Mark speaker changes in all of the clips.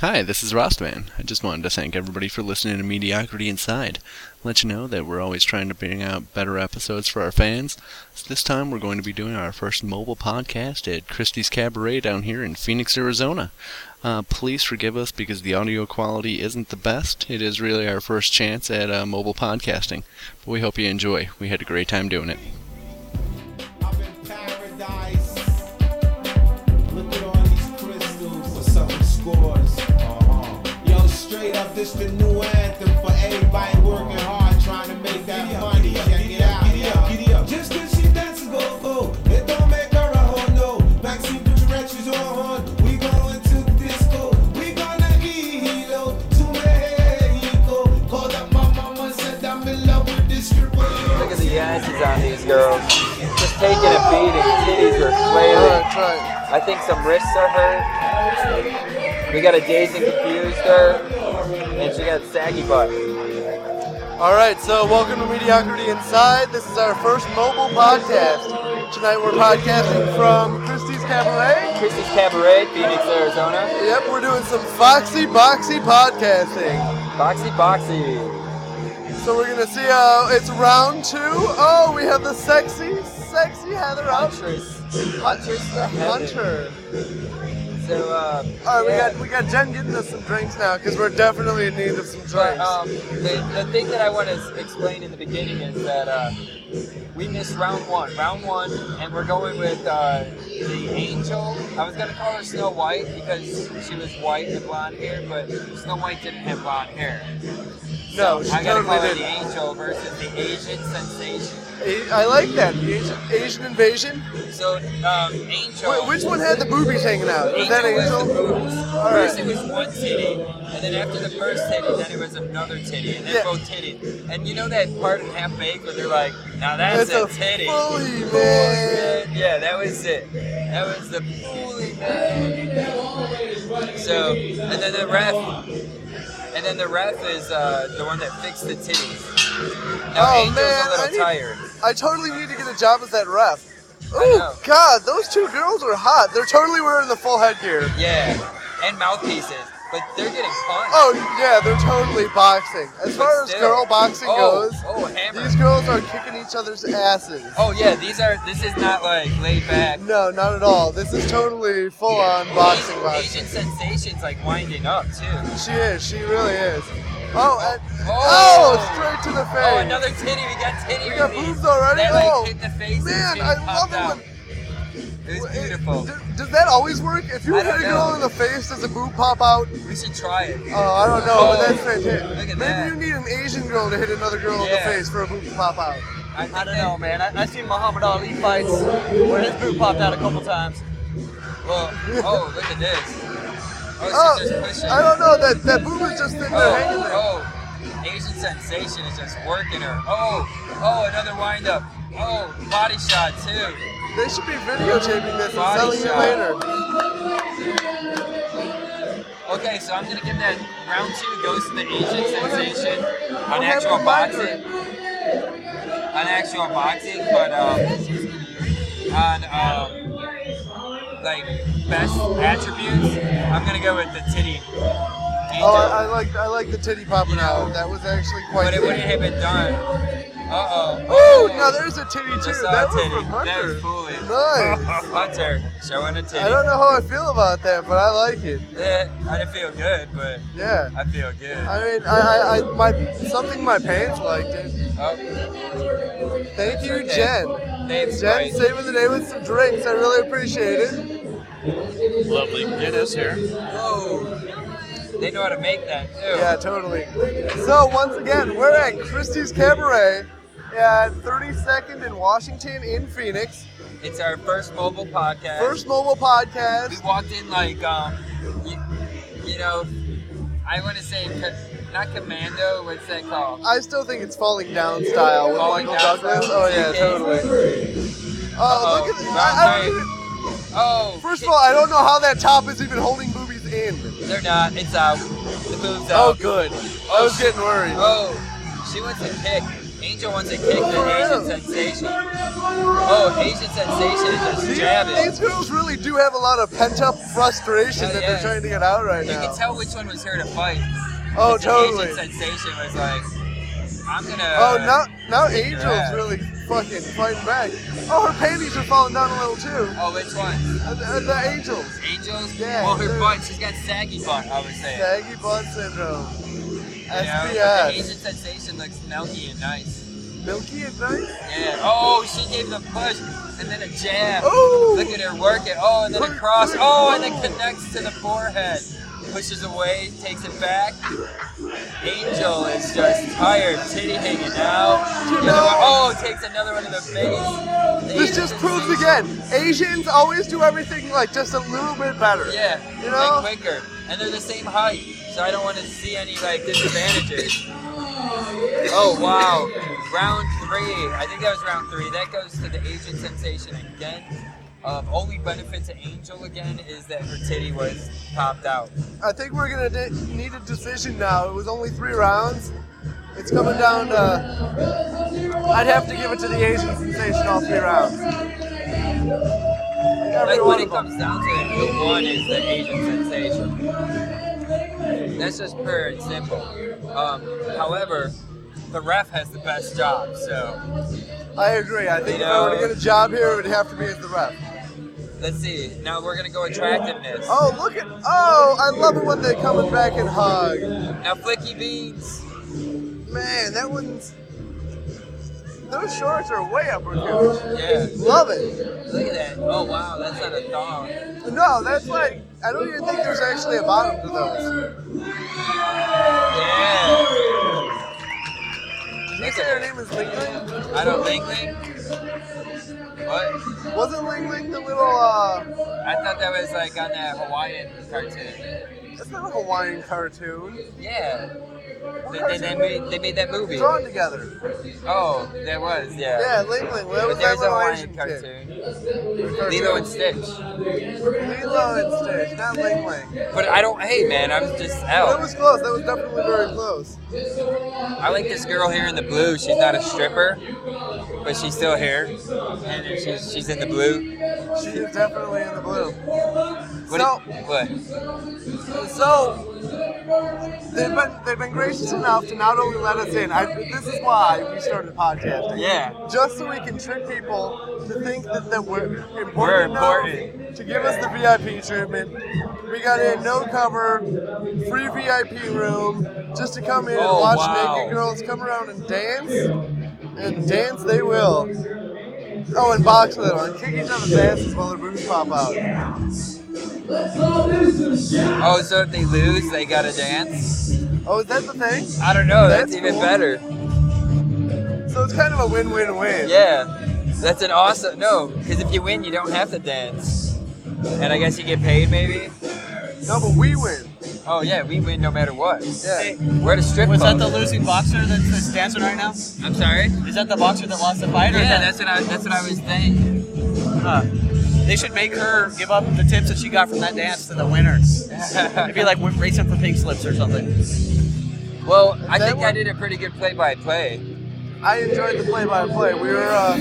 Speaker 1: Hi, this is Rostman. I just wanted to thank everybody for listening to Mediocrity Inside. Let you know that we're always trying to bring out better episodes for our fans. So this time we're going to be doing our first mobile podcast at Christie's Cabaret down here in Phoenix, Arizona. Uh, please forgive us because the audio quality isn't the best. It is really our first chance at uh, mobile podcasting. But we hope you enjoy. We had a great time doing it.
Speaker 2: I'm in paradise. Look at all these crystals. What's up with scores? Yo, straight up, this the new anthem for everybody working hard trying to make that money. Check it out. Just cause she dances go go, it don't make her a hoe no. Maxine through the wretches on horn. We going to the disco. We gonna eat low to Mexico. Called up my mama, said I'm in love with this stripper.
Speaker 3: Look at the Yankees on these girls. Just taking a beating. Titties are flailing. I think some wrists are hurt. We got a dazed and confused her. And she got a saggy butt.
Speaker 4: All right, so welcome to Mediocrity Inside. This is our first mobile podcast. Tonight we're podcasting from Christie's Cabaret.
Speaker 3: Christie's Cabaret, Phoenix, Arizona.
Speaker 4: Yep, we're doing some foxy boxy podcasting.
Speaker 3: Boxy Boxy.
Speaker 4: So we're gonna see how it's round two. Oh, we have the sexy, sexy Heather Hunter.
Speaker 3: Huntress. Huntress the heaven.
Speaker 4: Hunter.
Speaker 3: So, uh.
Speaker 4: All right, we
Speaker 3: yeah.
Speaker 4: got we got Jen getting us some drinks now because we're definitely in need of some
Speaker 3: But
Speaker 4: drinks.
Speaker 3: um, the, the thing that I want to explain in the beginning is that uh, we missed round one. Round one, and we're going with uh, the angel. I was going to call her Snow White because she was white and blonde hair, but Snow White didn't have blonde hair.
Speaker 4: No, she
Speaker 3: I got to
Speaker 4: totally
Speaker 3: call her
Speaker 4: didn't.
Speaker 3: the angel versus the Asian sensation.
Speaker 4: A- I like that the Asian, Asian invasion.
Speaker 3: So, um, angel.
Speaker 4: Wh- which one had the boobies hanging out? Was
Speaker 3: Angel
Speaker 4: that
Speaker 3: was
Speaker 4: Angel?
Speaker 3: the boobs.
Speaker 4: All
Speaker 3: First
Speaker 4: right.
Speaker 3: it was one titty, and then after the first titty, then it was another titty, and then
Speaker 4: Yeah.
Speaker 3: both titties. And you know that part in Half Baked where they're like, "Now that's,
Speaker 4: That's a
Speaker 3: titty."
Speaker 4: fully man.
Speaker 3: Yeah, that was it. That was the fully man. So, and then the ref, and then the ref is uh, the one that fixed the titties. Now
Speaker 4: Oh,
Speaker 3: Angel's
Speaker 4: man,
Speaker 3: a little
Speaker 4: I need-
Speaker 3: tired.
Speaker 4: I totally need to get a job as that ref.
Speaker 3: know.
Speaker 4: Oh God, those two girls are hot. They're totally wearing the full headgear.
Speaker 3: Yeah, and mouthpieces, but they're getting punched.
Speaker 4: Oh yeah, they're totally boxing. As far as
Speaker 3: Still.
Speaker 4: girl boxing
Speaker 3: Oh,
Speaker 4: goes,
Speaker 3: oh, hammer.
Speaker 4: these girls are kicking each other's asses.
Speaker 3: Oh yeah, these are. This is not like laid back.
Speaker 4: No, not at all. This is totally full on boxing
Speaker 3: Asian,
Speaker 4: boxing.
Speaker 3: Asian sensations like winding up too.
Speaker 4: She is. She really is. Oh, and,
Speaker 3: Oh.
Speaker 4: oh, straight to the face.
Speaker 3: Oh, another titty. We got titty.
Speaker 4: We got
Speaker 3: release.
Speaker 4: boobs already?
Speaker 3: That like
Speaker 4: Oh,
Speaker 3: hit the face.
Speaker 4: Man,
Speaker 3: and
Speaker 4: I
Speaker 3: she
Speaker 4: love
Speaker 3: popped
Speaker 4: it
Speaker 3: out.
Speaker 4: when
Speaker 3: It was
Speaker 4: It-
Speaker 3: beautiful.
Speaker 4: d- does that always work? If you
Speaker 3: I
Speaker 4: hit
Speaker 3: don't
Speaker 4: a girl
Speaker 3: know.
Speaker 4: in the face, does a boob pop out?
Speaker 3: we should try it.
Speaker 4: Oh, I don't know,
Speaker 3: Oh,
Speaker 4: but that's
Speaker 3: look at
Speaker 4: fantastic. Maybe
Speaker 3: that.
Speaker 4: you need an Asian girl to hit another girl in
Speaker 3: Yeah.
Speaker 4: the face for a boob to pop out.
Speaker 3: I, think
Speaker 5: I don't
Speaker 3: that-
Speaker 5: know, man. I, I've seen Muhammad Ali fights where his boot popped out a couple times.
Speaker 3: Well, oh, look at this. Oh,
Speaker 4: Oh,
Speaker 3: she's just pushing.
Speaker 4: I don't know. That that boob is just in there hanging there.
Speaker 3: oh, oh, Asian sensation is just working her. Oh, oh, another wind up. Oh, body shot too.
Speaker 4: They should be videotaping this and
Speaker 3: Body
Speaker 4: selling
Speaker 3: shot.
Speaker 4: it later.
Speaker 3: Okay, so I'm gonna give that round two goes to the Asian sensation on
Speaker 4: What
Speaker 3: actual
Speaker 4: happened to
Speaker 3: boxing. On actual boxing, but um, on um, like best attributes, I'm gonna go with the titty.
Speaker 4: Oh, I, I like I like the titty popping out. That was actually quite.
Speaker 3: but it wouldn't have been done. Uh oh.
Speaker 4: Oh, now there's a titty too.
Speaker 3: Just
Speaker 4: That
Speaker 3: a
Speaker 4: was
Speaker 3: titty.
Speaker 4: from
Speaker 3: That
Speaker 4: Hunter.
Speaker 3: was fully.
Speaker 4: Nice.
Speaker 3: Hunter showing a titty.
Speaker 4: I don't know how I feel about that, but I like it.
Speaker 3: Eh, I didn't feel good, but
Speaker 4: Yeah.
Speaker 3: I feel good.
Speaker 4: I mean, I, I, I my something my pants liked it.
Speaker 3: oh,
Speaker 4: Thank you,
Speaker 3: okay.
Speaker 4: Jen.
Speaker 3: Name's
Speaker 4: Jen
Speaker 3: right.
Speaker 4: saving the day with some drinks. I really appreciate it.
Speaker 6: Lovely. It is here.
Speaker 3: Whoa. They know how to make that too.
Speaker 4: Yeah, totally. So once again, we're at Christie's Cabaret at 32nd in Washington in Phoenix.
Speaker 3: It's our first mobile podcast.
Speaker 4: First mobile
Speaker 3: we
Speaker 4: podcast.
Speaker 3: walked in like, um, you, you know, I want to say, co- not commando, what's that called?
Speaker 4: I still think it's falling down style with
Speaker 3: Falling
Speaker 4: Michael
Speaker 3: Down
Speaker 4: Douglas.
Speaker 3: Style.
Speaker 4: Oh yeah,
Speaker 3: Okay.
Speaker 4: totally.
Speaker 3: Uh-oh.
Speaker 4: Oh, look at this.
Speaker 3: Round
Speaker 4: I, I don't
Speaker 3: nine.
Speaker 4: even-
Speaker 3: Oh.
Speaker 4: first of
Speaker 3: shit.
Speaker 4: all, I don't know how that top is even holding boobies in.
Speaker 3: They're not. It's out. The boob's
Speaker 4: Oh
Speaker 3: out.
Speaker 4: good. I was getting worried.
Speaker 3: Oh, she wants a kick. Angel wants to kick the Asian sensation. Oh, Asian sensation is just
Speaker 4: These,
Speaker 3: jabbing.
Speaker 4: these girls really do have a lot of pent up frustration
Speaker 3: Oh,
Speaker 4: that
Speaker 3: yeah.
Speaker 4: they're trying to get out right
Speaker 3: You
Speaker 4: now.
Speaker 3: can tell which one was here to fight.
Speaker 4: Oh,
Speaker 3: It's the
Speaker 4: totally.
Speaker 3: Asian sensation was like, I'm gonna.
Speaker 4: Oh, now now
Speaker 3: kick your
Speaker 4: Angel's
Speaker 3: ass.
Speaker 4: really fucking fighting back. Oh, her panties are falling down a little too.
Speaker 3: Oh, which one?
Speaker 4: Uh, the, uh, the Angels.
Speaker 3: Angels?
Speaker 4: Yeah,
Speaker 3: Well, her
Speaker 4: they're-
Speaker 3: butt. She's got saggy butt. I would say.
Speaker 4: Saggy butt syndrome.
Speaker 3: You know, but the
Speaker 4: SBS.
Speaker 3: Asian sensation looks milky and nice.
Speaker 4: Milky and nice.
Speaker 3: Yeah. Oh, she gave the push and then a jab.
Speaker 4: Ooh.
Speaker 3: Look at her work it. Oh, and then a
Speaker 4: Look,
Speaker 3: cross.
Speaker 4: look.
Speaker 3: Oh, and then connects to the forehead. Pushes away, takes it back. Angel is just tired, titty hanging out. The other one- Oh, takes another one in the face. The
Speaker 4: This
Speaker 3: Asian
Speaker 4: just proves
Speaker 3: sensation-
Speaker 4: again, Asians always do everything like just a little bit better.
Speaker 3: Yeah,
Speaker 4: You know?
Speaker 3: and quicker. And they're the same height, so I don't want to see any like disadvantages. oh wow. Round three. I think that was round three. That goes to the Asian sensation again. Um, only benefit to Angel again is that her titty was popped out.
Speaker 4: I think we're gonna de- need a decision now. It was only three rounds. It's coming down to. I'd have to give it to the Asian sensation all three rounds. Every
Speaker 3: Like
Speaker 4: one
Speaker 3: when it
Speaker 4: of them.
Speaker 3: comes down to it, the one is the Asian sensation. That's just pure and simple. Um, however, the ref has the best job, so
Speaker 4: I agree. I think if I were to get a job here, it would have to be at the rep.
Speaker 3: let's see. Now we're gonna go attractiveness.
Speaker 4: Oh, look at. Oh, I love it when they're coming back and hug.
Speaker 3: Now Flicky Beans.
Speaker 4: Man, that one's. Those shorts are way up her cooch.
Speaker 3: Yeah.
Speaker 4: Love it.
Speaker 3: Look at that. Oh wow, that's not a thong.
Speaker 4: No, that's like. I don't even think there's actually a bottom to those.
Speaker 3: Yeah.
Speaker 4: Did you say her name is Ling Ling?
Speaker 3: I don't think Ling. What?
Speaker 4: Wasn't Ling Ling the little, uh,
Speaker 3: I thought that was like on that Hawaiian cartoon.
Speaker 4: that's not a Hawaiian cartoon.
Speaker 3: Yeah. They, they, they made, they made that movie.
Speaker 4: Drawn together.
Speaker 3: Oh, that was, yeah.
Speaker 4: Yeah, Ling Ling. That was
Speaker 3: But
Speaker 4: that
Speaker 3: there's a
Speaker 4: little
Speaker 3: Hawaiian
Speaker 4: Asian kid.
Speaker 3: cartoon.
Speaker 4: Cartoon.
Speaker 3: Lilo and Stitch.
Speaker 4: Lilo and Stitch, not Ling Ling.
Speaker 3: But I don't, hey man, I was just
Speaker 4: That
Speaker 3: out.
Speaker 4: was close. That was definitely very close.
Speaker 3: I like this girl here in the blue. She's not a stripper, but she's still here. And she's, she's in the blue.
Speaker 4: She is definitely in the blue.
Speaker 3: What?
Speaker 4: So-
Speaker 3: what?
Speaker 4: So they've been they've been gracious enough to not only let us in. I, this is why we started podcasting.
Speaker 3: Yeah.
Speaker 4: Just so we can trick people to think that, that we're important,
Speaker 3: We're
Speaker 4: enough
Speaker 3: important.
Speaker 4: to give us the VIP treatment. We got in no cover, free VIP room, just to come in and
Speaker 3: Oh,
Speaker 4: watch
Speaker 3: wow.
Speaker 4: naked girls come around and dance. And dance they will. Oh, and box a little, and kick each other's asses while their boobs pop out.
Speaker 3: Oh, so if they lose, they gotta dance?
Speaker 4: Oh, is that the thing?
Speaker 3: I don't know. That's,
Speaker 4: That's
Speaker 3: even
Speaker 4: cool.
Speaker 3: better.
Speaker 4: So it's kind of a win-win-win.
Speaker 3: Yeah, that's an awesome. No, because if you win, you don't have to dance. And I guess you get paid, maybe.
Speaker 4: No, but we win.
Speaker 3: Oh yeah, we win no matter what.
Speaker 4: Yeah.
Speaker 3: We're at a strip
Speaker 5: Was that
Speaker 3: club.
Speaker 5: the losing boxer that's, that's dancing right now?
Speaker 3: I'm sorry.
Speaker 5: Is that the boxer that lost the fight? Or is
Speaker 3: Yeah,
Speaker 5: that-
Speaker 3: that's what I. That's what I was thinking.
Speaker 5: huh. uh, They should make her give up the tips that she got from that dance to the winners. It'd be like w- racing for pink slips or something.
Speaker 3: well, I
Speaker 4: that
Speaker 3: think I
Speaker 4: one-
Speaker 3: did a pretty good play-by-play.
Speaker 4: I enjoyed the play-by-play. We were uh,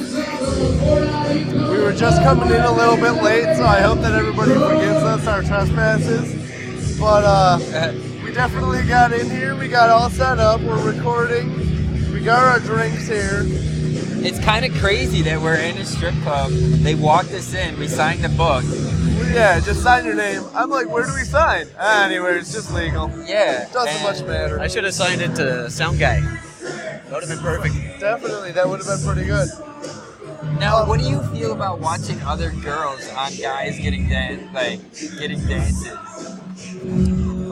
Speaker 4: we were just coming in a little bit late, so I hope that everybody forgives us our trespasses. But uh, we definitely got in here. We got all set up. We're recording. We got our drinks here.
Speaker 3: it's kind of crazy that we're in a strip club. They walked us in. We signed the book.
Speaker 4: We- Yeah, just sign your name. I'm like, where do we sign? Ah, anywhere, it's just legal.
Speaker 3: Yeah.
Speaker 4: Doesn't
Speaker 3: and-
Speaker 4: much matter.
Speaker 5: I should have signed it to Sound Guy. That would have been perfect.
Speaker 4: Definitely, that would have been pretty good.
Speaker 3: Now, what do you feel about watching other girls on guys getting dan- like getting dances?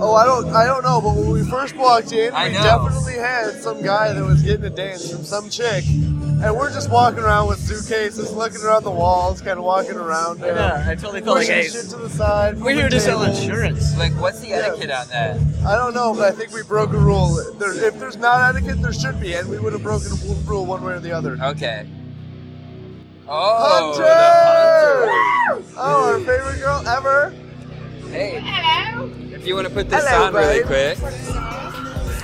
Speaker 4: Oh, I don't, I don't know, but when we first walked in,
Speaker 3: I
Speaker 4: we
Speaker 3: know.
Speaker 4: definitely had some guy that was getting a dance from some chick, and we're just walking around with suitcases, looking around the walls, kind of walking around, you know,
Speaker 5: Yeah, I totally felt like,
Speaker 4: pushing
Speaker 5: hey,
Speaker 4: shit to the side.
Speaker 5: we're here to
Speaker 4: moving
Speaker 5: sell
Speaker 4: tables.
Speaker 5: insurance.
Speaker 3: Like, what's the
Speaker 4: Yeah.
Speaker 3: etiquette on that?
Speaker 4: I don't know, but I think we broke a rule. There, if there's not etiquette, there should be, and we would have broken a rule one way or the other.
Speaker 3: Okay. Oh,
Speaker 5: Oh,
Speaker 4: Hunter!
Speaker 3: the
Speaker 4: Oh, our favorite girl ever.
Speaker 3: hunter. Hey, if you want to put this
Speaker 4: Hello,
Speaker 3: on really
Speaker 4: babe.
Speaker 3: quick.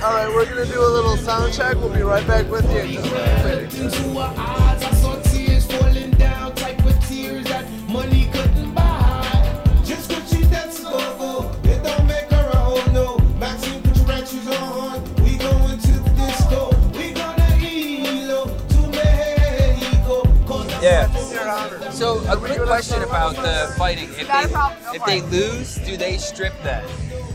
Speaker 4: All right, we're gonna do a little sound check. We'll be right back with you. in just a minute.
Speaker 7: into her eyes. I saw tears falling down, type of tears that money couldn't buy.
Speaker 2: Just 'cause she that's local, it don't make her a hoe, no. Maxine, put your red shoes on. We going to the disco. We gonna ELO to Mexico. 'Cause that's
Speaker 3: Yeah.
Speaker 2: what's in your honor.
Speaker 3: So a quick question about the fighting. If
Speaker 8: Not a problem,
Speaker 3: they
Speaker 8: go
Speaker 3: if
Speaker 8: for
Speaker 3: they
Speaker 8: it.
Speaker 3: lose, do they strip that?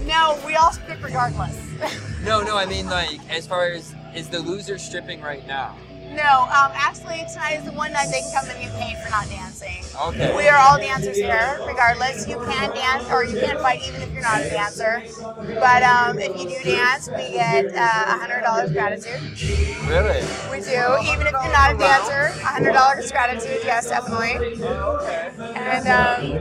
Speaker 8: No, we all strip regardless.
Speaker 3: No, no. I mean like as far as is the loser stripping right now?
Speaker 8: no, um, actually, tonight is the one night they can come and get paid for not dancing.
Speaker 3: Okay.
Speaker 8: We are all dancers here, regardless. You can dance or you can fight even if you're not a dancer. But um, if you do dance, we get uh, $100 gratitude.
Speaker 3: Really?
Speaker 8: We do. Even if you're not a dancer, $100 gratitude, yes, definitely. And um,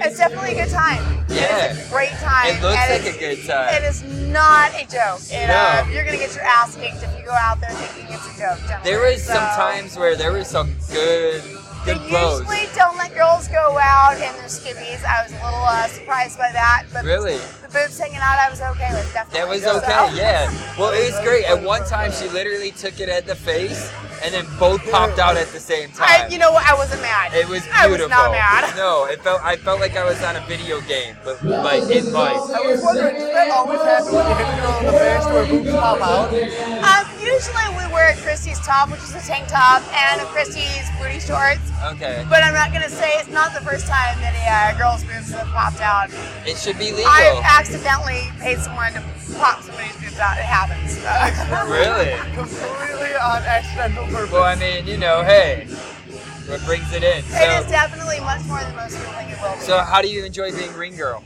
Speaker 8: it's definitely a good time.
Speaker 3: Yeah.
Speaker 8: It's a great time.
Speaker 3: It looks
Speaker 8: and
Speaker 3: like
Speaker 8: it's-
Speaker 3: a good time.
Speaker 8: It is not a joke. It,
Speaker 3: No.
Speaker 8: uh, you're going to get your ass kicked if you go out there thinking it's a joke. gentlemen.
Speaker 3: There was
Speaker 8: So,
Speaker 3: some times where there was some good
Speaker 8: They
Speaker 3: good blows.
Speaker 8: usually don't let girls go out in their skivvies. I was a little uh, surprised by that. But
Speaker 3: Really?
Speaker 8: The boobs hanging out, I was okay with. Definitely.
Speaker 3: That was
Speaker 8: So-
Speaker 3: okay, yeah. Well, it was great. At one time, she literally took it at the face, and then both popped out at the same
Speaker 8: I,
Speaker 3: time.
Speaker 8: you know what? I wasn't mad.
Speaker 3: It was beautiful.
Speaker 8: I was not mad.
Speaker 3: No, it felt I felt like I was on a video game, but like in life.
Speaker 4: I was wondering, does that always happen when you hit a girl in the face to her boobs pop out?
Speaker 8: Um, usually we wear a Christie's top, which is a tank top, and a Christie's booty shorts.
Speaker 3: Okay,
Speaker 8: But I'm not gonna say it's not the first time that a uh, girl's boobs have popped out.
Speaker 3: it should be legal.
Speaker 8: I accidentally paid someone to pop somebody's boobs out. It happens.
Speaker 3: really?
Speaker 4: Completely on accidental purpose.
Speaker 3: Well, I mean, you know, hey, what brings it in?
Speaker 8: It is
Speaker 3: So,
Speaker 8: definitely much more than most people think it will be.
Speaker 3: so how do you enjoy being ring girl?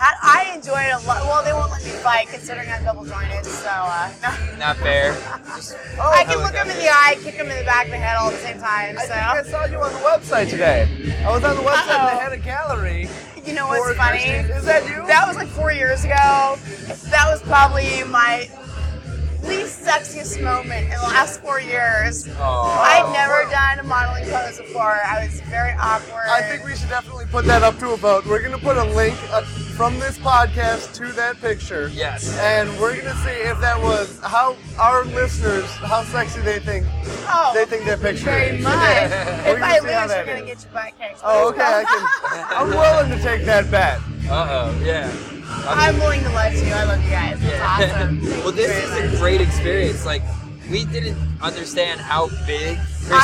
Speaker 8: I, I enjoy it a lot. Well, they won't let me fight considering I'm double jointed, so uh,
Speaker 3: Not fair. Just,
Speaker 4: Oh,
Speaker 3: hell
Speaker 8: I can look
Speaker 3: yeah.
Speaker 8: them in the eye, kick them in the back of the head all at the same time.
Speaker 4: I
Speaker 8: So
Speaker 4: think I saw you on the website today. I was on the website and they had a gallery.
Speaker 8: you know
Speaker 4: for
Speaker 8: what's funny?
Speaker 4: Christie's. Is that you?
Speaker 8: That was like four years ago. That was probably my least sexiest moment in the last four years.
Speaker 3: Oh,
Speaker 8: I'd never done a modeling pose before. I was very awkward.
Speaker 4: I think we should definitely put that up to a vote. We're gonna put a link uh, from this podcast to that picture.
Speaker 3: Yes.
Speaker 4: And we're gonna see if that was how our listeners how sexy they think
Speaker 8: oh,
Speaker 4: they think that picture.
Speaker 8: very
Speaker 4: is.
Speaker 8: much.
Speaker 4: We're
Speaker 8: if
Speaker 4: gonna
Speaker 8: I
Speaker 4: see how
Speaker 8: lose,
Speaker 4: that
Speaker 8: you're gonna
Speaker 4: is.
Speaker 8: get your butt kicked.
Speaker 4: Oh, okay. I can. I'm willing to take that bet.
Speaker 3: Uh oh, yeah.
Speaker 8: I'm willing to love you. I love you guys. It's awesome.
Speaker 3: well, this is a great experience. Like, we didn't understand how big
Speaker 8: I,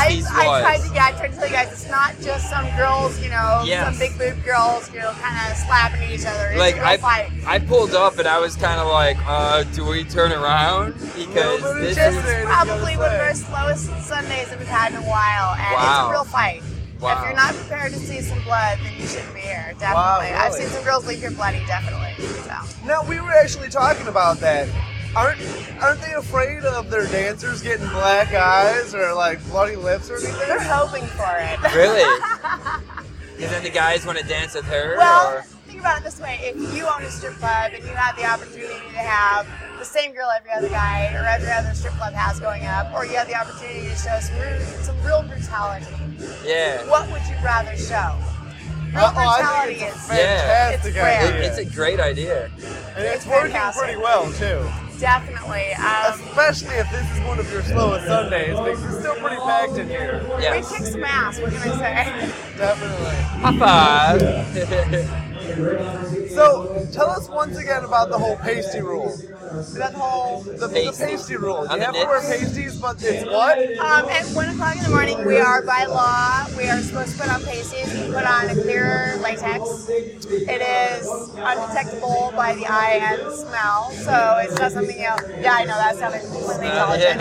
Speaker 3: Christie's
Speaker 8: I
Speaker 3: was.
Speaker 8: tried to yeah, I tried to tell you guys it's not just some girls, you know,
Speaker 3: Yes.
Speaker 8: some big boob girls, you know, kind of slapping each other. It's
Speaker 3: like
Speaker 8: a real
Speaker 3: I,
Speaker 8: fight.
Speaker 3: I pulled up and I was kind of like, uh, do we turn around? Because
Speaker 4: but it's
Speaker 3: this
Speaker 8: This
Speaker 3: is
Speaker 8: is
Speaker 4: Tuesday, it's
Speaker 8: probably
Speaker 4: gotta
Speaker 8: one of
Speaker 4: play.
Speaker 8: our slowest Sundays that we've had in a while, and it's
Speaker 3: Wow.
Speaker 8: a real fight.
Speaker 3: Wow.
Speaker 8: If you're not prepared to see some blood, then you shouldn't be here. Definitely,
Speaker 4: Wow,
Speaker 8: I've
Speaker 4: really?
Speaker 8: seen some girls leave here bloody. Definitely. So
Speaker 4: Now we were actually talking about that. Aren't aren't they afraid of their dancers getting black eyes or like bloody lips or anything? Uh,
Speaker 8: they're hoping for it.
Speaker 3: really. And then the guys want to dance with her.
Speaker 8: Well,
Speaker 3: or,
Speaker 8: think about it this way: if you own a strip club and you have the opportunity to have the same girl every other guy or every other strip club has going up, or you have the opportunity to show some, ru- some real brutality,
Speaker 3: yeah.
Speaker 8: what would you rather show? Real
Speaker 4: Uh-oh, oh, I
Speaker 8: brutality
Speaker 4: think it's a
Speaker 8: is
Speaker 4: fantastic
Speaker 8: It's rare.
Speaker 4: idea.
Speaker 3: It- it's a great idea.
Speaker 4: and it's
Speaker 8: it's
Speaker 4: working
Speaker 8: fantastic.
Speaker 4: pretty well too.
Speaker 8: definitely. Um,
Speaker 4: Especially if this is one of your slowest Sundays, because it's still pretty packed in here.
Speaker 8: we
Speaker 3: Yes.
Speaker 8: kick some ass. What can I say?
Speaker 4: Definitely.
Speaker 3: High five.
Speaker 4: So tell us once again about the whole pasty rule.
Speaker 8: That whole.
Speaker 4: The the pasty,
Speaker 3: Pasty.
Speaker 4: rule. You
Speaker 3: On the
Speaker 4: have to wear
Speaker 3: knits.
Speaker 4: pasties, but it's what?
Speaker 8: Um, at one o'clock in the morning, we are by law we are supposed to put on pasties. We put on a clear latex. It is undetectable by the eye and smell, so it's not something you. Yeah, I know that sounded completely intelligent,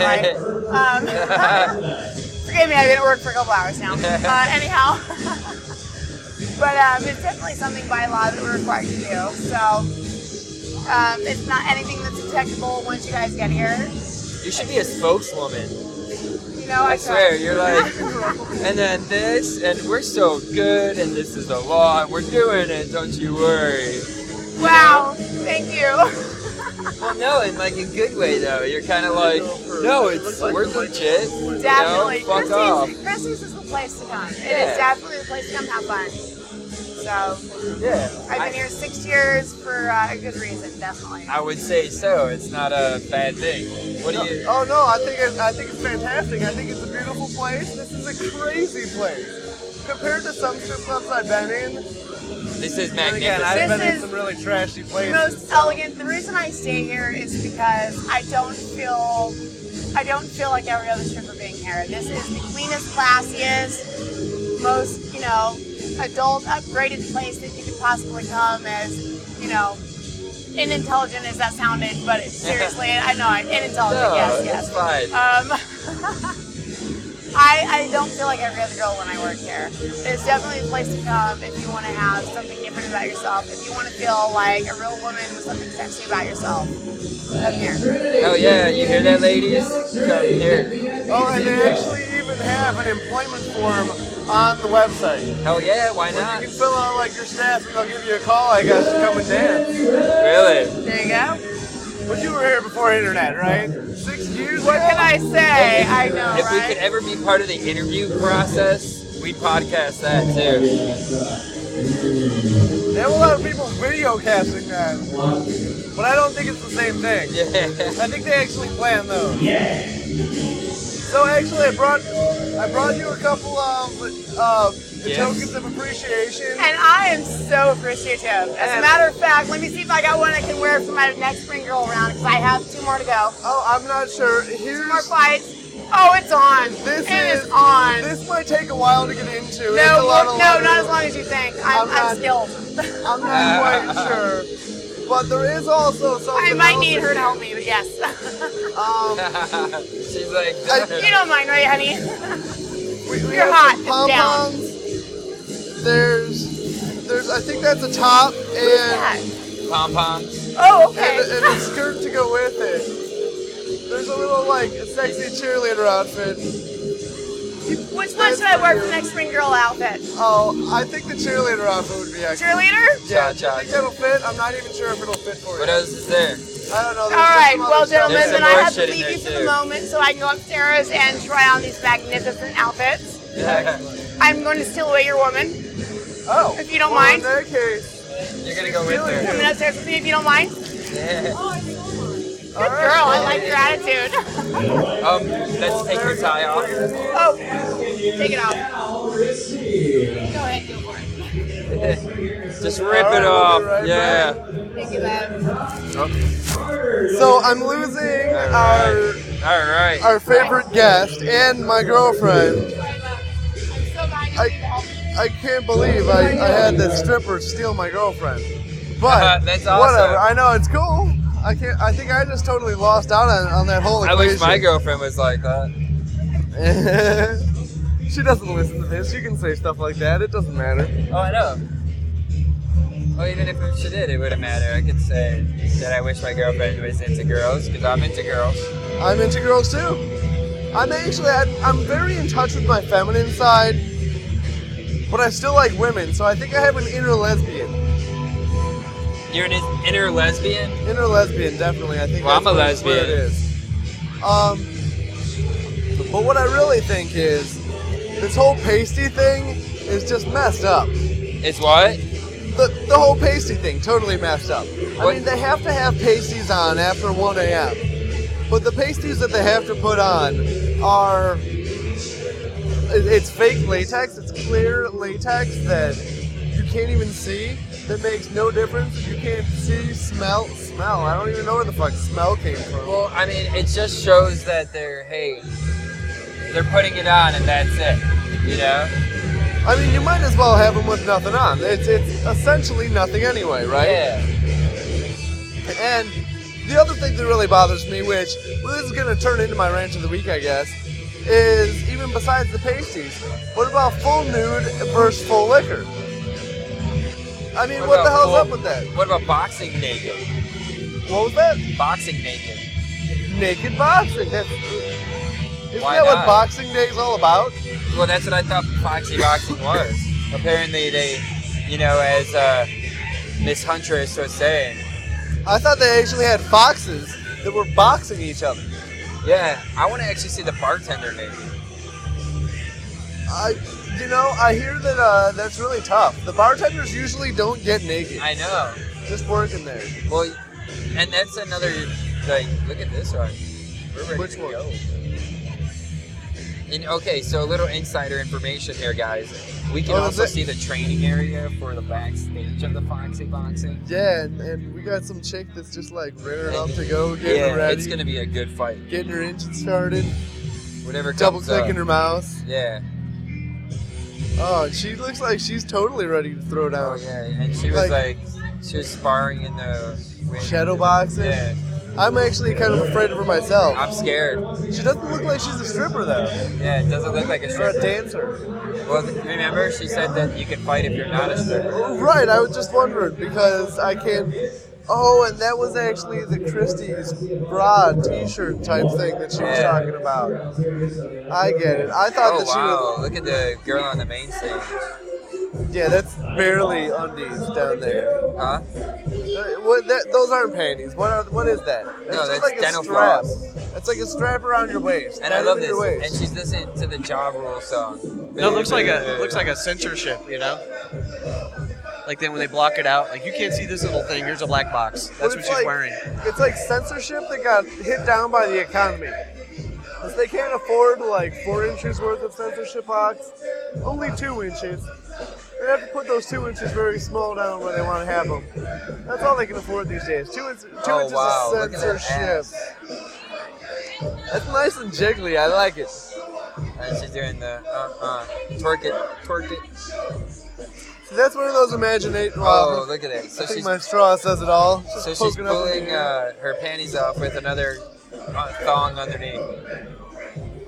Speaker 8: right? Um, forgive me, I've been at work for a couple hours now. Uh, anyhow, but um, it's definitely something by law that we're required to do. So. Um, it's not anything that's detectable once you guys get here.
Speaker 3: You should be a spokeswoman.
Speaker 8: You know,
Speaker 3: I
Speaker 8: tried.
Speaker 3: swear, you're like, and then this, and we're so good, and this is the law, and we're doing it, don't you worry.
Speaker 8: Wow, thank you.
Speaker 3: Well, no, in like a good way though. You're kind of like, no, it's we're legit. you
Speaker 8: Definitely.
Speaker 3: know, fuck off.
Speaker 8: Christie's, Christie's is the place to come. It is
Speaker 3: Yeah.
Speaker 8: definitely the place to come have fun. So, So
Speaker 3: Yeah.
Speaker 8: I've been here six years for uh, a good reason, definitely.
Speaker 3: I would say so. It's not a bad thing. What do you?
Speaker 4: Oh no, I think it, I think it's fantastic. I think it's a beautiful place. This is a crazy place compared to some strip clubs I've been in.
Speaker 3: This is
Speaker 4: And again, I've
Speaker 8: This
Speaker 3: magnificent.
Speaker 4: been in
Speaker 8: is
Speaker 4: some really trashy
Speaker 8: the
Speaker 4: places.
Speaker 8: most elegant. The reason I stay here is because I don't feel I don't feel like every other stripper being here. This is the cleanest, classiest, most you know adult upgraded place that you could possibly come as you know inintelligent as that sounded, but it, seriously, I know I'm inintelligent.
Speaker 3: No,
Speaker 8: yes,
Speaker 3: it's
Speaker 8: yes.
Speaker 3: fine.
Speaker 8: Um, I, I don't feel like every other girl when I work here. It's definitely a place to come if you want to have something different about yourself. If you want to feel like a real woman with something sexy about yourself, come here.
Speaker 3: Oh yeah, you hear that, ladies? Come here.
Speaker 4: Oh, and they actually even have an employment form on the website.
Speaker 3: Hell yeah, why
Speaker 4: You
Speaker 3: not?
Speaker 4: can fill out like your stats, and they'll give you a call. I guess to come and dance.
Speaker 3: Really?
Speaker 8: There you go.
Speaker 4: But you were here before internet, right? Six years
Speaker 8: What
Speaker 4: ago.
Speaker 8: can I say? I know,
Speaker 3: If we could
Speaker 8: right?
Speaker 3: ever be part of the interview process, we podcast that too.
Speaker 4: They have a lot of people video casting that, but I don't think it's the same thing.
Speaker 3: Yeah.
Speaker 4: I think they actually plan those. Yeah. So actually, I brought I brought you a couple of uh,
Speaker 3: Yes.
Speaker 4: tokens of appreciation.
Speaker 8: And I am so appreciative. As a matter of fact, let me see if I got one I can wear for my next spring girl round because I have two more to go.
Speaker 4: Oh, I'm not sure. Here's
Speaker 8: Two more fights. Oh, it's on.
Speaker 4: this
Speaker 8: It
Speaker 4: is,
Speaker 8: is on.
Speaker 4: This might take a while to get into.
Speaker 8: No,
Speaker 4: it's a lot
Speaker 8: no,
Speaker 4: of
Speaker 8: not as long as you think.
Speaker 4: I'm
Speaker 8: I'm, I'm
Speaker 4: not-
Speaker 8: skilled.
Speaker 4: I'm not quite sure, but there is also something.
Speaker 8: I might
Speaker 4: else
Speaker 8: need
Speaker 4: that-
Speaker 8: her to help me, but yes. you
Speaker 4: Um,
Speaker 3: She's like,
Speaker 8: don't mind, right, honey?
Speaker 4: we, we
Speaker 8: You're
Speaker 4: have
Speaker 8: hot.
Speaker 4: some
Speaker 8: I'm down.
Speaker 4: pom-poms. There's, there's. I think that's a top and.
Speaker 3: pom poms.
Speaker 8: Oh, okay.
Speaker 4: and, and a skirt to go with it. There's a little like sexy cheerleader outfit.
Speaker 8: Which one should I wear for the next spring girl outfit?
Speaker 4: Oh, I think the cheerleader outfit would be excellent.
Speaker 8: Cheerleader?
Speaker 4: Yeah, I
Speaker 3: Cha-cha.
Speaker 4: think that'll fit. I'm not even sure if it'll fit for you.
Speaker 3: What else is there?
Speaker 4: I don't know.
Speaker 8: All right, well,
Speaker 3: There's
Speaker 8: gentlemen,
Speaker 3: some
Speaker 8: then
Speaker 4: then
Speaker 8: I
Speaker 3: more
Speaker 8: have to
Speaker 3: shit in
Speaker 8: leave
Speaker 3: there,
Speaker 8: you for
Speaker 3: too.
Speaker 8: the moment so I can go upstairs and try on these magnificent outfits. I'm going to steal away your woman,
Speaker 4: oh,
Speaker 8: if you don't
Speaker 4: well, In
Speaker 8: mind.
Speaker 4: that case,
Speaker 3: You're gonna go with her.
Speaker 8: Coming upstairs with me if you don't mind.
Speaker 3: Yeah.
Speaker 8: Good girl, I like your attitude.
Speaker 3: Um, let's take your tie off.
Speaker 8: Oh, take it off. Go ahead, go for it.
Speaker 3: Just rip it off.
Speaker 4: All right, we'll be right
Speaker 3: Yeah.
Speaker 8: Thank you, babe.
Speaker 4: so I'm losing our
Speaker 3: All right.
Speaker 4: our favorite guest and my girlfriend. I I can't believe I, I had that stripper steal my girlfriend. But
Speaker 3: That's
Speaker 4: whatever.
Speaker 3: awesome.
Speaker 4: I know it's cool. I can't. I think I just totally lost out on, on that whole
Speaker 3: I
Speaker 4: equation.
Speaker 3: wish my girlfriend was like that.
Speaker 4: she doesn't listen to this. You can say stuff like that. It doesn't matter.
Speaker 3: Oh, I know. Well, even if she did, it wouldn't matter. I could say that I wish my girlfriend was into girls because I'm into girls.
Speaker 4: I'm into girls too. I'm actually. I, I'm very in touch with my feminine side, but I still like women. So I think I have an inner lesbian.
Speaker 3: You're an in- inner lesbian?
Speaker 4: Inner lesbian, definitely. I think.
Speaker 3: Well, I'm
Speaker 4: that's
Speaker 3: a
Speaker 4: what it's- where
Speaker 3: lesbian.
Speaker 4: It is. Um. But what I really think is, this whole pasty thing is just messed up.
Speaker 3: It's what?
Speaker 4: The, the whole pasty thing totally messed up. I
Speaker 3: What-
Speaker 4: mean, they have to have pasties on after 1 a.m. But the pasties that they have to put on are. it- It's fake latex, it's clear latex that you can't even see, that makes no difference. if You can't see, smell, smell. I don't even know where the fuck smell came from.
Speaker 3: Well, I mean, it just shows that they're, hey, they're putting it on and that's it. You know?
Speaker 4: I mean, you might as well have them with nothing on. It's, it's essentially nothing anyway, right?
Speaker 3: Yeah.
Speaker 4: And the other thing that really bothers me, which well, this is going to turn into my rant of the week, I guess, is even besides the pasties, what about full nude versus full liquor? I mean, what,
Speaker 3: about
Speaker 4: the hell's
Speaker 3: full-
Speaker 4: up with that?
Speaker 3: What about boxing naked?
Speaker 4: What was that?
Speaker 3: Boxing naked.
Speaker 4: Naked boxing. That's, isn't
Speaker 3: Why
Speaker 4: that what
Speaker 3: not?
Speaker 4: Boxing Day is all about?
Speaker 3: Well, that's what I thought Foxy Boxing was. Apparently, they, you know, as uh, Miss Huntress was saying,
Speaker 4: I thought they actually had foxes that were boxing each other.
Speaker 3: yeah, I want to actually see the bartender naked.
Speaker 4: I, You know, I hear that uh, that's really tough. The bartenders usually don't get naked.
Speaker 3: I know.
Speaker 4: Just working there.
Speaker 3: Well, and that's another like. Look at this one. We're ready
Speaker 4: Which
Speaker 3: to
Speaker 4: one?
Speaker 3: go. And okay, so a little insider information here, guys. We can
Speaker 4: Oh, is
Speaker 3: also
Speaker 4: it-
Speaker 3: see the training area for the backstage of the Foxy Boxing.
Speaker 4: Yeah, and, and we got some chick that's just like rearing up
Speaker 3: And-
Speaker 4: to go, getting
Speaker 3: Yeah,
Speaker 4: ready,
Speaker 3: it's gonna be a good fight.
Speaker 4: getting her engine started,
Speaker 3: Whatever
Speaker 4: double
Speaker 3: comes
Speaker 4: clicking
Speaker 3: up.
Speaker 4: her mouse.
Speaker 3: Yeah.
Speaker 4: Oh, and she looks like she's totally ready to throw
Speaker 3: Oh
Speaker 4: down.
Speaker 3: yeah. And she was like, she was sparring in the wind.
Speaker 4: Shadow boxing.
Speaker 3: Yeah.
Speaker 4: I'm actually kind of afraid of her myself.
Speaker 3: I'm scared.
Speaker 4: She doesn't look like she's a stripper though,
Speaker 3: Yeah, it doesn't look like a
Speaker 4: or a
Speaker 3: stripper.
Speaker 4: dancer.
Speaker 3: Well, remember she said that you can fight if you're not a stripper.
Speaker 4: Oh, Right, I was just wondering because I can't. Oh, and that was actually the Christie's bra T-shirt type thing that she was
Speaker 3: Yeah.
Speaker 4: talking about. I get it. I thought
Speaker 3: Oh
Speaker 4: that she
Speaker 3: wow!
Speaker 4: was.
Speaker 3: Look at the girl on the main stage.
Speaker 4: Yeah, that's barely undies down there.
Speaker 3: Huh?
Speaker 4: Uh, What, that, those aren't panties. What are? What is that? That's
Speaker 3: No, that's
Speaker 4: like
Speaker 3: dental
Speaker 4: a strap.
Speaker 3: floss.
Speaker 4: That's like a strap around your waist.
Speaker 3: And
Speaker 4: tied
Speaker 3: I love
Speaker 4: up
Speaker 3: this.
Speaker 4: your waist.
Speaker 3: And she's listening to the Ja Rule song.
Speaker 5: No, it looks like a it looks like a censorship, you know. Like then when they block it out, like you can't see this little thing. Here's a black box.
Speaker 4: But
Speaker 5: That's what
Speaker 4: it's
Speaker 5: she's
Speaker 4: like-
Speaker 5: wearing.
Speaker 4: It's like censorship that got hit down by the economy. 'Cause they can't afford like four inches worth of censorship box, only two inches. They have to put those two inches very small down where they want to have them. That's all they can afford these days. Two, inch, two
Speaker 3: Oh,
Speaker 4: inches
Speaker 3: wow,
Speaker 4: of
Speaker 3: look at that
Speaker 4: censorship.
Speaker 3: ass.
Speaker 4: That's nice and jiggly. I like it.
Speaker 3: And she's doing the uh uh twerk it twerk it.
Speaker 4: See, that's one of those imaginate.
Speaker 3: Oh,
Speaker 4: Well,
Speaker 3: look at that. So
Speaker 4: I think
Speaker 3: she's
Speaker 4: my straw says it all. Just
Speaker 3: so she's
Speaker 4: poking up in the
Speaker 3: pulling uh,
Speaker 4: air.
Speaker 3: her panties off with another uh, thong underneath.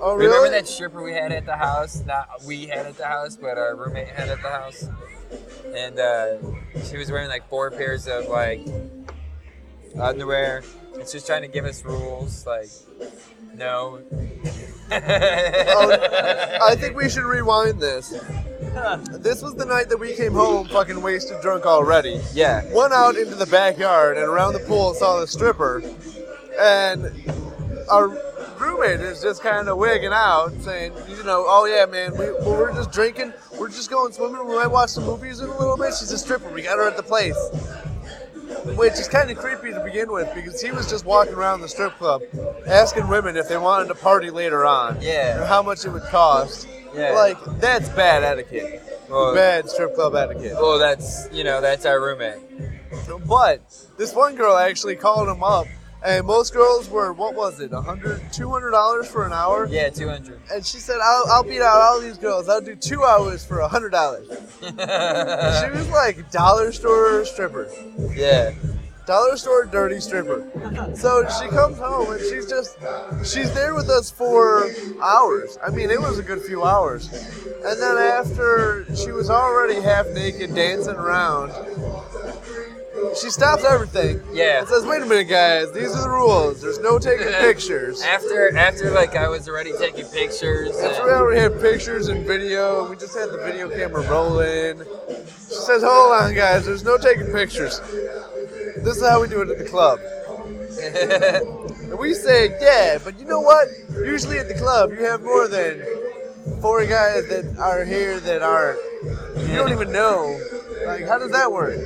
Speaker 4: oh, really?
Speaker 3: Remember that stripper we had at the house? Not we had at the house, but our roommate had at the house. And uh, she was wearing like four pairs of like underwear, and she was trying to give us rules like no.
Speaker 4: Oh, I think we should rewind this. This was the night that we came home fucking wasted drunk already.
Speaker 3: yeah.
Speaker 4: Went out into the backyard and around the pool saw the stripper. And our roommate is just kind of wigging out saying, you know, oh yeah, man, we, well, we're just drinking. We're just going swimming. We might watch some movies in a little bit. She's a stripper. We got her at the place. Which is kind of creepy to begin with because he was just walking around the strip club asking women if they wanted to party later on or
Speaker 3: Yeah.
Speaker 4: how much it would cost.
Speaker 3: Yeah.
Speaker 4: Like that's bad etiquette.
Speaker 3: Well,
Speaker 4: Bad strip club etiquette.
Speaker 3: well, that's you know that's our roommate.
Speaker 4: But this one girl actually called him up and most girls were what was it, 100 $200 for an hour?
Speaker 3: Yeah, two hundred.
Speaker 4: And she said, I'll, I'll beat out all these girls. I'll do two hours for $100. She was like dollar store stripper.
Speaker 3: yeah.
Speaker 4: Dollar store dirty stripper. So she comes home and she's just, she's there with us for hours. I mean, it was a good few hours. And then after she was already half naked dancing around, she stops everything.
Speaker 3: Yeah.
Speaker 4: And says, wait a minute, guys, these are the rules. There's no taking pictures.
Speaker 3: After after like I was already taking pictures.
Speaker 4: After
Speaker 3: and-
Speaker 4: we already had pictures and video, and we just had the video camera rolling. She says, hold on, guys, there's no taking pictures. This is how we do it at the club. And we say, yeah, but you know what? Usually at the club, you have more than four guys that are here that aren't. You don't even know. Like, how does that work?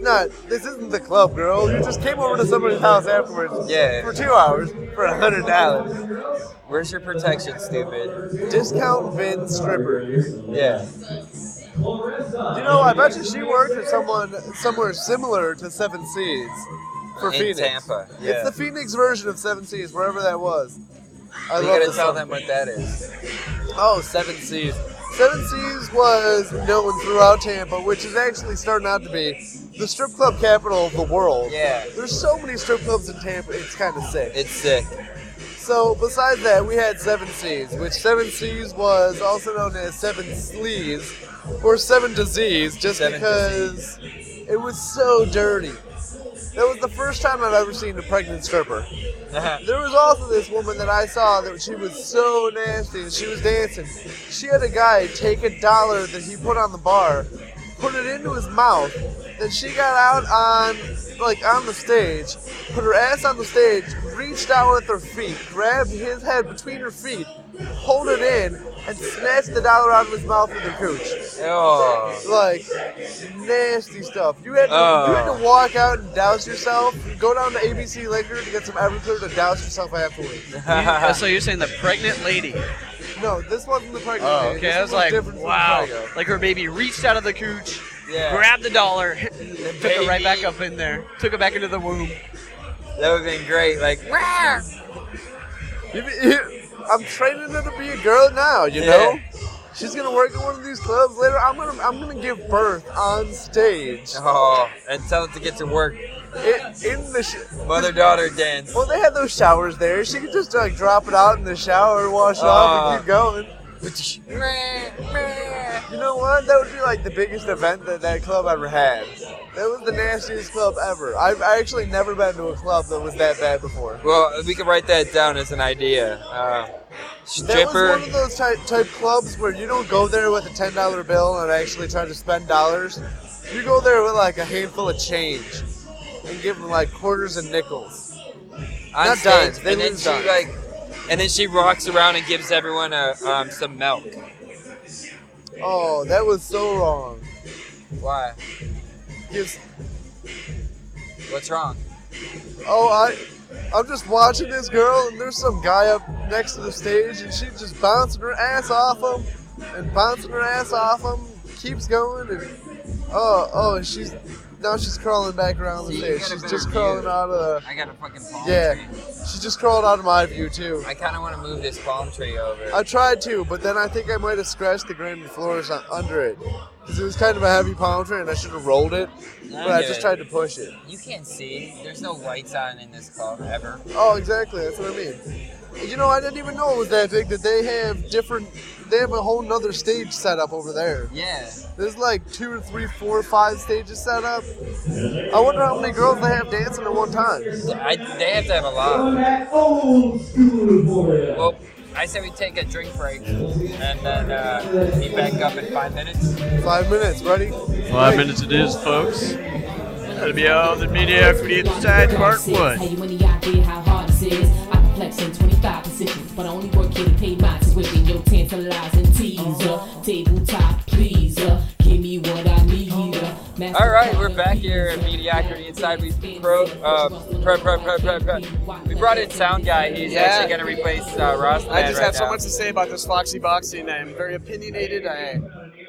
Speaker 4: Not, this isn't the club, girl. You just came over to somebody's house afterwards
Speaker 3: Yeah.
Speaker 4: for two hours for a hundred dollars.
Speaker 3: Where's your protection, stupid?
Speaker 4: Discount Vin stripper.
Speaker 3: Yeah.
Speaker 4: You know, I bet you she worked at someone somewhere similar to Seven Seas for
Speaker 3: In
Speaker 4: Phoenix.
Speaker 3: Tampa, yeah.
Speaker 4: It's the Phoenix version of Seven Seas, wherever that was. I
Speaker 3: We
Speaker 4: love
Speaker 3: gotta
Speaker 4: the
Speaker 3: tell
Speaker 4: song.
Speaker 3: them what that is.
Speaker 4: Oh, Seven Seas. Seven Seas was known throughout Tampa, which is actually starting out to be the strip club capital of the world.
Speaker 3: Yeah.
Speaker 4: There's so many strip clubs in Tampa, it's kind of sick.
Speaker 3: It's sick.
Speaker 4: So besides that, we had Seven Seas, which Seven Seas was also known as Seven Sleaze or Seven Disease, just
Speaker 3: Seven
Speaker 4: because it was so dirty. That was the first time I've ever seen a pregnant stripper. There was also this woman that I saw that she was so nasty and she was dancing. She had a guy take a dollar that he put on the bar, put it into his mouth, then she got out on like on the stage, put her ass on the stage, reached out with her feet, grabbed his head between her feet, pulled it in, and snatched the dollar out of his mouth with her cooch.
Speaker 3: Oh.
Speaker 4: Like nasty stuff. You had to,
Speaker 3: Oh.
Speaker 4: you
Speaker 5: Ah.
Speaker 4: had to walk out and douse yourself. Go down to ABC liquor to get some Everclear to douse yourself afterwards.
Speaker 5: You- so you're saying the pregnant lady?
Speaker 4: No, this wasn't the pregnant.
Speaker 5: Oh,
Speaker 4: lady.
Speaker 5: okay.
Speaker 4: This
Speaker 5: I was
Speaker 4: one
Speaker 5: like,
Speaker 4: different from the
Speaker 5: wow.
Speaker 4: prego.
Speaker 5: Like her baby reached out of the cooch,
Speaker 3: Yeah.
Speaker 5: grabbed the dollar, took it right back up in there, took it back into the womb.
Speaker 3: That would have been great. Like, "Rah!"
Speaker 4: You- you- I'm training her to be a girl now. You
Speaker 3: Yeah.
Speaker 4: know, she's gonna work in one of these clubs later. I'm gonna I'm gonna give birth on stage.
Speaker 3: oh, and tell it to get to work.
Speaker 4: It, in the sh-
Speaker 3: Mother daughter dance.
Speaker 4: well, they had those showers there. She could just like drop it out in the shower, wash it off,
Speaker 3: Ah.
Speaker 4: and keep going.
Speaker 9: Meh, meh.
Speaker 4: You know what? That would be like the biggest event that that club ever had. That was the nastiest club ever. I've actually never been to a club that was that bad before.
Speaker 3: Well, we could write that down as an idea. Uh,
Speaker 4: That was
Speaker 3: stripper.
Speaker 4: one of those type, type clubs where you don't go there with a ten dollar bill and actually try to spend dollars. You go there with like a handful of change and give them like quarters and nickels.
Speaker 3: on
Speaker 4: Not
Speaker 3: stage,
Speaker 4: dimes, they
Speaker 3: and then
Speaker 4: lose
Speaker 3: she
Speaker 4: dimes.
Speaker 3: like, and then she walks around and gives everyone a, um, some milk.
Speaker 4: Oh, that was so wrong.
Speaker 3: Why?
Speaker 4: Gives-
Speaker 3: What's wrong?
Speaker 4: oh, I, I'm just watching this girl and there's some guy up next to the stage and she's just bouncing her ass off him and bouncing her ass off him. Keeps going and oh, oh, she's now she's crawling back around the
Speaker 3: See, you
Speaker 4: stage.
Speaker 3: got a
Speaker 4: She's
Speaker 3: better
Speaker 4: just crawling
Speaker 3: view.
Speaker 4: out of the.
Speaker 3: I got a fucking palm
Speaker 4: Yeah.
Speaker 3: tree.
Speaker 4: She just crawled out of my view too.
Speaker 3: I kind of want to move this palm tree over.
Speaker 4: I tried to, but then I think I might have scratched the granite floors on, under it because it was kind of a heavy palm tree, and I should have rolled it. But I just tried to push it.
Speaker 3: You can't see. There's no lights on in this club ever.
Speaker 4: Oh, exactly. That's what I mean. You know, I didn't even know it was that big. That they have different. They have a whole nother stage set up over there.
Speaker 3: Yeah.
Speaker 4: There's like two or three, four or five stages set up. I wonder how many girls they have dancing at one time.
Speaker 3: I, they have to have a lot. Well, I say we take a drink break and then uh, meet back up in five minutes.
Speaker 4: Five minutes, ready?
Speaker 6: Five minutes it is, folks. That'll be all the mediocrity inside part one.
Speaker 8: Hey, you any idea how hard this is? I complex in 25 positions, but I only work here to pay my tuition. Yo, tantalizing teaser, tabletop pleaser. Give me what I need.
Speaker 3: All right, we're back here at Mediocrity Inside. We pro, uh, pre, pre, pre, pre, pre. we brought in Sound Guy. He's
Speaker 5: Yeah.
Speaker 3: actually going to replace uh, Ross.
Speaker 5: I just
Speaker 3: right
Speaker 5: have so
Speaker 3: now.
Speaker 5: much to say about this Foxy boxing. I am very opinionated. I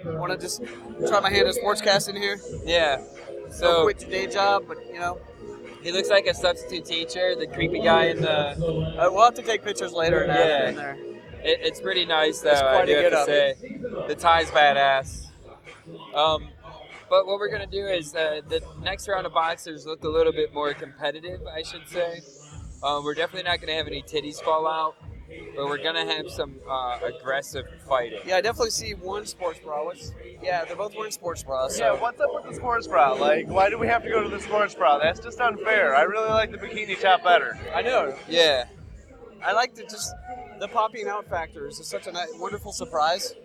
Speaker 5: want to just try my hand at sportscasting here.
Speaker 3: Yeah.
Speaker 5: So
Speaker 3: So
Speaker 5: quit the day job, but you know,
Speaker 3: he looks like a substitute teacher, the creepy guy in the.
Speaker 5: uh, we'll have to take pictures later. And
Speaker 3: Yeah.
Speaker 5: after in there.
Speaker 3: It, it's pretty nice though.
Speaker 5: It's
Speaker 3: I
Speaker 5: quite
Speaker 3: do
Speaker 5: a
Speaker 3: have to say,
Speaker 5: get
Speaker 3: the tie's badass. Um, but what we're gonna do is uh, the next round of boxers look a little bit more competitive, I should say. Um, we're definitely not gonna have any titties fall out, but we're gonna have some uh, aggressive fighting.
Speaker 5: Yeah, I definitely see one sports bra. What's, yeah, they're both wearing sports bras. So.
Speaker 4: Yeah, what's up with the sports bra? Like, why do we have to go to the sports bra? That's just unfair. I really like the bikini top better.
Speaker 5: I know.
Speaker 3: Yeah.
Speaker 5: I like to just the popping out factor is just such a ni- wonderful surprise.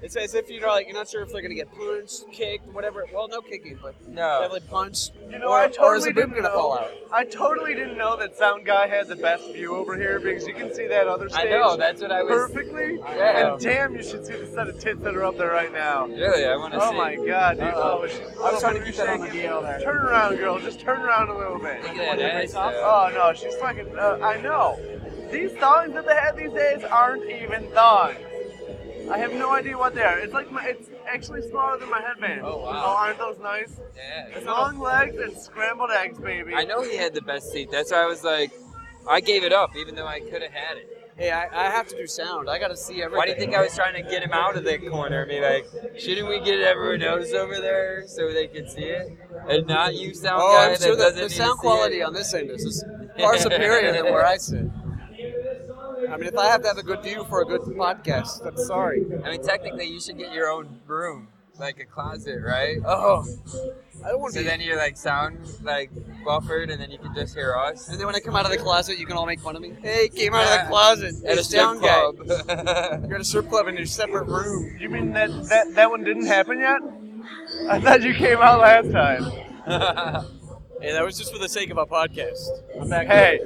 Speaker 5: It's as if you're like you're not sure if they're gonna get punched, kicked, whatever. Well, no kicking, but
Speaker 3: No.
Speaker 5: definitely punched.
Speaker 4: You know,
Speaker 5: or,
Speaker 4: I
Speaker 5: or is
Speaker 4: totally
Speaker 5: the boob
Speaker 4: didn't know.
Speaker 5: gonna fall out?
Speaker 4: I totally didn't know that Sound Guy had the best view over here because you can see that other
Speaker 3: I
Speaker 4: stage
Speaker 3: know. That's what I was.
Speaker 4: perfectly.
Speaker 3: Yeah.
Speaker 4: And damn, you should see the set of tits that are up there right now.
Speaker 3: Really, I want to
Speaker 4: Oh
Speaker 3: see.
Speaker 4: my god, dude!
Speaker 5: Uh-oh.
Speaker 4: Oh, she's
Speaker 5: I was trying to
Speaker 4: keep
Speaker 5: keep that on the DL there.
Speaker 4: Turn around, girl. Just turn around a little bit.
Speaker 3: Look at that ass, though.
Speaker 4: Oh no, she's fucking. Uh, I know. These thongs that they have these days aren't even thongs. I have no idea what they are. It's like my. It's actually smaller than my headband.
Speaker 3: Oh, wow.
Speaker 4: Oh, aren't those nice?
Speaker 3: Yeah.
Speaker 4: Long legs and scrambled eggs, baby.
Speaker 3: I know he had the best seat. That's why I was like, I gave it up, even though I could have had it.
Speaker 5: Hey, I, I have to do sound. I gotta see everything.
Speaker 3: Why do you think I was trying to get him out of the corner and be like, shouldn't we get everyone else over there so they can see it? And not you sound
Speaker 5: Oh,
Speaker 3: guy
Speaker 5: I'm
Speaker 3: that
Speaker 5: sure the,
Speaker 3: doesn't
Speaker 5: the
Speaker 3: need to
Speaker 5: sound
Speaker 3: see
Speaker 5: quality
Speaker 3: it.
Speaker 5: on this end is just far superior than where I sit. I mean, if I have to have a good view for a good podcast, I'm sorry.
Speaker 3: I mean, technically, you should get your own room, like a closet, right?
Speaker 5: Oh, I don't want to
Speaker 3: So
Speaker 5: be.
Speaker 3: then you're like sound like buffered, and then you can just hear us.
Speaker 5: and then when I come out of the closet, you can all make fun of me. Hey, came out of
Speaker 3: Yeah.
Speaker 5: the closet.
Speaker 3: At a
Speaker 5: Hey,
Speaker 3: sound
Speaker 5: sound
Speaker 3: club.
Speaker 5: guy. You're at a strip club in your separate room.
Speaker 4: You mean that that that one didn't happen yet? I thought you came out last time.
Speaker 5: Hey, that was just for the sake of our podcast. I'm back.
Speaker 4: Hey,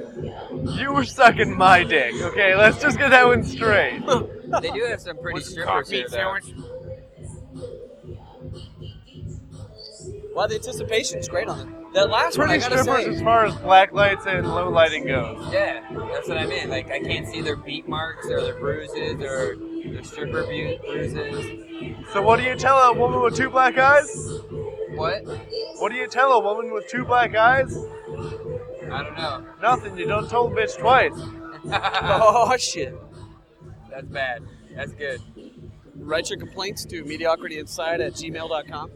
Speaker 4: you were sucking my dick. Okay, let's just get that one straight.
Speaker 3: They do have some pretty
Speaker 6: Want some
Speaker 3: strippers
Speaker 6: coffee
Speaker 3: here, though.
Speaker 6: sandwich?
Speaker 5: Well, the anticipation's great on it. That last one, I
Speaker 4: Pretty
Speaker 5: gotta
Speaker 4: strippers
Speaker 5: say,
Speaker 4: as far as black lights and low lighting goes.
Speaker 3: Yeah, that's what I mean. Like, I can't see their beat marks or their bruises or their stripper bu- bruises.
Speaker 4: So what do you tell a woman with two black eyes?
Speaker 3: What?
Speaker 4: What do you tell a woman with two black eyes?
Speaker 3: I don't know.
Speaker 4: Nothing. You don't tell a bitch twice.
Speaker 5: oh shit.
Speaker 3: That's bad. That's good.
Speaker 5: Write your complaints to mediocrityinsight at gmail.com.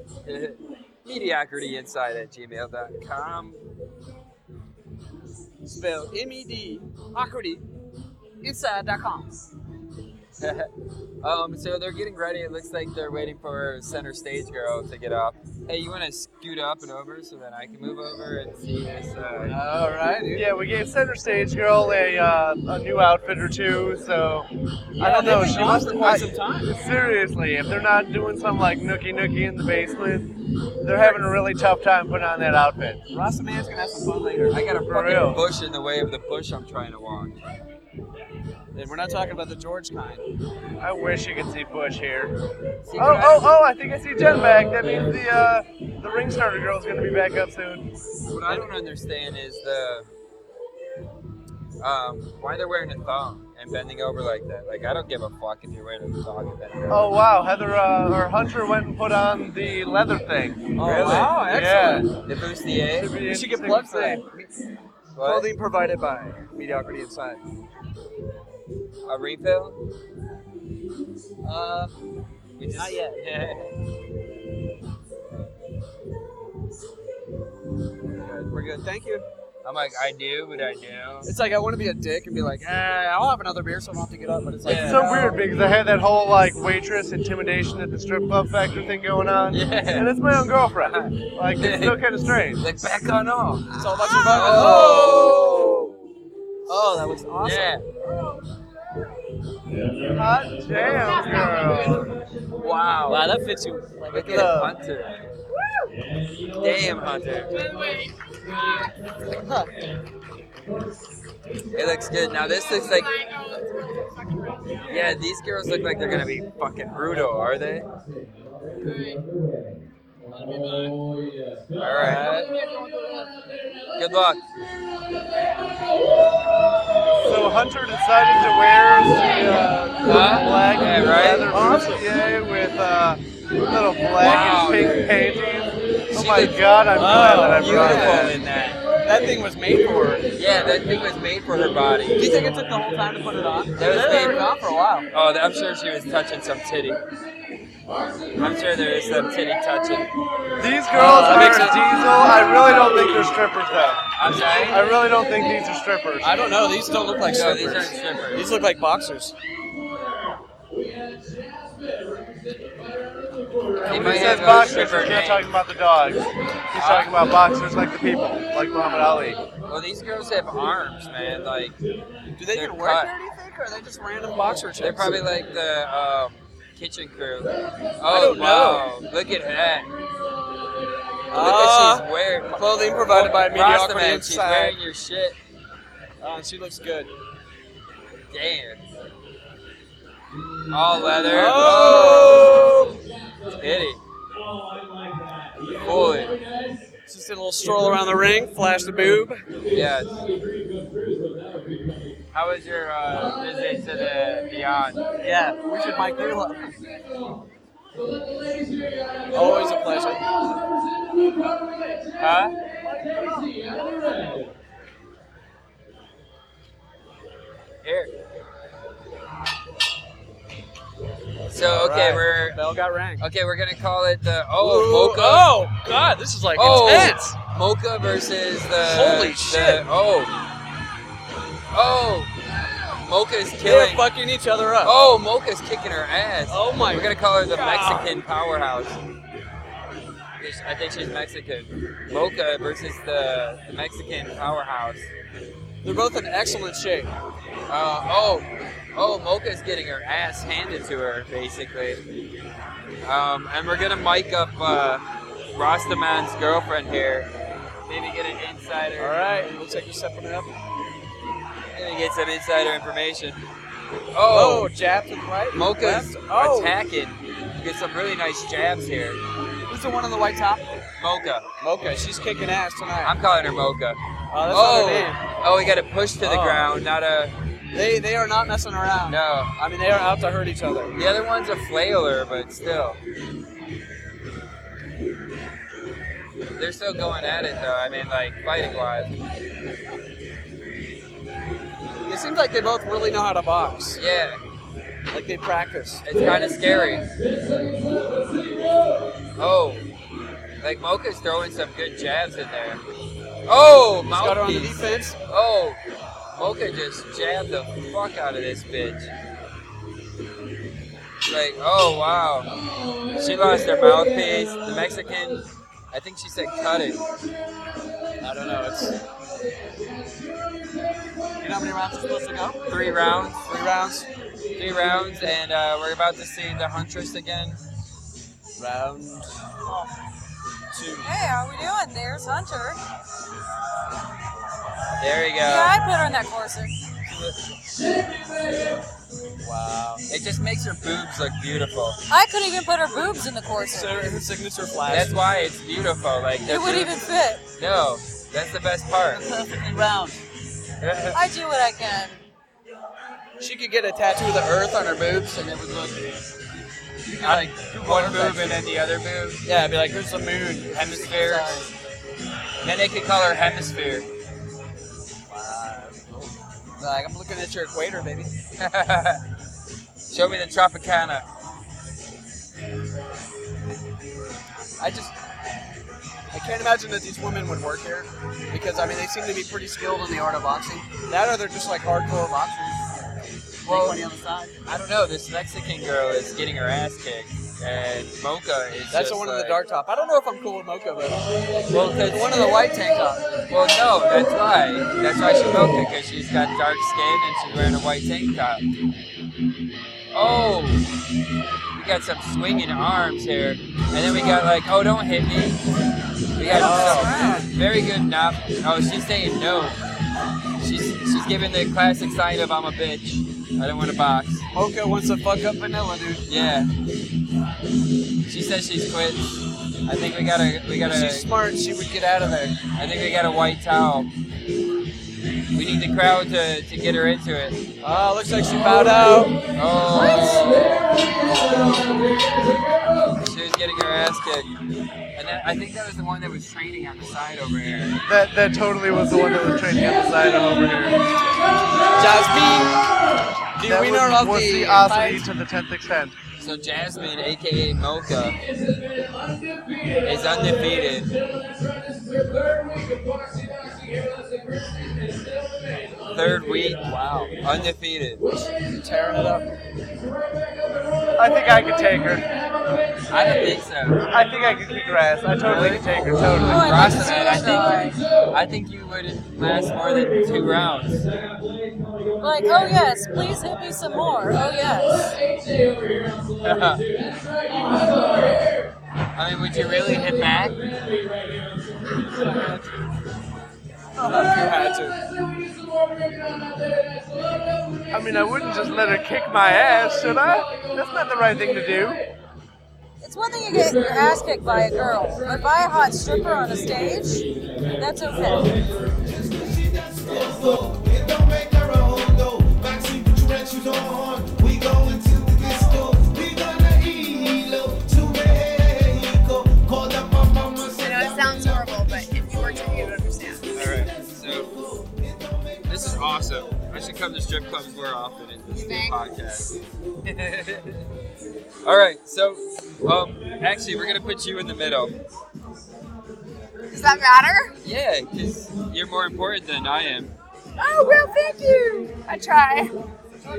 Speaker 3: MediocrityInside at gmail.com.
Speaker 5: Spell M E D Ocrity inside.com.
Speaker 3: um, so they're getting ready. It looks like they're waiting for center stage girl to get up. Hey, you want to scoot up and over so that I can move over and see this? Uh,
Speaker 5: All right, dude.
Speaker 4: Yeah, we gave Center Stage Girl a, uh, a new outfit or two, so I don't know.
Speaker 5: they've been
Speaker 4: She
Speaker 5: gone
Speaker 4: must
Speaker 5: for quite
Speaker 4: I-
Speaker 5: some time.
Speaker 4: Seriously, if they're not doing some like nookie nookie in the basement, they're having a really tough time putting on that outfit.
Speaker 5: Rasta Man's gonna have some fun later.
Speaker 3: I got a
Speaker 4: For
Speaker 3: fucking
Speaker 4: real.
Speaker 3: bush in the way of the bush I'm trying to walk.
Speaker 5: And we're not talking about the George kind.
Speaker 4: I wish you could see Bush here.
Speaker 3: See,
Speaker 4: Oh
Speaker 3: guys,
Speaker 4: oh oh! I think I see Jen back. That means the uh, the ring starter girl's gonna be back up soon.
Speaker 3: What I don't understand is the um, why they're wearing a thong and bending over like that. Like I don't give a fuck if you're wearing a thong and bending over.
Speaker 4: Oh wow, Heather uh, or Hunter went and put on the leather thing.
Speaker 5: Oh, wow, excellent.
Speaker 3: The bustier.
Speaker 5: We should get plugged for that.
Speaker 3: What?
Speaker 5: Clothing provided by Mediocrity Inside.
Speaker 3: A refill?
Speaker 5: Uh,
Speaker 3: We just,
Speaker 5: Not yet.
Speaker 3: Yeah.
Speaker 5: we're good. Thank you.
Speaker 3: I'm like, I do, but I do.
Speaker 5: It's like I want to be a dick and be like, eh, I'll have another beer, so I don't have to get up. But it's like,
Speaker 4: It's so
Speaker 5: no.
Speaker 4: weird because I had that whole like waitress intimidation at the strip club factor thing going on,
Speaker 3: Yeah.
Speaker 4: and it's my own girlfriend. Like it's still kind of strange.
Speaker 3: Like back on off.
Speaker 5: It's all about survival.
Speaker 3: Oh.
Speaker 5: Oh, that was awesome.
Speaker 3: Yeah.
Speaker 4: Hot damn girl.
Speaker 3: Wow.
Speaker 5: Wow, that fits you. Like,
Speaker 3: Look
Speaker 5: look
Speaker 3: at
Speaker 5: it up.
Speaker 3: Hunter. Damn, Hunter. It looks good. Now this looks like. Yeah, these girls look like they're gonna be fucking brutal, are they? All right. Good luck.
Speaker 4: So Hunter decided to wear the uh, the
Speaker 3: Huh?
Speaker 4: black
Speaker 3: Yeah, right?
Speaker 4: leather bustier with uh, little black
Speaker 3: Wow.
Speaker 4: and pink panties. Oh
Speaker 3: She
Speaker 4: my
Speaker 3: looks-
Speaker 4: god, I'm glad that I brought
Speaker 3: Beautiful
Speaker 4: that.
Speaker 3: in that.
Speaker 5: That thing was made for her. Do
Speaker 3: Yeah, that thing was made for her body.
Speaker 5: you think it took the whole time to put it on?
Speaker 3: That was
Speaker 5: They
Speaker 3: made-
Speaker 5: were on for a while.
Speaker 3: Oh, I'm sure she was touching some titty. I'm sure there is some titty touching.
Speaker 4: These girls
Speaker 3: Oh, that
Speaker 4: are
Speaker 3: makes sense.
Speaker 4: diesel. I really don't think they're strippers though.
Speaker 3: I'm sorry.
Speaker 4: I really don't think these are strippers.
Speaker 5: I don't know. These don't look like
Speaker 3: No,
Speaker 5: strippers.
Speaker 3: these aren't strippers.
Speaker 5: These look like boxers.
Speaker 3: They
Speaker 4: When
Speaker 3: might
Speaker 4: he says
Speaker 3: have a
Speaker 4: boxers,
Speaker 3: stripper
Speaker 4: he's
Speaker 3: name.
Speaker 4: not talking about the dogs. He's talking about boxers like the people, like Muhammad Ali.
Speaker 3: Well, these girls have arms, man. Like
Speaker 5: Do they
Speaker 3: They're
Speaker 5: even work
Speaker 3: cut.
Speaker 5: there, do you think? Or are they just random boxer chicks?
Speaker 3: they're probably like the um, kitchen crew. Oh
Speaker 5: don't
Speaker 3: wow! Look at that. Look
Speaker 5: Ah,
Speaker 3: at she's wearing
Speaker 5: clothing provided by
Speaker 3: Rasta
Speaker 5: Mediocrity
Speaker 3: man. She's
Speaker 5: Inside.
Speaker 3: wearing your shit.
Speaker 5: Uh, she looks good.
Speaker 3: Damn. All leather.
Speaker 5: Oh!
Speaker 3: Oh, titty. Fully.
Speaker 5: Just did a little stroll around the ring, flash the boob.
Speaker 3: Yes. How was your uh, visit to the Beyond?
Speaker 5: Yeah, we should mic you up. Always a pleasure.
Speaker 3: Huh? Here. So okay,
Speaker 5: Alright,
Speaker 3: we're
Speaker 5: Bell got rang.
Speaker 3: okay. We're gonna call it the
Speaker 5: Ooh,
Speaker 3: oh mocha
Speaker 5: Oh god, this is like
Speaker 3: Oh.
Speaker 5: intense.
Speaker 3: mocha versus the
Speaker 5: Holy
Speaker 3: the-
Speaker 5: shit.
Speaker 3: oh oh mocha is
Speaker 5: They're
Speaker 3: killing
Speaker 5: fucking each other up.
Speaker 3: oh mocha's kicking her ass
Speaker 5: Oh my
Speaker 3: we're gonna call her the
Speaker 5: God.
Speaker 3: Mexican powerhouse. Yes, I think she's Mexican. Mocha versus the, the Mexican powerhouse.
Speaker 5: They're both in excellent shape.
Speaker 3: Uh, oh, oh, Mocha's getting her ass handed to her, basically. Um, and we're gonna mic up uh, Rastaman's girlfriend here. Maybe get an insider.
Speaker 5: Alright, looks like you're stepping it up.
Speaker 3: Maybe get some insider information.
Speaker 5: Oh,
Speaker 3: Oh,
Speaker 5: jab to the right.
Speaker 3: Mocha's
Speaker 5: left. Oh,
Speaker 3: attacking. Get some really nice jabs here.
Speaker 5: who's the one on the white top?
Speaker 3: Mocha.
Speaker 5: Mocha. She's kicking ass tonight.
Speaker 3: I'm calling her Mocha.
Speaker 5: oh, that's not her name.
Speaker 3: oh, oh, we got a push to the
Speaker 5: Oh.
Speaker 3: ground, not a
Speaker 5: They they are not messing around.
Speaker 3: no.
Speaker 5: I mean, they are out to hurt each other.
Speaker 3: The other one's a flailer, but still. They're still going at it though. I mean, like fighting wise.
Speaker 5: It seems like they both really know how to box.
Speaker 3: Yeah,
Speaker 5: Like they practice.
Speaker 3: it's kind of scary. Oh, like Mocha's throwing some good jabs in there. Oh,
Speaker 5: He's got her on the
Speaker 3: mouthpiece.
Speaker 5: defense.
Speaker 3: Oh, Mocha just jabbed the fuck out of this bitch. Like, oh wow. She lost her mouthpiece. The Mexican, I think she said cut it.
Speaker 5: I don't know. It's. You know how many rounds it's supposed to go?
Speaker 3: Three rounds,
Speaker 5: Three rounds.
Speaker 3: three rounds, and uh, we're about to see the Huntress again.
Speaker 5: Round two.
Speaker 10: Hey, how we doing? There's Hunter.
Speaker 3: There we
Speaker 10: Yeah, I
Speaker 3: go.
Speaker 10: put her in that corset.
Speaker 5: Wow.
Speaker 3: It just makes her boobs look beautiful.
Speaker 10: I couldn't even put her boobs in the
Speaker 5: So
Speaker 10: corset.
Speaker 5: her signature flash.
Speaker 3: That's why it's beautiful. Like
Speaker 10: It wouldn't even fit.
Speaker 3: No, that's the best part.
Speaker 5: perfectly round.
Speaker 10: I do what I can.
Speaker 5: She could get a tattoo of the earth on her boobs, and it would look. you know, Like
Speaker 3: One boob and then the other boob.
Speaker 5: Yeah, it'd be like, here's the moon.
Speaker 3: Hemispheres. Then they could call her Hemisphere.
Speaker 5: Like I'm looking at your equator, baby.
Speaker 3: Show me the Tropicana.
Speaker 5: I just I can't imagine that these women would work here because I mean they seem to be pretty skilled in the art of boxing. That or they're just like hardcore boxers.
Speaker 3: Well-
Speaker 5: Well, on the side.
Speaker 3: I don't know. This Mexican girl is getting her ass kicked, and Mocha is.
Speaker 5: That's
Speaker 3: just
Speaker 5: the one in
Speaker 3: like,
Speaker 5: the dark top. I don't know if I'm cool with Mocha, but
Speaker 3: Well, cause
Speaker 5: the one in the white tank top.
Speaker 3: Well, no, that's why. That's why she Mocha, because she's got dark skin and she's wearing a white tank top. Oh, we got some swinging arms here, and then we got like, oh, don't hit me. We got oh, very good knock. Oh, she's saying no. She's she's giving the classic sign of I'm a bitch. I don't want to box.
Speaker 5: Mocha wants to fuck up Vanilla, dude.
Speaker 3: Yeah. She says she's quit. I think we got a we got a
Speaker 5: She's smart. She would get out of there.
Speaker 3: I think we got a white towel. We need the crowd to, to get her into it.
Speaker 5: Ah, looks like she bowed out.
Speaker 3: Oh. She was getting her ass kicked. And that, I think that was the one that was training on the side over here.
Speaker 4: That that totally was the one that was training at the side over here.
Speaker 5: Jasmine, do
Speaker 4: That
Speaker 5: we
Speaker 4: was,
Speaker 5: know of
Speaker 4: was
Speaker 5: the,
Speaker 4: the Ossity
Speaker 5: fight?
Speaker 4: to the tenth extent.
Speaker 3: So Jasmine, aka Mocha, is undefeated. Third week, wow, undefeated.
Speaker 5: Tearing it up.
Speaker 4: I think I could take her.
Speaker 3: I don't think so.
Speaker 4: I think I could kick her ass. I totally could take her.
Speaker 10: Oh,
Speaker 5: Oh,
Speaker 4: Totally.
Speaker 3: Rossman, I think I think you would last more than two rounds.
Speaker 10: Like, oh yes, please hit me some more. Oh yes.
Speaker 3: I mean, would you really hit Mac?
Speaker 5: Oh,
Speaker 4: I mean, I wouldn't just let her kick my ass, should I? That's not the right thing to do.
Speaker 10: It's one thing you get your ass kicked by a girl, but by a hot stripper on a stage, that's okay.
Speaker 2: It don't make her a hondo. Backseat with your red shoes on. We going to the disco. We gonna eat low to Mexico. Called up my mama.
Speaker 9: I
Speaker 2: said,
Speaker 9: know it sounds horrible, but if you were drinking, you would understand.
Speaker 3: All right, so this is awesome. I should come to strip clubs more often and listen to
Speaker 9: think?
Speaker 3: podcasts. All right, so um, actually, we're gonna put you in the middle.
Speaker 9: Does that matter?
Speaker 3: Yeah, because you're more important than I am.
Speaker 9: Oh well, thank you. I try.
Speaker 3: oh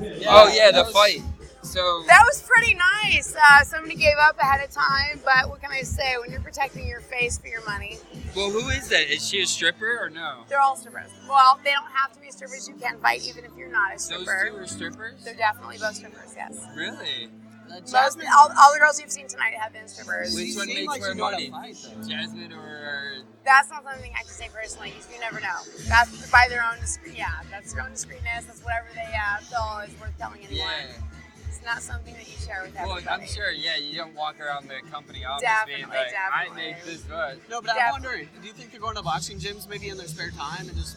Speaker 3: yeah, the
Speaker 5: that was-
Speaker 3: fight. So
Speaker 9: That was pretty nice. Uh, somebody gave up ahead of time, but what can I say? When you're protecting your face for your money,
Speaker 3: well, who is that? Is she a stripper or no?
Speaker 9: they're all strippers. Well, they don't have to be strippers. You can fight even if you're not a
Speaker 3: Those
Speaker 9: stripper.
Speaker 3: two are strippers.
Speaker 9: They're definitely both strippers. Yes.
Speaker 3: Really?
Speaker 8: Most, all, all the girls you've seen tonight have been strippers.
Speaker 3: Which one makes more money? Jasmine or
Speaker 8: That's not something I can say personally. You never know. That's by their own, discre- yeah, that's their own discreetness. That's whatever they uh, feel is worth telling anyone.
Speaker 3: yeah?
Speaker 8: It's not something that you share with
Speaker 3: Well,
Speaker 8: everybody.
Speaker 3: I'm sure. Yeah, you don't walk around the company office being
Speaker 8: Definitely,
Speaker 3: like,
Speaker 8: definitely.
Speaker 3: "I make this much."
Speaker 5: No, but I'm wondering, do you think they're going to boxing gyms maybe in their spare time and just?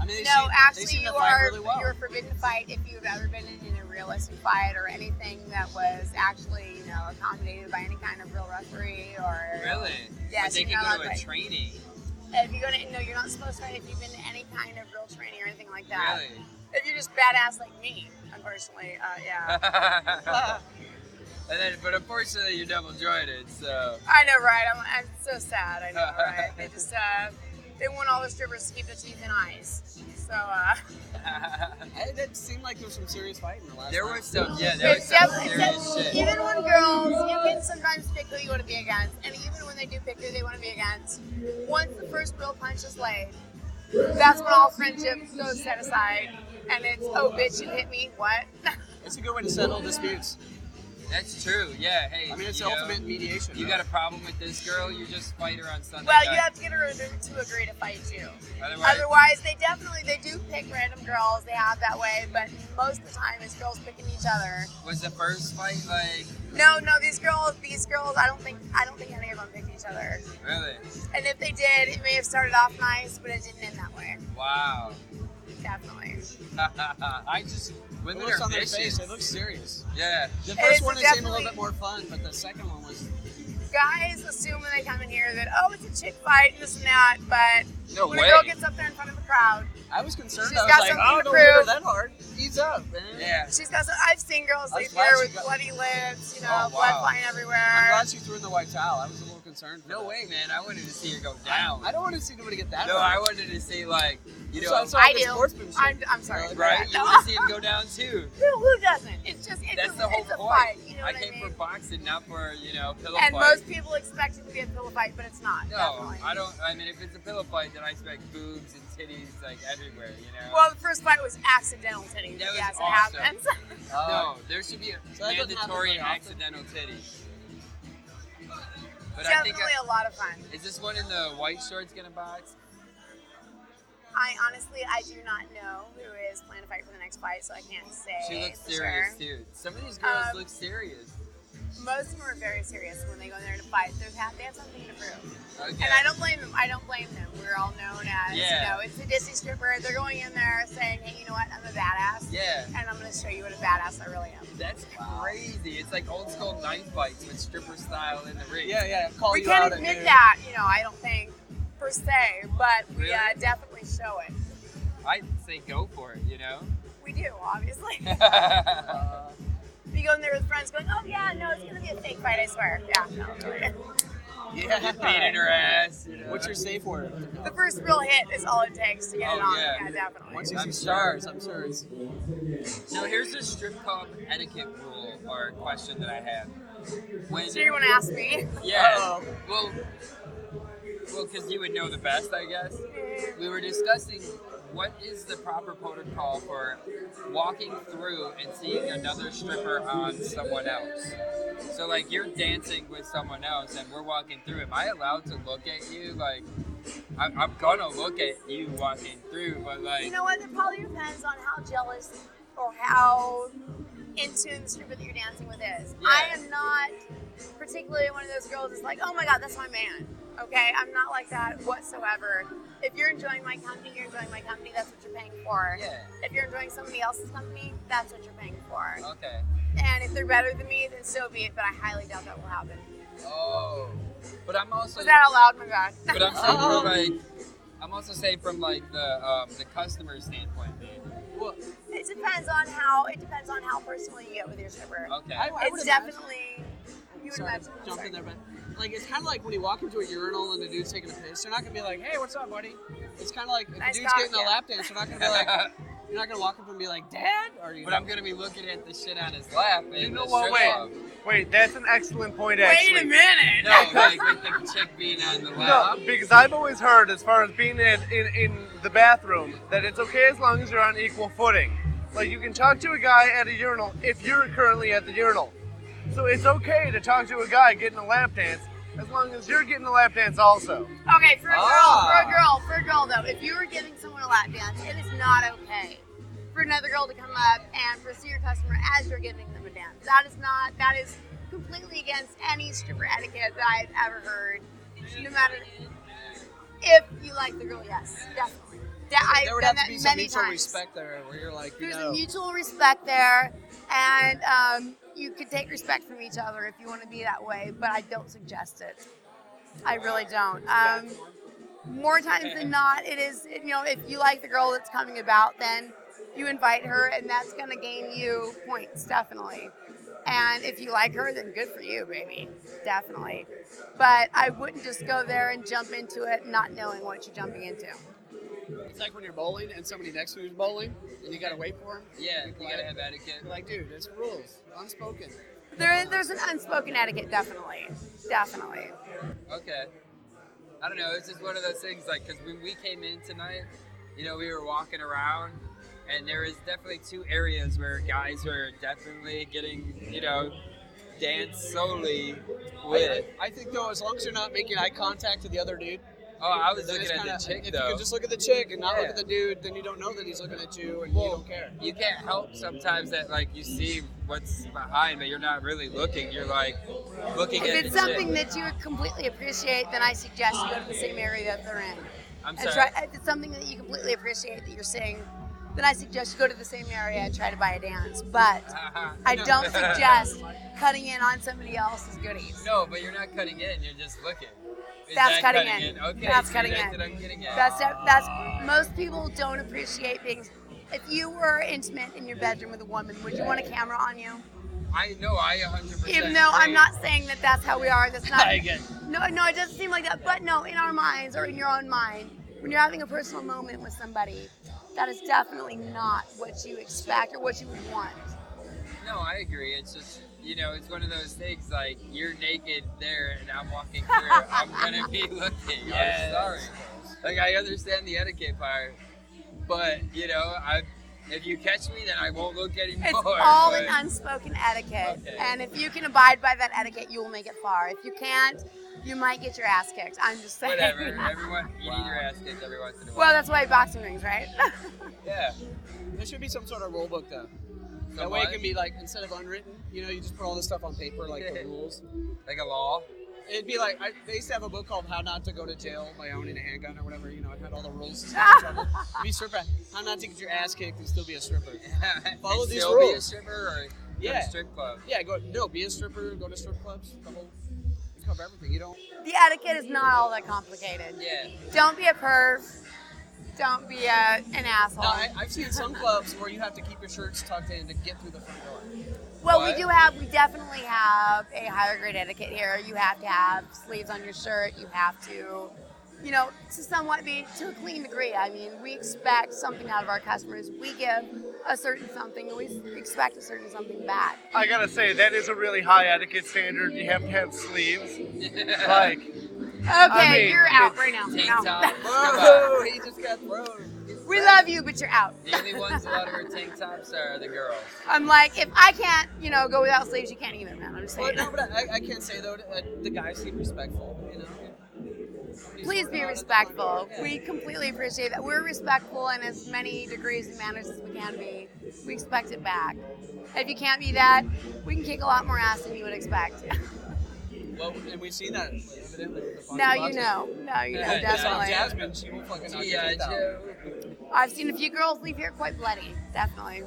Speaker 5: I mean, they
Speaker 8: no,
Speaker 5: seem, they
Speaker 8: actually,
Speaker 5: seem
Speaker 8: you
Speaker 5: to fight
Speaker 8: are
Speaker 5: really well.
Speaker 8: you're forbidden to fight if you've ever been in a realistic fight or anything that was actually, you know, accommodated by any kind of real referee or
Speaker 3: Really?
Speaker 8: Yes,
Speaker 3: But they
Speaker 8: you
Speaker 3: could
Speaker 8: know,
Speaker 3: go to a
Speaker 8: like-
Speaker 3: training.
Speaker 8: If you go to no, you're not supposed to fight if you've been to any kind of real training or anything like that.
Speaker 3: Really?
Speaker 8: If you're just badass like me, unfortunately, uh, yeah.
Speaker 3: And then, but unfortunately, you double jointed, so.
Speaker 8: I know, right? I'm, I'm so sad. I know, right? They just uh, they want all the strippers to keep their teeth and eyes. So uh,
Speaker 5: It did seem like there was some serious fighting the last.
Speaker 3: There
Speaker 5: time.
Speaker 3: was some- yeah, there
Speaker 8: it's definitely it's def- even when girls, you can sometimes pick who you want to be against, and even when they do pick who they want to be against, once the first real punch is laid, that's when all friendship goes set aside, and it's oh bitch, you hit me, what?
Speaker 5: It's a good way to settle disputes.
Speaker 3: That's true. Yeah. Hey.
Speaker 5: I mean, it's
Speaker 3: you know,
Speaker 5: ultimate mediation,
Speaker 3: You
Speaker 5: right?
Speaker 3: got a problem with this girl? You just fight her on Sunday.
Speaker 8: Well,
Speaker 3: night.
Speaker 8: you have to get her to, to agree to fight you.
Speaker 3: Otherwise-
Speaker 8: Otherwise, they definitely they do pick random girls. They have that way, but most of the time it's girls picking each other.
Speaker 3: Was the first fight like
Speaker 8: No, no, these girls, these girls. I don't think I don't think any of them picked each other.
Speaker 3: really?
Speaker 8: And if they did, it may have started off nice, but it didn't end that way.
Speaker 3: Wow.
Speaker 8: Definitely.
Speaker 3: I just women
Speaker 5: it looks
Speaker 3: are
Speaker 5: on
Speaker 3: vicious.
Speaker 5: their face. It looks serious.
Speaker 3: Yeah.
Speaker 5: The first
Speaker 8: It's
Speaker 5: one it seemed a little
Speaker 8: definitely-
Speaker 5: bit more fun, but the second one was.
Speaker 8: Guys assume when they come in here that oh, it's a chick fight and this and that, but
Speaker 5: No
Speaker 8: when a girl
Speaker 5: way.
Speaker 8: gets up there in front of a crowd,
Speaker 5: I was concerned.
Speaker 8: She's
Speaker 5: I was
Speaker 8: got
Speaker 5: like,
Speaker 8: something
Speaker 5: oh,
Speaker 8: to
Speaker 5: don't hit her
Speaker 8: prove.
Speaker 5: that hard. Ease up, man.
Speaker 3: Yeah.
Speaker 8: she's got. Some, I've seen girls
Speaker 5: I'm
Speaker 8: leave
Speaker 5: glad
Speaker 8: here
Speaker 5: she
Speaker 8: with
Speaker 5: got-
Speaker 8: bloody lips, you know,
Speaker 5: Oh,
Speaker 8: blood
Speaker 5: wow.
Speaker 8: flying everywhere.
Speaker 5: I'm glad she threw in the white towel. I was a little concerned.
Speaker 3: No way, man. I wanted to see her go down.
Speaker 5: I don't want to see nobody get that.
Speaker 3: no,
Speaker 5: hurt.
Speaker 3: I wanted to see like you know.
Speaker 5: So I saw
Speaker 8: I
Speaker 5: this
Speaker 8: do.
Speaker 5: sportsmanship.
Speaker 8: I'm, I'm sorry. for
Speaker 3: Right?
Speaker 8: that.
Speaker 3: You
Speaker 8: No.
Speaker 3: want to see him go down too.
Speaker 8: Who, who doesn't? It's just it's,
Speaker 3: That's
Speaker 8: a,
Speaker 3: the whole
Speaker 8: it's a
Speaker 3: point.
Speaker 8: fight. You know
Speaker 3: I
Speaker 8: what
Speaker 3: came
Speaker 8: I
Speaker 3: for
Speaker 8: mean?
Speaker 3: boxing, not for you know pillow
Speaker 8: And
Speaker 3: fight.
Speaker 8: most people expect it to be a pillow fight, but it's not.
Speaker 3: no,
Speaker 8: definitely.
Speaker 3: I don't. I mean, if it's a pillow fight, then I expect boobs and titties like everywhere. You know.
Speaker 8: Well, the first fight was accidental titties.
Speaker 3: That was
Speaker 8: yes,
Speaker 3: awesome.
Speaker 8: it happens. uh,
Speaker 3: no, there should be a
Speaker 5: So that doesn't happen
Speaker 3: mandatory
Speaker 5: very often.
Speaker 3: accidental titty. But I think
Speaker 8: definitely a lot of fun.
Speaker 3: is this one in the white shorts gonna box?
Speaker 8: I honestly, I do not know who is planning to fight for the next fight, so I can't say.
Speaker 3: She looks
Speaker 8: for
Speaker 3: serious
Speaker 8: sure.
Speaker 3: too. Some of these girls
Speaker 8: Um,
Speaker 3: look serious.
Speaker 8: Most of them are very serious when they go in there to fight. They have, they have something to prove.
Speaker 3: Okay.
Speaker 8: And I don't blame them. I don't blame them. We're all known as,
Speaker 3: Yeah.
Speaker 8: you know, it's the Disney stripper. They're going in there saying, hey, you know what? I'm a badass.
Speaker 3: Yeah.
Speaker 8: And I'm going to show you what a badass I really am.
Speaker 3: That's crazy. It's like old school knife fights with stripper style in the ring.
Speaker 5: Yeah, yeah. Call
Speaker 8: we
Speaker 5: you
Speaker 8: can't
Speaker 5: out and
Speaker 8: admit
Speaker 5: do-
Speaker 8: that, you know, I don't think per se, but we uh,
Speaker 3: Really?
Speaker 8: definitely show it.
Speaker 3: I say go for it. You know.
Speaker 8: We do, obviously.
Speaker 3: Uh,
Speaker 8: we go in there with friends going, oh, yeah, no, it's going to be a fake fight, I swear. Yeah, no.
Speaker 5: Yeah.
Speaker 3: You're beating her ass. You know?
Speaker 5: What's your safe word?
Speaker 8: the first real hit is all it takes to get
Speaker 3: Oh,
Speaker 8: it on.
Speaker 3: yeah.
Speaker 8: Yeah, definitely.
Speaker 5: Once you
Speaker 3: I'm
Speaker 5: see
Speaker 3: sure.
Speaker 5: stars, I'm sure it's.
Speaker 3: So here's a strip club etiquette rule or question that I have. When
Speaker 8: So you want to ask me?
Speaker 3: Yeah.
Speaker 8: Oh.
Speaker 5: Uh-oh.
Speaker 3: Well, well, because you would know the best, I guess. We were discussing what is the proper protocol for walking through and seeing another stripper on someone else. So, like, you're dancing with someone else, and we're walking through. Am I allowed to look at you? Like, I'm, I'm gonna look at you walking through, but like,
Speaker 8: You know what? It probably depends on how jealous or how in tune the stripper that you're dancing with is.
Speaker 3: Yeah.
Speaker 8: I am not particularly one of those girls that's like, oh my god, that's my man. Okay, I'm not like that whatsoever. If you're enjoying my company, you're enjoying my company. That's what you're paying for.
Speaker 3: Yeah.
Speaker 8: If you're enjoying somebody else's company, that's what you're paying for.
Speaker 3: okay.
Speaker 8: And if they're better than me, then so be it. But I highly doubt that will happen.
Speaker 3: Oh, but I'm also
Speaker 8: Was that Oh. out loud? My God.
Speaker 3: But I'm saying from like, I'm also saying from like the um, the customer standpoint.
Speaker 5: Well,
Speaker 8: It depends on how it depends on how personal you get with your stripper.
Speaker 3: Okay.
Speaker 5: I, I would
Speaker 8: It's
Speaker 5: imagine-
Speaker 8: definitely you would
Speaker 5: Sorry,
Speaker 8: imagine.
Speaker 5: jump
Speaker 8: sorry.
Speaker 5: in there, but like it's kind of like when you walk into a urinal and the dude's taking a piss, they're not gonna be like, "Hey, what's up, buddy?" It's kind of like if
Speaker 8: Nice
Speaker 5: the dude's
Speaker 8: cock,
Speaker 5: getting a
Speaker 8: yeah.
Speaker 5: lap dance, they're not gonna be like, you're not gonna walk up and be like, "Dad," or you.
Speaker 3: but I'm gonna be looking at the shit on his lap. And
Speaker 4: You know
Speaker 3: the
Speaker 4: what?
Speaker 3: strip club.
Speaker 4: Wait, wait. That's an excellent point.
Speaker 8: Wait
Speaker 4: Actually,
Speaker 8: a minute.
Speaker 3: No, like with the chick being on the
Speaker 4: No,
Speaker 3: lap.
Speaker 4: because I've always heard, as far as being in, in, in the bathroom, that it's okay as long as you're on equal footing. Like, you can talk to a guy at a urinal if you're currently at the urinal. So it's okay to talk to a guy getting a lap dance as long as you're getting a lap dance also.
Speaker 9: Okay, for a girl,
Speaker 4: Ah.
Speaker 9: for a girl, for a girl though, if you were giving someone a lap dance, it is not okay for another girl to come up and pursue your customer as you're giving them a dance. That is not. That is completely against any stripper etiquette that I've ever heard. No matter if you like the girl, yes, definitely. Da- I've
Speaker 5: there would
Speaker 9: done
Speaker 5: have to
Speaker 9: that
Speaker 5: be some
Speaker 9: many
Speaker 5: mutual
Speaker 9: times.
Speaker 5: respect there, where you're like, you
Speaker 9: There's
Speaker 5: know,
Speaker 9: a mutual respect there, and um, you can take respect from each other if you want to be that way, but I don't suggest it. I really don't. Um, more times than not, it is, you know, if you like the girl that's coming about, then you invite her, and that's going to gain you points, definitely. And if you like her, then good for you, baby. Definitely. But I wouldn't just go there and jump into it not knowing what you're jumping into.
Speaker 5: it's like when you're bowling and somebody next to you's bowling, and you gotta wait for him.
Speaker 3: Yeah, you gotta have etiquette.
Speaker 5: Like, dude, it's rules, unspoken.
Speaker 9: There, there's an unspoken etiquette, definitely. Definitely.
Speaker 3: Okay. I don't know. It's just one of those things, like, because when we came in tonight, you know, we were walking around, and there is definitely two areas where guys are definitely getting, you know, dance solely with.
Speaker 5: I, I think though, as long as you're not making eye contact to the other dude.
Speaker 3: Oh, I was
Speaker 5: then
Speaker 3: looking
Speaker 5: it's
Speaker 3: at the
Speaker 5: kinda-
Speaker 3: chick,
Speaker 5: If you
Speaker 3: though.
Speaker 5: could just look at the chick and not
Speaker 3: Yeah.
Speaker 5: look at the dude, then you don't know that he's looking at you, and you don't care.
Speaker 3: You can't help sometimes that, like, you see what's behind, but you're not really looking. You're, like, looking at
Speaker 9: If it's
Speaker 3: the chick.
Speaker 9: something that you would completely appreciate, then I suggest you go to the same area that they're in.
Speaker 3: I'm
Speaker 9: and
Speaker 3: sorry.
Speaker 9: Try, if it's something that you completely appreciate that you're seeing, then I suggest you go to the same area and try to buy a dance. But I don't suggest cutting in on somebody else's goodies.
Speaker 3: No, but you're not cutting in. You're just looking. Is
Speaker 9: That's
Speaker 3: that
Speaker 9: cutting, in.
Speaker 3: Okay,
Speaker 9: that's
Speaker 3: see,
Speaker 9: cutting
Speaker 3: that's
Speaker 9: in.
Speaker 3: what I'm getting at.
Speaker 9: That's that's most people don't appreciate being. If you were intimate in your bedroom with a woman, would you want a camera on you?
Speaker 3: I know. I 100. percent
Speaker 9: Even though I'm not saying that that's how we are, that's not.
Speaker 3: I get it.
Speaker 9: No, no, it doesn't seem like that. But no, in our minds or in your own mind, when you're having a personal moment with somebody, that is definitely not what you expect or what you would want.
Speaker 3: No, I agree. It's just you know, it's one of those things like you're naked there and I'm walking through. I'm gonna be looking.
Speaker 6: Yeah,
Speaker 3: I'm
Speaker 6: that's
Speaker 3: sorry. Like I understand the etiquette part, but you know, I if you catch me, then I won't look anymore.
Speaker 9: It's all
Speaker 3: but-
Speaker 9: an unspoken etiquette,
Speaker 3: Okay.
Speaker 9: and if you can abide by that etiquette, you will make it far. If you can't, you might get your ass kicked. I'm just saying.
Speaker 3: Whatever. Everyone, you need your ass kicked every once in a while.
Speaker 9: well, that's why boxing rings, right?
Speaker 3: Yeah.
Speaker 5: There should be some sort of rule book though.
Speaker 3: Some
Speaker 5: that way
Speaker 3: what?
Speaker 5: it can be like instead of unwritten, you know, you just put all this stuff on paper, like the rules.
Speaker 3: Like a law.
Speaker 5: It'd be like I, they used to have a book called How Not to Go to Jail by Owning a Handgun or whatever. You know, it had all the rules. To stop trouble. be a stripper. How not to get your ass kicked and still be a stripper. Follow
Speaker 3: And
Speaker 5: these
Speaker 3: still be a
Speaker 5: rules.
Speaker 3: stripper or go to
Speaker 5: yeah.
Speaker 3: strip club?
Speaker 5: Yeah, go no, be a stripper. Go to strip clubs. The whole you cover everything. You don't.
Speaker 9: the etiquette is not all that complicated.
Speaker 5: Yeah.
Speaker 9: Don't be a perv. Don't be a, an asshole.
Speaker 5: No, I, I've seen some clubs where you have to keep your shirts tucked in to get through the front door.
Speaker 9: Well,
Speaker 5: What?
Speaker 9: we do have, we definitely have a higher grade etiquette here. You have to have sleeves on your shirt. You have to, you know, to somewhat be, to a clean degree. I mean, we expect something out of our customers. We give a certain something and we expect a certain something back.
Speaker 4: I gotta say, that is a really high etiquette standard. You have to have sleeves. like,
Speaker 9: Okay,
Speaker 4: I mean,
Speaker 9: you're out
Speaker 4: it's-
Speaker 9: right now. No.
Speaker 3: Whoa, he just got thrown.
Speaker 9: we love you, but you're out.
Speaker 3: The only ones allowed to wear tank tops are the girls.
Speaker 9: I'm like, if I can't, you know, go without sleeves, you can't either, man. I'm just
Speaker 5: Well,
Speaker 9: saying.
Speaker 5: Oh, no, but I, I can't say though. uh, The guys seem respectful. You know.
Speaker 9: Please be respectful. We completely appreciate that. We're respectful in as many degrees and manners as we can be. We expect it back. If you can't be that, we can kick a lot more ass than you would expect.
Speaker 5: Well, and we've seen that evidently. with the Foxy
Speaker 9: now you
Speaker 5: Boxers.
Speaker 9: know. Now you know,
Speaker 5: Yeah,
Speaker 9: definitely.
Speaker 5: Jasmine, she will fucking knock your
Speaker 3: G.I.
Speaker 5: teeth out.
Speaker 9: I've seen a few girls leave here quite bloody. Definitely.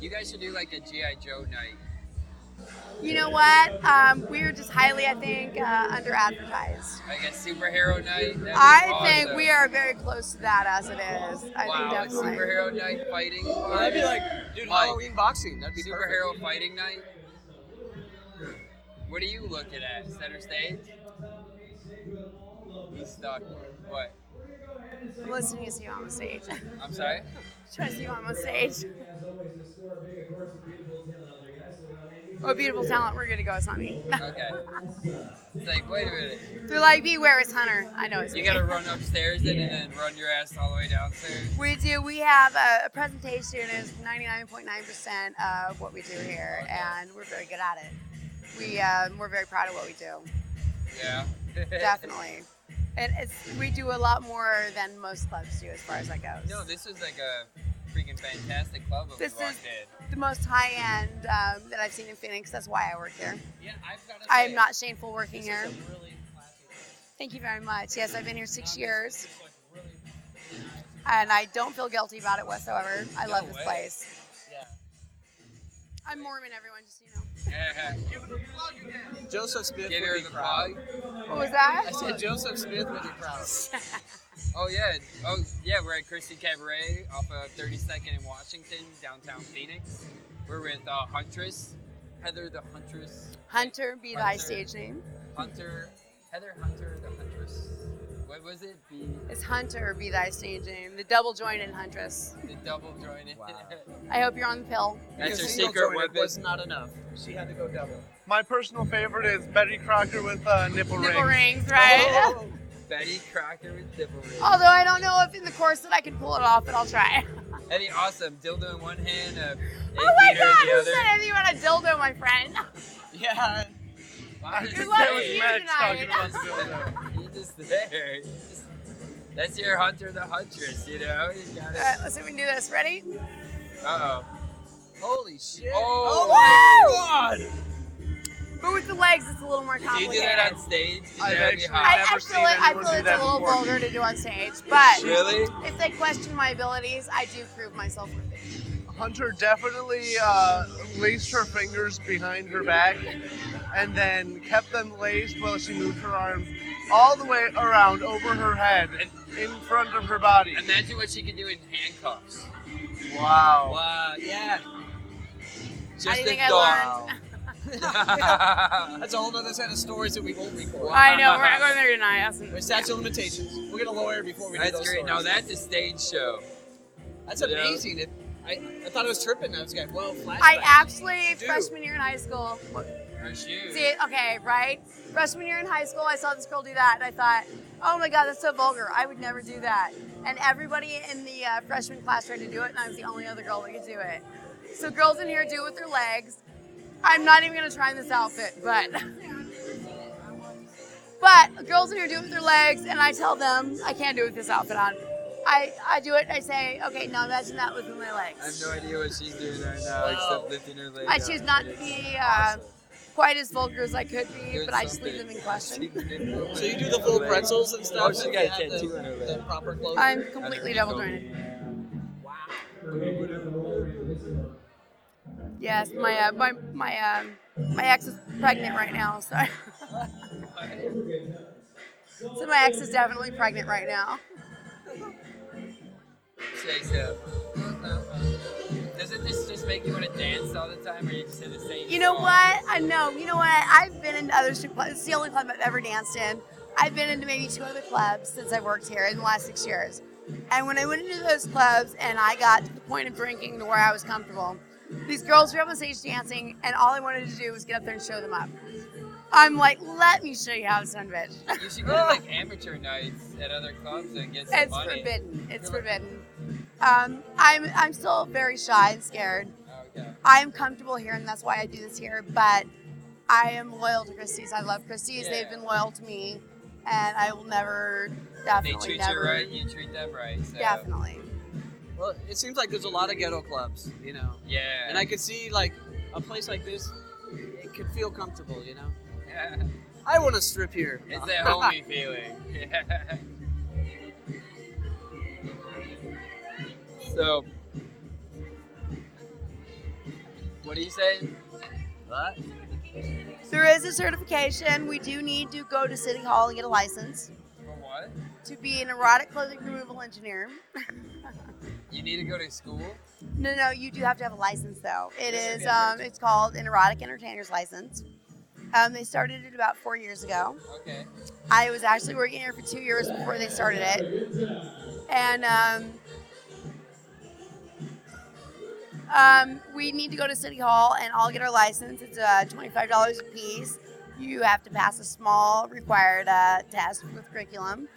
Speaker 3: You guys should do like a G.I. Joe night.
Speaker 9: You know what? Um, we're just highly, I think, uh, under advertised.
Speaker 3: Like a superhero night. That'd be
Speaker 9: I think
Speaker 3: awesome.
Speaker 9: we are very close to that as it is. I
Speaker 3: Wow,
Speaker 9: think
Speaker 3: a
Speaker 9: definitely.
Speaker 3: superhero night fighting.
Speaker 5: Well, that'd be like, dude,
Speaker 3: Mike,
Speaker 5: Halloween boxing. That'd be
Speaker 3: superhero fighting night. What are you looking at? Center stage? He's stuck. What?
Speaker 9: I'm listening to you on the stage.
Speaker 3: I'm sorry?
Speaker 9: Trying to see you on the stage. Oh, beautiful talent. We're gonna go. It's not me.
Speaker 3: Okay. It's like, wait a minute.
Speaker 9: They're like, beware, it's Hunter. I know it's
Speaker 3: You
Speaker 9: me.
Speaker 3: gotta run upstairs then and then run your ass all the way downstairs.
Speaker 9: We do. We have a, a presentation is 99.9% of what we do here, and we're very good at it. We um, we're very proud of what we do.
Speaker 3: Yeah.
Speaker 9: Definitely. And it's we do a lot more than most clubs do as far as that goes.
Speaker 3: No, this is like a freaking fantastic club when
Speaker 9: This
Speaker 3: we walked
Speaker 9: is-
Speaker 3: in.
Speaker 9: The most high end um, that I've seen in Phoenix. That's why I work here.
Speaker 3: Yeah, I've got
Speaker 9: I am not shameful working
Speaker 3: This is
Speaker 9: here.
Speaker 3: a really
Speaker 9: Thank you very much. Yes, I've been here six years. And I don't feel guilty about it whatsoever. I
Speaker 3: No
Speaker 9: love this
Speaker 3: way.
Speaker 9: place.
Speaker 3: Yeah.
Speaker 9: I'm Mormon, everyone, just so you know.
Speaker 5: Joseph Smith
Speaker 3: Get
Speaker 5: would
Speaker 3: her
Speaker 5: be
Speaker 3: the
Speaker 5: proud.
Speaker 9: What was that?
Speaker 5: I said Joseph Smith would be proud.
Speaker 3: Oh yeah. Oh yeah. We're at Christie Cabaret off of 32nd in Washington, downtown Phoenix. We're with uh, Huntress, Heather the Huntress,
Speaker 9: Hunter be thy
Speaker 3: Hunter.
Speaker 9: stage name.
Speaker 3: Hunter, Heather Hunter the Huntress. What was it? Be
Speaker 9: It's Hunter be thy stage name. The double joint in Huntress.
Speaker 3: the double jointed.
Speaker 9: I hope you're on the pill.
Speaker 3: That's
Speaker 5: Because
Speaker 3: her
Speaker 5: single
Speaker 3: secret
Speaker 5: jointed
Speaker 3: weapon.
Speaker 5: was not enough. She had to go double.
Speaker 4: My personal favorite is Betty Crocker with uh, nipple,
Speaker 9: Nipple
Speaker 4: rings.
Speaker 9: rings, Oh. right?
Speaker 3: Betty Crocker with nipple rings.
Speaker 9: Although I don't know if in the course that I can pull it off, but I'll try.
Speaker 3: Eddie, awesome. Dildo in one hand, a
Speaker 9: Oh my
Speaker 3: theater
Speaker 9: god,
Speaker 3: in the
Speaker 9: who
Speaker 3: other.
Speaker 9: said anything about a dildo, my friend?
Speaker 5: Yeah.
Speaker 3: Wow, you're
Speaker 4: It
Speaker 9: Good
Speaker 3: just
Speaker 9: luck
Speaker 3: there.
Speaker 9: to
Speaker 4: was
Speaker 9: you
Speaker 4: Max talking
Speaker 9: tonight.
Speaker 4: about the dildo.
Speaker 3: You're just there. You're just- That's your hunter, the huntress. You know. You got
Speaker 9: All right,
Speaker 3: it.
Speaker 9: let's see if we can do this. Ready?
Speaker 3: Uh oh.
Speaker 5: Holy shit.
Speaker 3: Oh, my god!
Speaker 9: But with the legs, it's a little more
Speaker 3: Do you
Speaker 9: complicated.
Speaker 3: do that on stage? Did
Speaker 4: I've
Speaker 3: that be
Speaker 4: actually-
Speaker 3: hot?
Speaker 9: I,
Speaker 4: I've
Speaker 9: I
Speaker 4: never
Speaker 9: feel
Speaker 4: seen
Speaker 9: like I
Speaker 4: anyone
Speaker 9: feel
Speaker 4: do
Speaker 9: it's a
Speaker 4: that
Speaker 9: little
Speaker 4: before.
Speaker 9: bolder to do on stage, but
Speaker 3: Really?
Speaker 9: if they question my abilities, I do prove myself worth it.
Speaker 4: Hunter definitely uh, laced her fingers behind her back and then kept them laced while she moved her arms all the way around over her head and in front of her body.
Speaker 3: Imagine what she could do in handcuffs.
Speaker 4: Wow.
Speaker 3: Wow, yeah. Just
Speaker 9: I think
Speaker 3: a
Speaker 9: I
Speaker 3: thought.
Speaker 9: learned.
Speaker 5: That's a whole other set of stories that we won't record.
Speaker 3: Wow.
Speaker 9: I know we're not going there tonight. That's-
Speaker 5: There's statute of limitations. We're gonna lawyer before we do
Speaker 3: that's
Speaker 5: those
Speaker 3: great. Now
Speaker 5: stories.
Speaker 3: that's a stage show.
Speaker 5: that's
Speaker 3: you know.
Speaker 5: amazing. It, I, I thought it was tripping. I was like, well, flashback.
Speaker 9: I actually
Speaker 5: Dude.
Speaker 9: freshman year in high school.
Speaker 3: Her shoes.
Speaker 9: See, okay, right? Freshman year in high school, I saw this girl do that, and I thought, oh my god, that's so vulgar. I would never do that. And everybody in the uh, freshman class tried to do it, and I was the only other girl that could do it. So girls in here do it with their legs. I'm not even gonna try in this outfit, but. But girls in here do it with their legs, and I tell them I can't do it with this outfit on. I, I do it, and I say, okay, now imagine that with my legs.
Speaker 3: I have no idea what she's doing right now except lifting her leg.
Speaker 9: I
Speaker 3: up.
Speaker 9: choose not
Speaker 3: It
Speaker 9: to
Speaker 3: is
Speaker 9: be, uh, Quite as vulgar as I could be,
Speaker 3: Doing
Speaker 9: but I just leave
Speaker 3: something.
Speaker 9: them in question.
Speaker 5: So you do the full pretzels and stuff.
Speaker 3: Oh, she
Speaker 5: and
Speaker 3: got a
Speaker 5: you have
Speaker 3: tattoo
Speaker 5: the,
Speaker 3: on her leg.
Speaker 5: the proper clothes.
Speaker 9: I'm completely double jointed. Wow. Yes, my uh, my my um, my ex is pregnant right now, so. so my ex is definitely pregnant right now.
Speaker 3: Shakes up. Doesn't this just make you want to dance all the time, or you just have the same?
Speaker 9: You know
Speaker 3: song?
Speaker 9: what? I know. You know what? I've been in other strip clubs. It's the only club I've ever danced in. I've been into maybe two other clubs since I worked here in the last six years. And when I went into those clubs and I got to the point of drinking to where I was comfortable, these girls were up on stage dancing, and all I wanted to do was get up there and show them up. I'm like, let me show you how it's done, bitch.
Speaker 3: You should go to like amateur nights at other clubs and get some
Speaker 9: It's
Speaker 3: money.
Speaker 9: forbidden. It's
Speaker 3: You're
Speaker 9: forbidden. Um, I'm I'm still very shy and scared.
Speaker 3: Oh, okay.
Speaker 9: I'm comfortable here, and that's why I do this here. But I am loyal to Christie's. I love Christie's. They've
Speaker 3: Yeah.
Speaker 9: been loyal to me, and I will never,
Speaker 3: They
Speaker 9: definitely
Speaker 3: treat
Speaker 9: never,
Speaker 3: you right, you treat them right. So.
Speaker 9: definitely.
Speaker 5: Well, it seems like there's a lot of ghetto clubs, you know.
Speaker 3: Yeah.
Speaker 5: And I could see like a place like this, it could feel comfortable, you know.
Speaker 3: Yeah.
Speaker 5: I want to strip here.
Speaker 3: It's that homey feeling. Yeah. So, what do you say? What?
Speaker 9: There is a certification. We do need to go to City Hall and get a license
Speaker 3: For what?
Speaker 9: to be an erotic clothing removal engineer.
Speaker 3: You need to go to school?
Speaker 9: No, no, you do have to have a license though. It is, um, it's called an erotic entertainer's license. Um, they started it about four years ago.
Speaker 3: Okay.
Speaker 9: I was actually working here for two years before they started it, and um, Um, we need to go to City Hall and all get our license. It's uh, $25 a piece. You have to pass a small required uh, test with curriculum.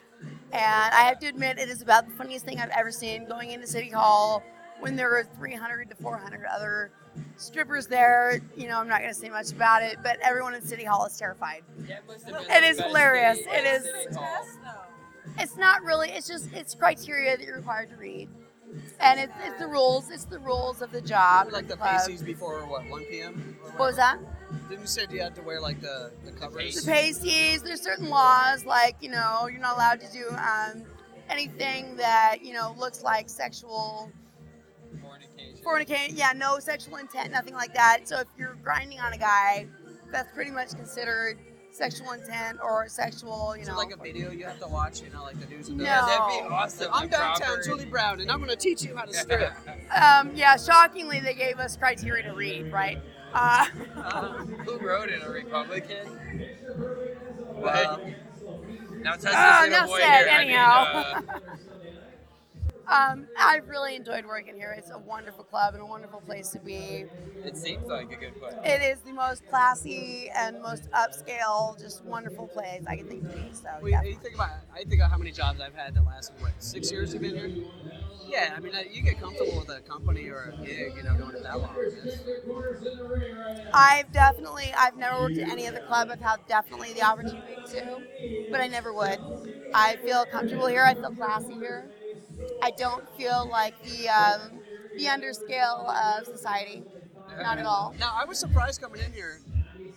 Speaker 9: And I have to admit, it is about the funniest thing I've ever seen going into City Hall when there were 300 to 400 other strippers there. You know, I'm not going to say much about it, but everyone in City Hall is terrified. It is hilarious. It is. It's not really. It's just it's criteria that you're required to read, and it's, it's the rules. It's the rules of the job.
Speaker 5: Like the
Speaker 9: club.
Speaker 5: pasties before what 1 p.m.
Speaker 9: What was that?
Speaker 5: Didn't you say you had to wear like the the covers?
Speaker 9: The pasties. There's certain laws, like you know, you're not allowed to do um, anything that you know looks like sexual fornication. Fornication. Yeah, no sexual intent, nothing like that. So if you're grinding on a guy, that's pretty much considered sexual intent or sexual, you
Speaker 5: Is it
Speaker 9: know.
Speaker 5: like a video you have to watch? You know, like the news. and
Speaker 9: No.
Speaker 5: Yeah, that'd be awesome. I'm
Speaker 9: Like
Speaker 5: downtown
Speaker 9: Robert.
Speaker 5: Julie Brown, and I'm gonna teach you how to strip.
Speaker 9: Um, yeah, shockingly, they gave us criteria to read, right? Uh,
Speaker 3: Who wrote it? A Republican?
Speaker 5: Wow.
Speaker 3: Now Tessa's in
Speaker 9: Oh,
Speaker 3: a
Speaker 9: enough
Speaker 3: boy
Speaker 9: said,
Speaker 3: here. I mean,
Speaker 9: anyhow.
Speaker 3: uh,
Speaker 9: um, I've really enjoyed working here. It's a wonderful club and a wonderful place to be.
Speaker 3: it seems like a good place.
Speaker 9: It is the most classy and most upscale, just wonderful place I can think of. So,
Speaker 5: Well,
Speaker 9: yeah.
Speaker 5: you think about I think about how many jobs I've had the last what six years you've been here. Yeah, I
Speaker 3: uh,
Speaker 5: mean I- you get comfortable with a company or a gig, you know, doing it that long.
Speaker 9: I've definitely, I've never worked at any other club. I've had definitely the opportunity to, but I never would. I feel comfortable here. I feel classy here. I don't feel like the um, the underscale of society. Not at all.
Speaker 5: Now I was surprised coming in here.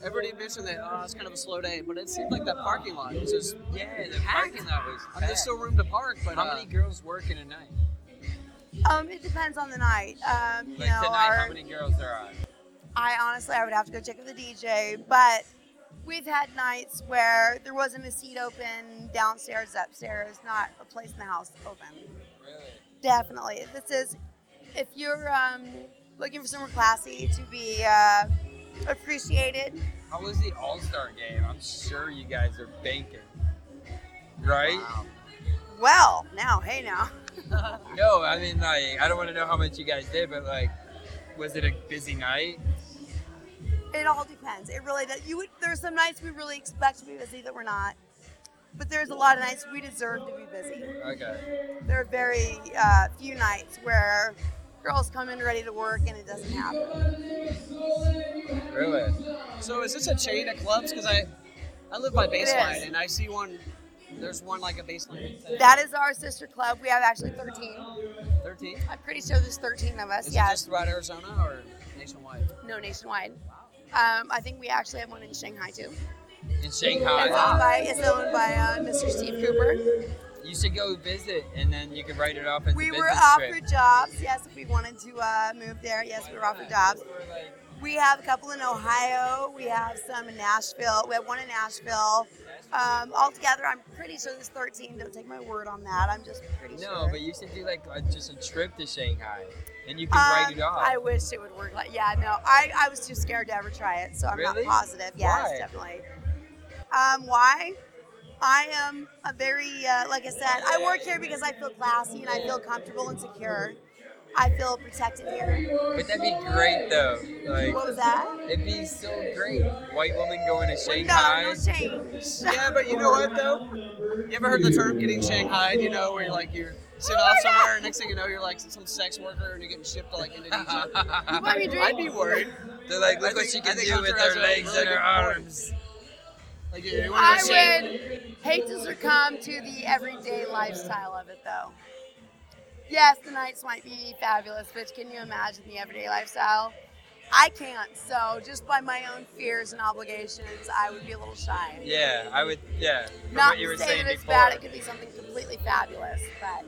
Speaker 5: Everybody mentioned that oh, it's kind of a slow day, but it seemed like that parking lot was just
Speaker 3: yeah, the parking lot was.
Speaker 5: I mean, there's still room to park, but
Speaker 3: How
Speaker 5: uh,
Speaker 3: many girls work in a night?
Speaker 9: Um, it depends on the night. Um, you
Speaker 3: Like
Speaker 9: know,
Speaker 3: tonight,
Speaker 9: our-
Speaker 3: how many girls there are?
Speaker 9: I honestly, I would have to go check with the DJ, but we've had nights where there wasn't a seat open downstairs, upstairs, not a place in the house open. Definitely. This is, if you're um, looking for somewhere classy to be uh, appreciated,
Speaker 3: How was the All Star game? I'm sure you guys are banking, right?
Speaker 9: well, now, hey now.
Speaker 3: No, I mean like I don't want to know how much you guys did, but like, was it a busy night?
Speaker 9: It all depends. It really does. You would, there's some nights we really expect to be busy that we're not, but there's a lot of nights we deserve to be busy.
Speaker 3: Okay.
Speaker 9: There are very uh, few nights where girls come in ready to work and it doesn't happen.
Speaker 3: Really?
Speaker 5: So is this a chain of clubs? Because I, I live by
Speaker 9: It is.
Speaker 5: baseline, and I see one. There's one like a baseline.
Speaker 9: That is our sister club. We have actually 13.
Speaker 5: thirteen.
Speaker 9: I'm pretty sure there's 13 of us.
Speaker 5: Is
Speaker 9: yeah.
Speaker 5: it just throughout Arizona or nationwide?
Speaker 9: no, nationwide. Um, I think we actually have one in Shanghai too.
Speaker 3: In Shanghai.
Speaker 9: It's owned by, it's owned by uh, Mr. Steve Cooper.
Speaker 3: You should go visit, and then you can write it off as
Speaker 9: We
Speaker 3: a
Speaker 9: were
Speaker 3: business trip.
Speaker 9: offered jobs. Yes, if we wanted to uh, move there. Yes, we were offered jobs. We have a couple in Ohio. We have some in Nashville. We have one in Nashville. Um, altogether, I'm pretty sure there's 13. Don't take my word on that. I'm just pretty sure.
Speaker 3: No, but you should do like a, just a trip to Shanghai, and you can write it
Speaker 9: Um,
Speaker 3: off.
Speaker 9: I wish it would work like yeah, no. I, I was too scared to ever try it, so I'm
Speaker 3: Really?
Speaker 9: not positive. Yes,
Speaker 3: Why?
Speaker 9: definitely. Um, why? I am a very uh, like I said, I work here because I feel classy and I feel comfortable and secure. I feel protected here.
Speaker 3: But that'd be great though. Like,
Speaker 9: What was that?
Speaker 3: It'd be so great. White woman going to Shanghai.
Speaker 9: No, no change.
Speaker 5: Yeah, but you know what though? You ever heard the term getting shanghaied? You know, where you're like you're sitting off somewhere, and next thing you know, you're like some sex worker, and you're getting shipped to like Indonesia.
Speaker 3: You
Speaker 9: buy me a drink?
Speaker 5: I'd be worried.
Speaker 3: They're like,
Speaker 5: I
Speaker 3: look what
Speaker 5: think-
Speaker 3: she
Speaker 5: I
Speaker 3: can
Speaker 5: think
Speaker 3: do with
Speaker 5: Hunter
Speaker 3: her
Speaker 5: has a
Speaker 3: legs
Speaker 5: really
Speaker 3: and her
Speaker 5: good point.
Speaker 3: arms.
Speaker 5: Like, you wanna
Speaker 9: I
Speaker 5: see-
Speaker 9: would hate to succumb to the everyday lifestyle of it, though. Yes, the nights might be fabulous, but can you imagine the everyday lifestyle? I can't. So, just by my own fears and obligations, I would be a little shy.
Speaker 3: Yeah, I would. Yeah, from
Speaker 9: Not
Speaker 3: what you were
Speaker 9: to say
Speaker 3: saying
Speaker 9: that it's
Speaker 3: before.
Speaker 9: bad; it could be something completely fabulous. But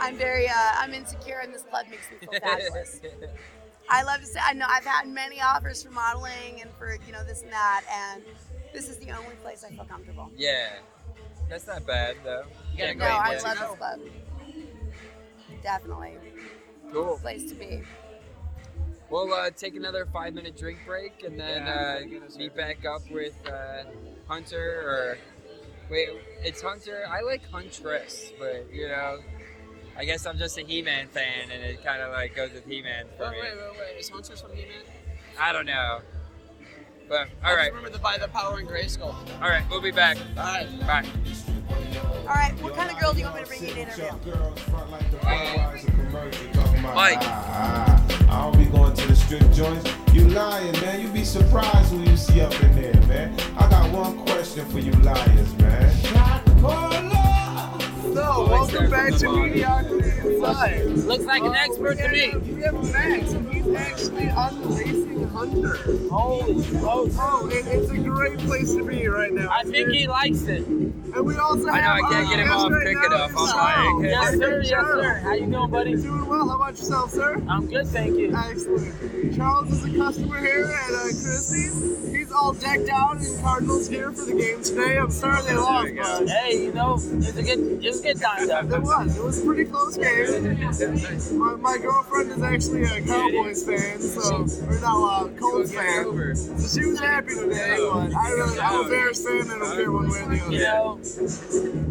Speaker 9: I'm very, uh, I'm insecure, and this club makes me feel fabulous. I love to say, I know I've had many offers for modeling and for you know this and that, and this is the only place I feel comfortable.
Speaker 3: yeah, that's not bad though.
Speaker 5: gotta
Speaker 3: Can't
Speaker 9: No,
Speaker 3: go
Speaker 9: I
Speaker 3: there.
Speaker 9: love this club. Definitely.
Speaker 3: Cool.
Speaker 9: Place to be.
Speaker 3: We'll uh, take another five minute drink break and then uh, meet back up with uh, Hunter or. Wait, it's Hunter. I like Huntress, but you know, I guess I'm just a He-Man fan, and it kind of like goes with He-Man for
Speaker 5: Oh, Wait,
Speaker 3: me.
Speaker 5: wait, wait, wait. Is Hunter's from He-Man?
Speaker 3: I don't know. But
Speaker 5: I
Speaker 3: all
Speaker 5: just
Speaker 3: right,
Speaker 5: remember the by the power and gray skull.
Speaker 3: all right, we'll be back.
Speaker 5: All right.
Speaker 3: Bye.
Speaker 9: All right, what kind of girl do you want me to bring you to interview?
Speaker 3: Mike.
Speaker 2: I don't be going to the strip joints. You lying, man. You be surprised who you see up in there, man. I got one question for you liars, man.
Speaker 4: So, welcome back to Mediocrity Inside.
Speaker 3: Looks like an
Speaker 4: Uh,
Speaker 3: expert to
Speaker 4: we have-
Speaker 3: me.
Speaker 4: We have Max, and he's actually unlacing Hunter. Holy Oh, bro, it, it's a great place to be right now.
Speaker 3: I think he likes it.
Speaker 4: And we also
Speaker 3: I know
Speaker 4: have
Speaker 3: I can't get him
Speaker 4: our
Speaker 3: off.
Speaker 4: guest
Speaker 3: Pick
Speaker 4: right
Speaker 3: it
Speaker 4: now
Speaker 3: up.
Speaker 4: is
Speaker 3: I'm
Speaker 4: Charles.
Speaker 3: like, yes
Speaker 4: Hey,
Speaker 3: sir, yes
Speaker 4: Charles.
Speaker 3: sir. How you doing, buddy?
Speaker 4: Doing well. How about yourself, sir?
Speaker 3: I'm good, thank you.
Speaker 4: Excellent. Charles is a customer here at uh, Christie's. He's all decked out in Cardinals gear for the game today. I'm sorry they lost, but
Speaker 3: Hey, you know, it's a good, it's a good time
Speaker 4: it
Speaker 3: though.
Speaker 4: was. It was a pretty close game. My, my girlfriend is actually a Cowboys fan, so or no, uh, Colts fan. So she was happy today, but I really, I'm a Bears fan. I don't care one way or the other.
Speaker 3: You know,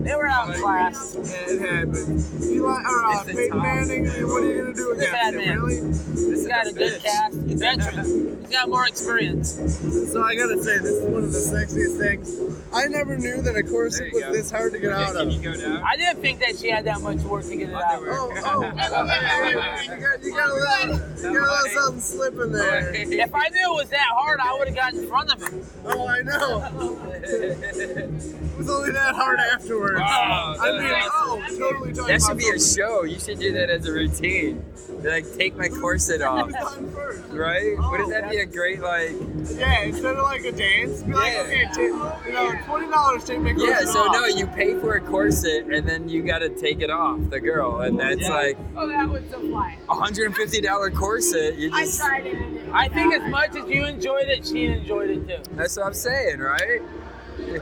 Speaker 3: they were outclassed.
Speaker 4: It happened. Eli, or uh,
Speaker 3: It's a
Speaker 4: Peyton
Speaker 3: tie.
Speaker 4: Manning, and what are you gonna do
Speaker 3: He's a
Speaker 4: against
Speaker 3: bad
Speaker 4: him?
Speaker 3: man.
Speaker 4: Really?
Speaker 3: This got a good cast. He's veteran. He's got more experience.
Speaker 4: So I gotta say, this is one of the sexiest things. I never knew that a course was this hard to get out of.
Speaker 5: go down?
Speaker 3: I didn't think that she had that much work to get it out.
Speaker 4: Oh, oh, hey, hey, you got, you got a little, you got a little something slipping there.
Speaker 3: If I knew it was that hard, I would have gotten in front of him.
Speaker 4: Oh, I know. It was only that hard afterwards.
Speaker 3: Wow,
Speaker 4: I mean,
Speaker 3: that's-
Speaker 4: oh, totally talking
Speaker 3: That
Speaker 4: about
Speaker 3: should be your
Speaker 4: something
Speaker 3: show. You should do that as a routine. Be like, take my corset
Speaker 4: that
Speaker 3: off,
Speaker 4: was done first.
Speaker 3: right? Wouldn't
Speaker 4: Oh,
Speaker 3: that be a great like?
Speaker 4: Yeah, instead of like a dance, be like,
Speaker 3: Yeah.
Speaker 4: okay, take, you know, twenty dollars, take my
Speaker 3: Yeah.
Speaker 4: clothes
Speaker 3: So
Speaker 4: off.
Speaker 3: no, you pay for a corset and then you got to take it off the girl, and that's like
Speaker 9: Oh, that was so fly.
Speaker 3: a hundred and fifty dollar corset. You
Speaker 9: I
Speaker 3: just
Speaker 9: tried it. and it
Speaker 8: I think
Speaker 9: was
Speaker 8: as much as you enjoyed it, she enjoyed it too.
Speaker 3: that's what I'm saying, right?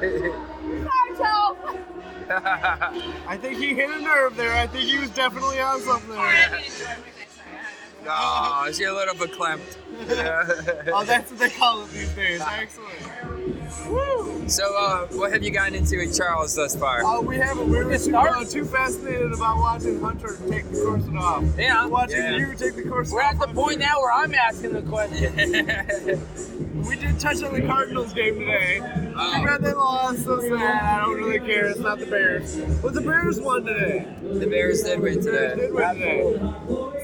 Speaker 9: bad. Sorry, Joe.
Speaker 4: I think he hit a nerve there. I think he was definitely on something there.
Speaker 3: oh, she a little beclamped.
Speaker 4: Oh, that's what they call it these days. Excellent.
Speaker 3: so, uh, what have you gotten into with Charles thus far?
Speaker 4: Oh, we have it. We were too, uh, too fascinated about watching Hunter take the corset off.
Speaker 3: Yeah.
Speaker 4: Watching
Speaker 3: Yeah.
Speaker 4: you take the corset
Speaker 8: We're
Speaker 4: off.
Speaker 8: at the point now where I'm asking the question.
Speaker 4: We did touch on the Cardinals game today. Too bad they lost. So sad. I don't really care. It's not the Bears. But the Bears won today.
Speaker 3: the Bears did win
Speaker 4: The Bears
Speaker 3: today.
Speaker 4: did win today.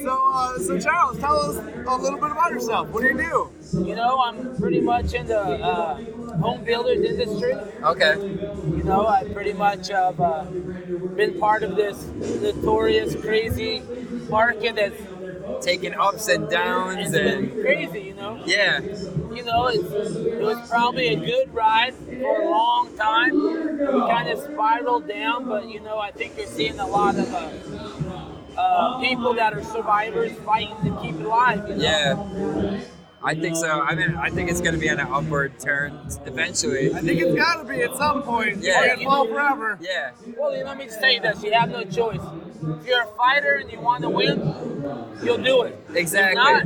Speaker 4: So, uh, so Charles, tell us a little bit about yourself. What do you do?
Speaker 8: You know, I'm pretty much in the uh, home builders industry.
Speaker 3: Okay.
Speaker 8: You know, I pretty much have uh, been part of this notorious, crazy market that's
Speaker 3: Taking ups and downs and
Speaker 8: crazy. You know,
Speaker 3: yeah.
Speaker 8: you know, it's, it was probably a good ride for a long time. Kind of spiraled down, but you know, I think you're seeing a lot of uh, uh, people that are survivors fighting to keep it alive. You know?
Speaker 3: Yeah. I think so. I mean, I think it's going to be on an upward turn eventually.
Speaker 4: I think it's got to be at some point.
Speaker 3: Yeah.
Speaker 4: We're gonna fall forever.
Speaker 3: Yeah.
Speaker 8: Well, let me just tell you this: you have no choice. If you're a fighter and you want to win, you'll do it. If
Speaker 3: Exactly.
Speaker 8: not,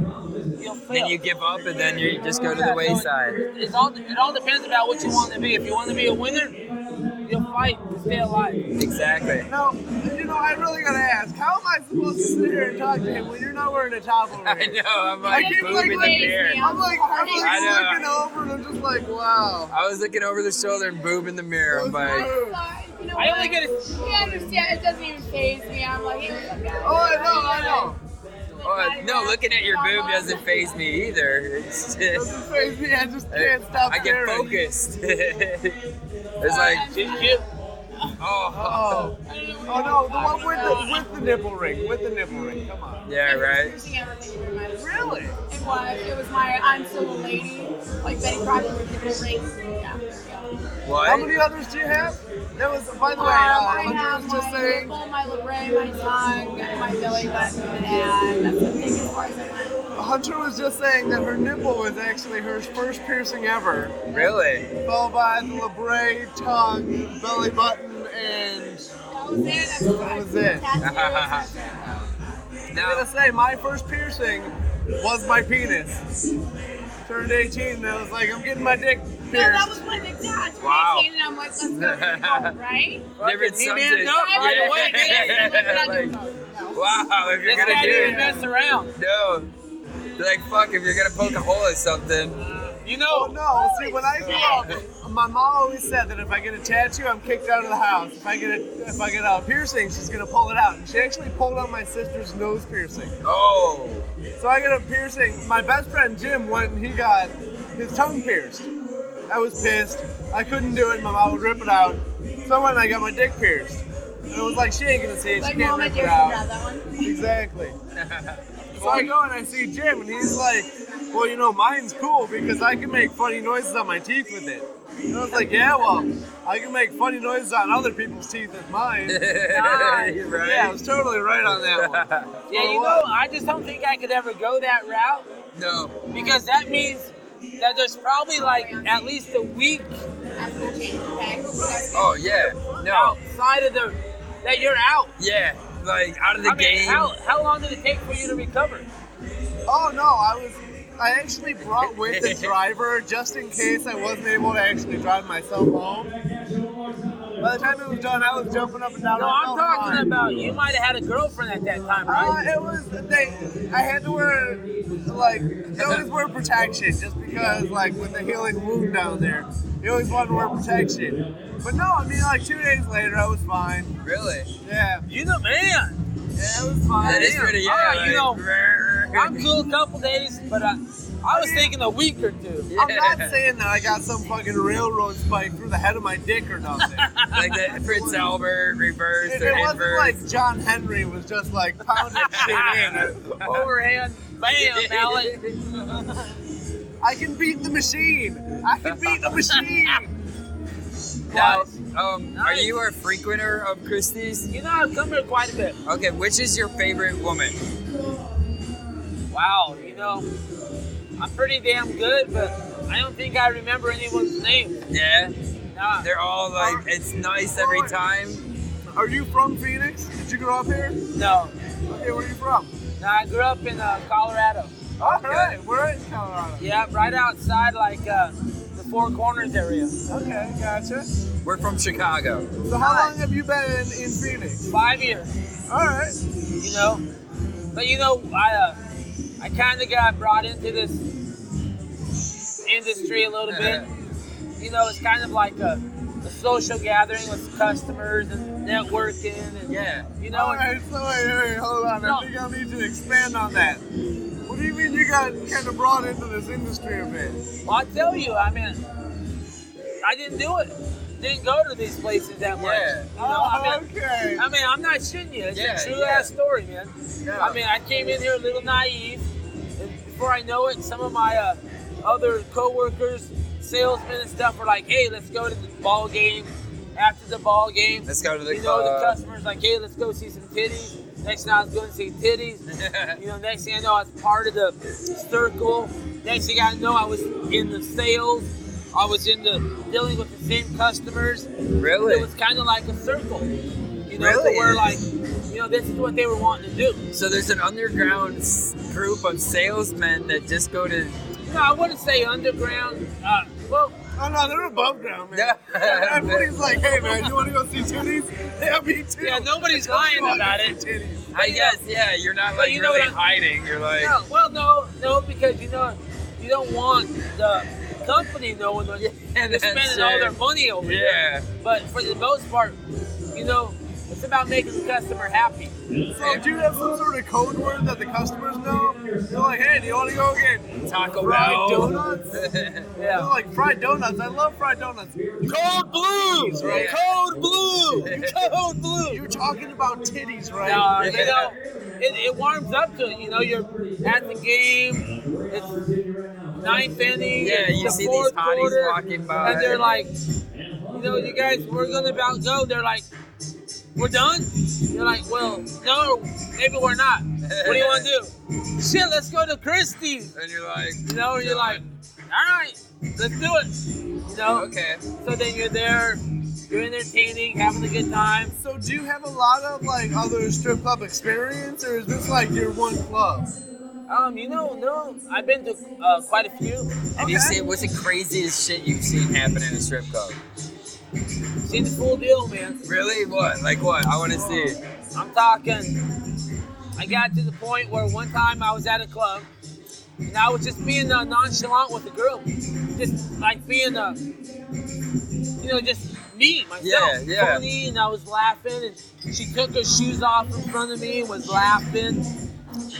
Speaker 8: you'll fail.
Speaker 3: Then you give up and then you just go to the
Speaker 8: Yeah, so
Speaker 3: wayside.
Speaker 8: It's all, it all depends about what you want to be. If you want to be a winner, you'll fight to stay alive.
Speaker 3: Exactly.
Speaker 4: Now, you know, I really gotta ask, how am I supposed to sit here and talk to him when you're not wearing a top over
Speaker 3: I
Speaker 4: here?
Speaker 3: know. I'm
Speaker 4: I
Speaker 3: like
Speaker 4: keep like,
Speaker 3: moving the
Speaker 4: looking-
Speaker 3: beer.
Speaker 4: I'm like, I'm
Speaker 3: I know.
Speaker 4: like looking over and I'm just like, wow.
Speaker 3: I was looking over the shoulder and boob in the mirror. I'm like,
Speaker 9: You know
Speaker 8: I only
Speaker 9: what?
Speaker 8: get a
Speaker 9: He understands. It doesn't even phase me. I'm like, he was a guy.
Speaker 4: Oh, I know, I know.
Speaker 3: oh, no, looking at your boob doesn't phase me either. It's just,
Speaker 4: Doesn't faze me. I just can't stop
Speaker 3: I get
Speaker 4: staring.
Speaker 3: focused. it's like,
Speaker 8: Did you?
Speaker 3: oh,
Speaker 4: Oh, oh no, the one with the with the nipple ring, with the nipple ring. Come on.
Speaker 3: yeah, right.
Speaker 9: Really? It was. It was my I'm still a lady, like Betty Crocker with different rings. Yeah.
Speaker 3: What?
Speaker 4: How many others do you have? That was, by the
Speaker 9: Um,
Speaker 4: way,
Speaker 9: I
Speaker 4: uh, Hunter
Speaker 9: have
Speaker 4: was
Speaker 9: my
Speaker 4: just saying.
Speaker 9: nipple, my labret, my tongue, and my belly button, and that's the thing as far as I went.
Speaker 4: Hunter was just saying that her nipple was actually her first piercing ever.
Speaker 3: Really?
Speaker 4: followed by the labret, tongue, belly button, and
Speaker 9: That was it.
Speaker 4: That was it.
Speaker 9: Tattoos.
Speaker 4: I'm
Speaker 3: Now,
Speaker 4: gonna say my first piercing was my penis. Turned 18 and I was like, I'm getting my dick
Speaker 9: No, that
Speaker 4: pierced.
Speaker 9: was my big dad.
Speaker 3: Wow.
Speaker 9: Wow. And I'm like, let's go, right?
Speaker 3: different
Speaker 8: He
Speaker 3: subject.
Speaker 8: manned up right
Speaker 3: Yeah.
Speaker 8: away.
Speaker 9: Like,
Speaker 3: Like,
Speaker 9: no.
Speaker 5: Wow, if you're
Speaker 3: This
Speaker 5: gonna
Speaker 3: guy
Speaker 5: do
Speaker 3: didn't
Speaker 5: it,
Speaker 3: mess around.
Speaker 5: No, They're like fuck. If you're gonna poke a hole at something,
Speaker 3: you know.
Speaker 4: Oh, no, see, when I grew up, my mom always said that if I get a tattoo, I'm kicked out of the house. If I get a if I get a piercing, she's gonna pull it out. And she actually pulled out my sister's nose piercing.
Speaker 5: Oh.
Speaker 4: So I got a piercing. My best friend Jim went and he got his tongue pierced. I was pissed. I couldn't do it. My mom would rip it out. So I went and I got my dick pierced. And it was like she ain't gonna see it.
Speaker 9: Like
Speaker 4: she can't
Speaker 9: Mama
Speaker 4: rip
Speaker 9: Dearest
Speaker 4: it out.
Speaker 9: had that one.
Speaker 4: Exactly. So I go and I see Jim, and he's like, "Well, you know, mine's cool because I can make funny noises on my teeth with it." And I was like, "Yeah, well, I can make funny noises on other people's teeth with mine."
Speaker 3: Nice.
Speaker 4: You're right. Yeah, I was totally right on that one.
Speaker 3: Yeah, you know, I just don't think I could ever go that route.
Speaker 5: No.
Speaker 3: Because that means that there's probably like at least a week
Speaker 5: Oh yeah. No.
Speaker 3: outside of the that you're out.
Speaker 5: Yeah. Like out of the
Speaker 3: I mean,
Speaker 5: game.
Speaker 3: How, how long did it take for you to recover?
Speaker 4: Oh no, I was. I actually brought with the driver just in case I wasn't able to actually drive myself home. By the time it was done, I was jumping up and down.
Speaker 3: No,
Speaker 4: I
Speaker 3: I'm
Speaker 4: felt
Speaker 3: talking
Speaker 4: fine.
Speaker 3: about you might have had a girlfriend at that time,
Speaker 5: Oh,
Speaker 4: Uh,
Speaker 3: right?
Speaker 4: it was they. I had to wear like they always wear protection just because like with the healing wound down there, you always want to wear protection. But no, I mean like two days later I was fine.
Speaker 5: really?
Speaker 4: Yeah,
Speaker 3: You know, man.
Speaker 4: yeah, it was fine.
Speaker 5: That is pretty. Yeah.
Speaker 3: Alright, you
Speaker 5: like,
Speaker 3: know,
Speaker 5: rrr.
Speaker 3: I'm cool a couple days, but I, I was thinking a week or two.
Speaker 5: Yeah.
Speaker 4: I'm not saying that I got some fucking railroad spike through the head of my dick or nothing.
Speaker 5: like that Prince Albert reverse
Speaker 4: If
Speaker 5: or
Speaker 4: it wasn't
Speaker 5: inverse.
Speaker 4: like John Henry was just like pounding shit in,
Speaker 3: Overhand, bam, mallet.
Speaker 4: I can beat the machine. I can beat the machine.
Speaker 5: now, um, are
Speaker 3: Nice.
Speaker 5: you a frequenter of Christie's?
Speaker 3: You know, I've come here quite a bit.
Speaker 5: Okay, which is your favorite woman?
Speaker 3: Wow, you know, I'm pretty damn good, but I don't think I remember anyone's name.
Speaker 5: Yeah,
Speaker 3: Nah,
Speaker 5: they're all like it's nice every time.
Speaker 4: Are you from Phoenix? Did you grow up here?
Speaker 3: no.
Speaker 4: Okay, where are you from?
Speaker 3: No, I grew up in uh, Colorado.
Speaker 4: All right, we're in Colorado.
Speaker 3: Yeah, right outside like uh, the Four Corners area.
Speaker 4: Okay, gotcha. So
Speaker 5: We're from Chicago.
Speaker 4: how long have you been in, in Phoenix?
Speaker 3: Five years,
Speaker 4: All right.
Speaker 3: you know. But you know, I uh, I kind of got brought into this industry a little bit. You know, it's kind of like a, a social gathering with customers and networking and
Speaker 5: Yeah.
Speaker 3: you know.
Speaker 4: All right, so wait, wait, hold on.
Speaker 3: No.
Speaker 4: I think I'll need you to expand on that. What do you mean you got kind of brought into this industry a bit?
Speaker 3: Well, I tell you, I mean, I didn't do it. Didn't go to these places that much.
Speaker 5: Yeah.
Speaker 3: You know, I
Speaker 4: Oh,
Speaker 3: mean,
Speaker 4: okay.
Speaker 3: I mean, I'm not shitting you. It's
Speaker 5: Yeah,
Speaker 3: a true
Speaker 5: yeah.
Speaker 3: ass story, man.
Speaker 5: Yeah.
Speaker 3: I mean, I came in here a little naive, and before I know it, some of my uh, other coworkers, salesmen and stuff, were like, "Hey, let's go to the ball game." After the ball game,
Speaker 5: Let's go to the
Speaker 3: you know
Speaker 5: club.
Speaker 3: the customers like, "Hey, let's go see some titties." Next thing I was going to see titties. you know, next thing I know, I was part of the circle. Next thing I know, I was in the sales. I was in the dealing with the same customers.
Speaker 5: Really?
Speaker 3: It was kind of like a circle. You know,
Speaker 5: Really?
Speaker 3: to where like, you know, this is what they were wanting to do.
Speaker 5: So there's an underground s- group of salesmen that just go to.
Speaker 3: No, I wouldn't say underground. Uh, well,
Speaker 4: Oh no, they're above ground, man.
Speaker 5: Yeah.
Speaker 4: Everybody's like, hey man, you want to go see titties? Yeah, me too.
Speaker 3: yeah, nobody's lying
Speaker 4: Fuck,
Speaker 3: about
Speaker 4: see
Speaker 3: it.
Speaker 4: Titties.
Speaker 5: I guess yeah, you're not
Speaker 3: But
Speaker 5: like
Speaker 3: you know
Speaker 5: really
Speaker 3: what I-
Speaker 5: hiding. You're like
Speaker 3: No, well, no, no, because you know, you don't want the company knowing that
Speaker 5: Yeah,
Speaker 3: they're
Speaker 5: that's
Speaker 3: spending all
Speaker 5: it.
Speaker 3: their money over
Speaker 5: yeah.
Speaker 3: here. But for the most part, you know, it's about making the customer happy.
Speaker 4: So do you have some sort of code word that the customers know? They're like, hey, do you want to go get
Speaker 5: Taco
Speaker 4: fried
Speaker 5: Bell.
Speaker 4: donuts? They're
Speaker 3: Yeah.
Speaker 4: like fried donuts. I love fried donuts.
Speaker 3: Cold blue,
Speaker 5: right?
Speaker 3: cold blue, cold blue.
Speaker 4: You're talking about titties, right?
Speaker 3: No, you know, it, it warms up to it. You know, you're at the game. It's ninth inning.
Speaker 5: Yeah,
Speaker 3: it's
Speaker 5: you
Speaker 3: the
Speaker 5: see these
Speaker 3: fourth
Speaker 5: hotties
Speaker 3: quarter,
Speaker 5: walking by.
Speaker 3: and they're like, you know, you guys, we're gonna about go. They're like, we're done. You're like, well, no, maybe we're not. What do you want to do? Shit, let's go to Christie's.
Speaker 5: and you're like
Speaker 3: You know, and you're like, all right, let's do it. You know,
Speaker 5: okay.
Speaker 3: so then you're there, you're entertaining, having a good time.
Speaker 4: So do you have a lot of like other strip club experience, or is this like your one club?
Speaker 3: Um, you know, no, I've been to uh, quite a few.
Speaker 5: Have you seen what's the craziest shit you've seen happen in a strip club?
Speaker 3: Seen the full deal, man.
Speaker 5: Really? What? Like what? I want to see.
Speaker 3: I'm talking
Speaker 5: I got to the point where one time I was at a club and I was just being uh, nonchalant with the girl, just like being uh, you know, just me myself,
Speaker 3: Yeah, yeah.
Speaker 5: Tony, and I was laughing, and she took her shoes off in front of me and was laughing,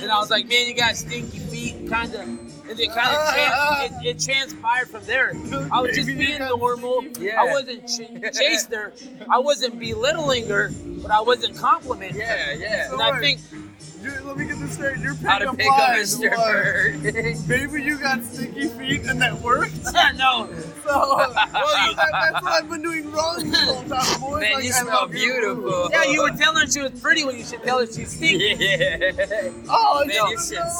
Speaker 5: and I was like, man, you got stinky feet, kind of. And it kind of tran- it, it transpired from there. I was just being normal.
Speaker 3: Yeah.
Speaker 5: I wasn't ch- chased her. I wasn't belittling her, but I wasn't complimenting her.
Speaker 3: Yeah, yeah.
Speaker 5: And I think
Speaker 4: You're, let me get this straight. You're
Speaker 5: How to
Speaker 4: picking
Speaker 5: pick up a
Speaker 4: lies,
Speaker 5: stripper.
Speaker 4: love. Maybe you got sticky feet and that worked.
Speaker 5: no.
Speaker 4: So, well, that, that's what I've been doing wrong this whole time, boys.
Speaker 5: Man,
Speaker 4: like,
Speaker 5: you
Speaker 4: I
Speaker 5: smell
Speaker 4: love you.
Speaker 5: beautiful. Yeah, you were telling her she was pretty when you should tell her she's stinky. Yeah.
Speaker 4: Oh,
Speaker 5: Man,
Speaker 4: no.
Speaker 5: you should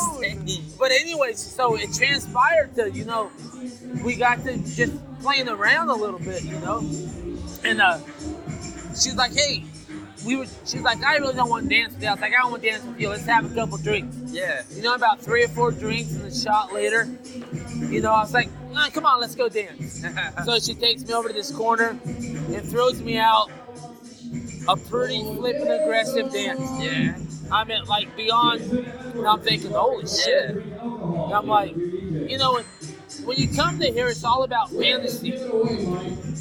Speaker 5: stink. But anyways, so it transpired to, you know, we got to just playing around a little bit, you know? And uh, she's like, hey, we were, she's like, I really don't want to dance with you. I was like, I don't want to dance with you. Let's have a couple drinks.
Speaker 3: Yeah.
Speaker 5: You know, about three or four drinks and a shot later, you know, I was like, "Ah, come on, let's go dance. so she takes me over to this corner and throws me out a pretty flippin' aggressive dance.
Speaker 3: Yeah.
Speaker 5: I meant like beyond, and I'm thinking, holy shit. And I'm like, you know, when, when you come to here, it's all about fantasy.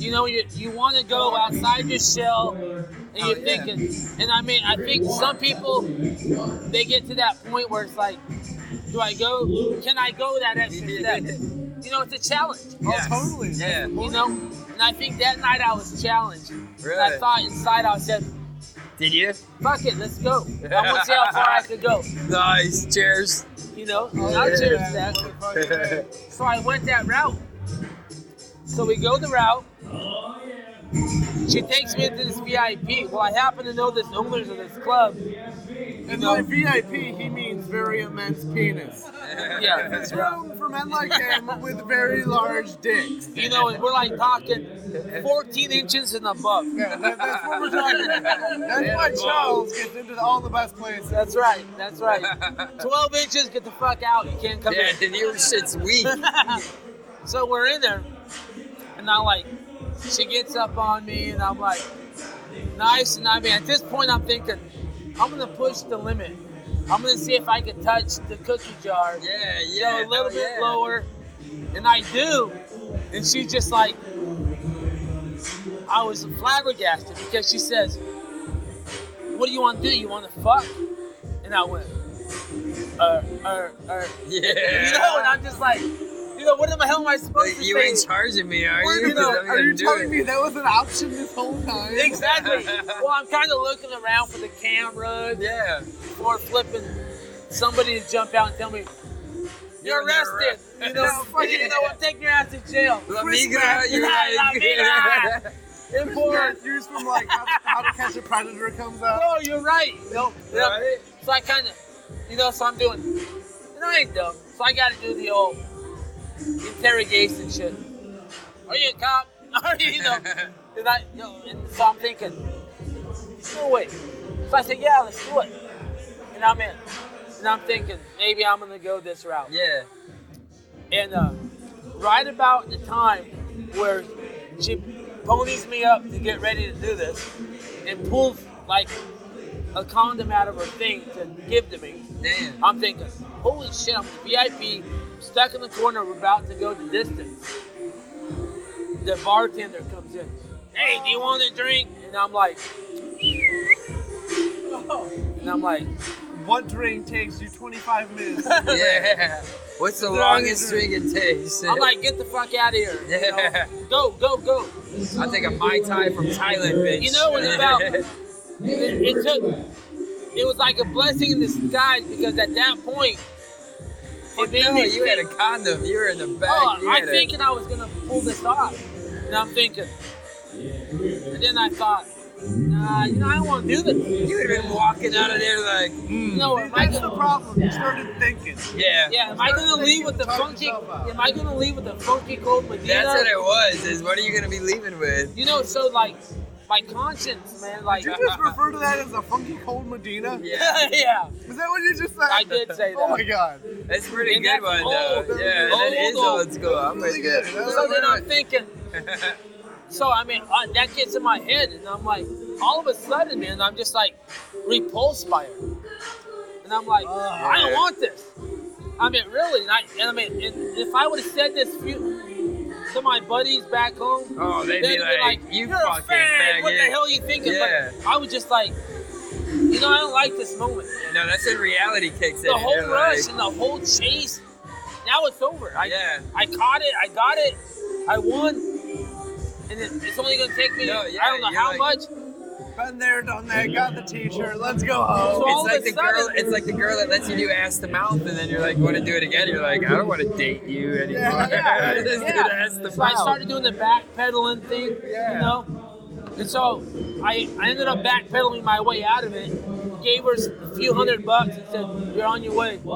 Speaker 5: You know, you, you want to go outside your shell, and you're thinking, and I mean, I think some people, they get to that point where it's like, do I go? Can I go that extra step? You know, it's a challenge.
Speaker 3: Yes. totally. Yeah.
Speaker 5: You know, and I think that night I was challenged. And I
Speaker 3: Really?
Speaker 5: thought inside I said,
Speaker 3: Did you?
Speaker 5: fuck it, let's go. I want to see how far I could go.
Speaker 3: Nice. Cheers.
Speaker 5: You know, and I
Speaker 3: Yeah.
Speaker 5: cheers to that. So I went that route. So we go the route. She takes me into this VIP. Well, I happen to know this owners of this club.
Speaker 4: And by VIP, he means very immense penis.
Speaker 5: Yeah, that's
Speaker 4: It's
Speaker 5: right.
Speaker 4: room for men like him with very large dicks.
Speaker 5: You know, and we're like talking 14 inches and above.
Speaker 4: Yeah, that, that's what we're talking about. That's why Charles gets into all the best places.
Speaker 5: That's right. That's right. 12 inches, get the fuck out. You can't come
Speaker 3: Yeah,
Speaker 5: in.
Speaker 3: dude, your shit's weak.
Speaker 5: so we're in there, and I like, she gets up on me, and I'm like, nice. And I mean, at this point, I'm thinking, I'm gonna push the limit. I'm gonna see if I can touch the cookie jar.
Speaker 3: Yeah,
Speaker 5: you know,
Speaker 3: yeah,
Speaker 5: a little
Speaker 3: hell
Speaker 5: bit
Speaker 3: yeah.
Speaker 5: lower, and I do, and she's just like, I was flabbergasted because she says, "What do you want to do? You want to fuck?" And I went, "Uh, uh, uh."
Speaker 3: Yeah.
Speaker 5: You know, and I'm just like, you know, what the hell am I supposed
Speaker 3: Like,
Speaker 5: to
Speaker 3: you
Speaker 5: say?
Speaker 3: ain't charging me, are
Speaker 5: Wait
Speaker 3: you?
Speaker 5: a minute,
Speaker 3: 'Cause I'm
Speaker 4: Are
Speaker 3: gonna
Speaker 4: you
Speaker 3: do
Speaker 4: telling
Speaker 3: it.
Speaker 4: me that was an option this whole time?
Speaker 5: Exactly. well, I'm kind of looking around for the camera
Speaker 3: Yeah.
Speaker 5: or flipping somebody to jump out and tell me, you're,
Speaker 3: You're not
Speaker 5: arrested. You know,
Speaker 3: arrested.
Speaker 5: fucking, you know what? Take your ass to jail.
Speaker 3: La
Speaker 5: Chris
Speaker 3: migra,
Speaker 5: Pratt.
Speaker 3: you're
Speaker 5: La
Speaker 3: like-
Speaker 5: migra. In porn.
Speaker 4: Yours from like how, how to catch a predator comes out.
Speaker 5: Oh, you're right. You know, you know,
Speaker 3: Right?
Speaker 5: So I kind of, you know, so I'm doing, and I ain't dumb. So I got to do the old interrogation shit. Are you a cop? Are you, you know? And I, you know, and so I'm thinking, no way. So I said, yeah, let's do it. And I'm in. And I'm thinking, maybe I'm gonna go this route.
Speaker 3: Yeah.
Speaker 5: And uh, right about the time where she ponies me up to get ready to do this and pulls like a condom out of her thing to give to me,
Speaker 3: Damn.
Speaker 5: I'm thinking, holy shit, I'm the VIP, stuck in the corner, we're about to go the distance. The bartender comes in, hey, do you want a drink? And I'm like, and I'm like,
Speaker 4: What drink takes you 25 minutes?
Speaker 3: Yeah. What's the longest drink it takes?
Speaker 5: I'm like, get the fuck out of here. you know?
Speaker 3: Yeah.
Speaker 5: Go, go, go.
Speaker 3: I'll take a Mai Tai from Thailand, bitch.
Speaker 5: You know, it's about- it, it took it was like a blessing in disguise because at that point it made
Speaker 3: no,
Speaker 5: me
Speaker 3: you had a
Speaker 5: think,
Speaker 3: condom. You were in the back.
Speaker 5: oh,
Speaker 3: you
Speaker 5: I'm
Speaker 3: had a-
Speaker 5: thinking I was gonna pull this off. And I'm thinking and then I thought, nah, you know, I don't wanna do this.
Speaker 3: You would have been walking out of there like,
Speaker 5: You know, am I
Speaker 4: That's the
Speaker 5: gonna
Speaker 4: problem. You started thinking.
Speaker 3: yeah.
Speaker 5: yeah, am I gonna leave with the
Speaker 4: Talk
Speaker 5: funky
Speaker 4: yourself out.
Speaker 5: am I gonna leave with the funky cold Medina?
Speaker 3: That's what it was. Is what are you gonna be leaving with?
Speaker 5: you know, so like my conscience, man, like
Speaker 4: Did you just refer to that as a funky cold Medina?
Speaker 3: Yeah,
Speaker 5: yeah.
Speaker 4: Is that what you just said?
Speaker 5: I did say
Speaker 4: Oh my
Speaker 5: that.
Speaker 4: god.
Speaker 3: that's a pretty
Speaker 5: And
Speaker 3: good
Speaker 5: that's
Speaker 3: one
Speaker 5: old.
Speaker 3: though. Yeah, that is
Speaker 5: Old, old.
Speaker 3: old school. I'm with
Speaker 4: Really
Speaker 3: you.
Speaker 4: good. That's
Speaker 5: So then I'm thinking, so I mean, uh, that gets in my head, and I'm like, all of a sudden, man, I'm just like repulsed by her. and I'm like, I don't want this. I mean, really, not, and I mean, and if I would have said this few, to my buddies back home,
Speaker 11: Oh, they'd be
Speaker 5: have
Speaker 11: like, "You
Speaker 5: are
Speaker 11: fucking
Speaker 5: a fag. What the
Speaker 11: faggot."
Speaker 5: hell you thinking?
Speaker 11: Yeah.
Speaker 5: But I was just like, you know, I don't like this moment.
Speaker 3: No, that's when reality kicks in.
Speaker 5: The whole
Speaker 3: You're like-
Speaker 5: rush and the whole chase. Now it's over. I,
Speaker 3: Yeah.
Speaker 5: I caught it. I got it. I won. And it, it's only gonna take me.
Speaker 3: No, yeah,
Speaker 5: I don't know
Speaker 3: you're
Speaker 5: how
Speaker 3: like-
Speaker 5: much.
Speaker 4: Been there, done that. Got the T-shirt. Let's go
Speaker 5: So
Speaker 4: home.
Speaker 5: all
Speaker 3: it's
Speaker 5: of
Speaker 3: like the
Speaker 5: a sudden-
Speaker 3: girl. It's like the girl that lets you do ass to mouth, and then you're like, want to do it again? You're like, I don't want to date you anymore.
Speaker 5: yeah,
Speaker 3: Just do
Speaker 5: yeah.
Speaker 3: the ass to
Speaker 5: So I
Speaker 3: mouth.
Speaker 5: started doing the backpedaling thing, you know. And so I, I ended up backpedaling my way out of it. Gave her a few hundred bucks and said, "You're on your way." And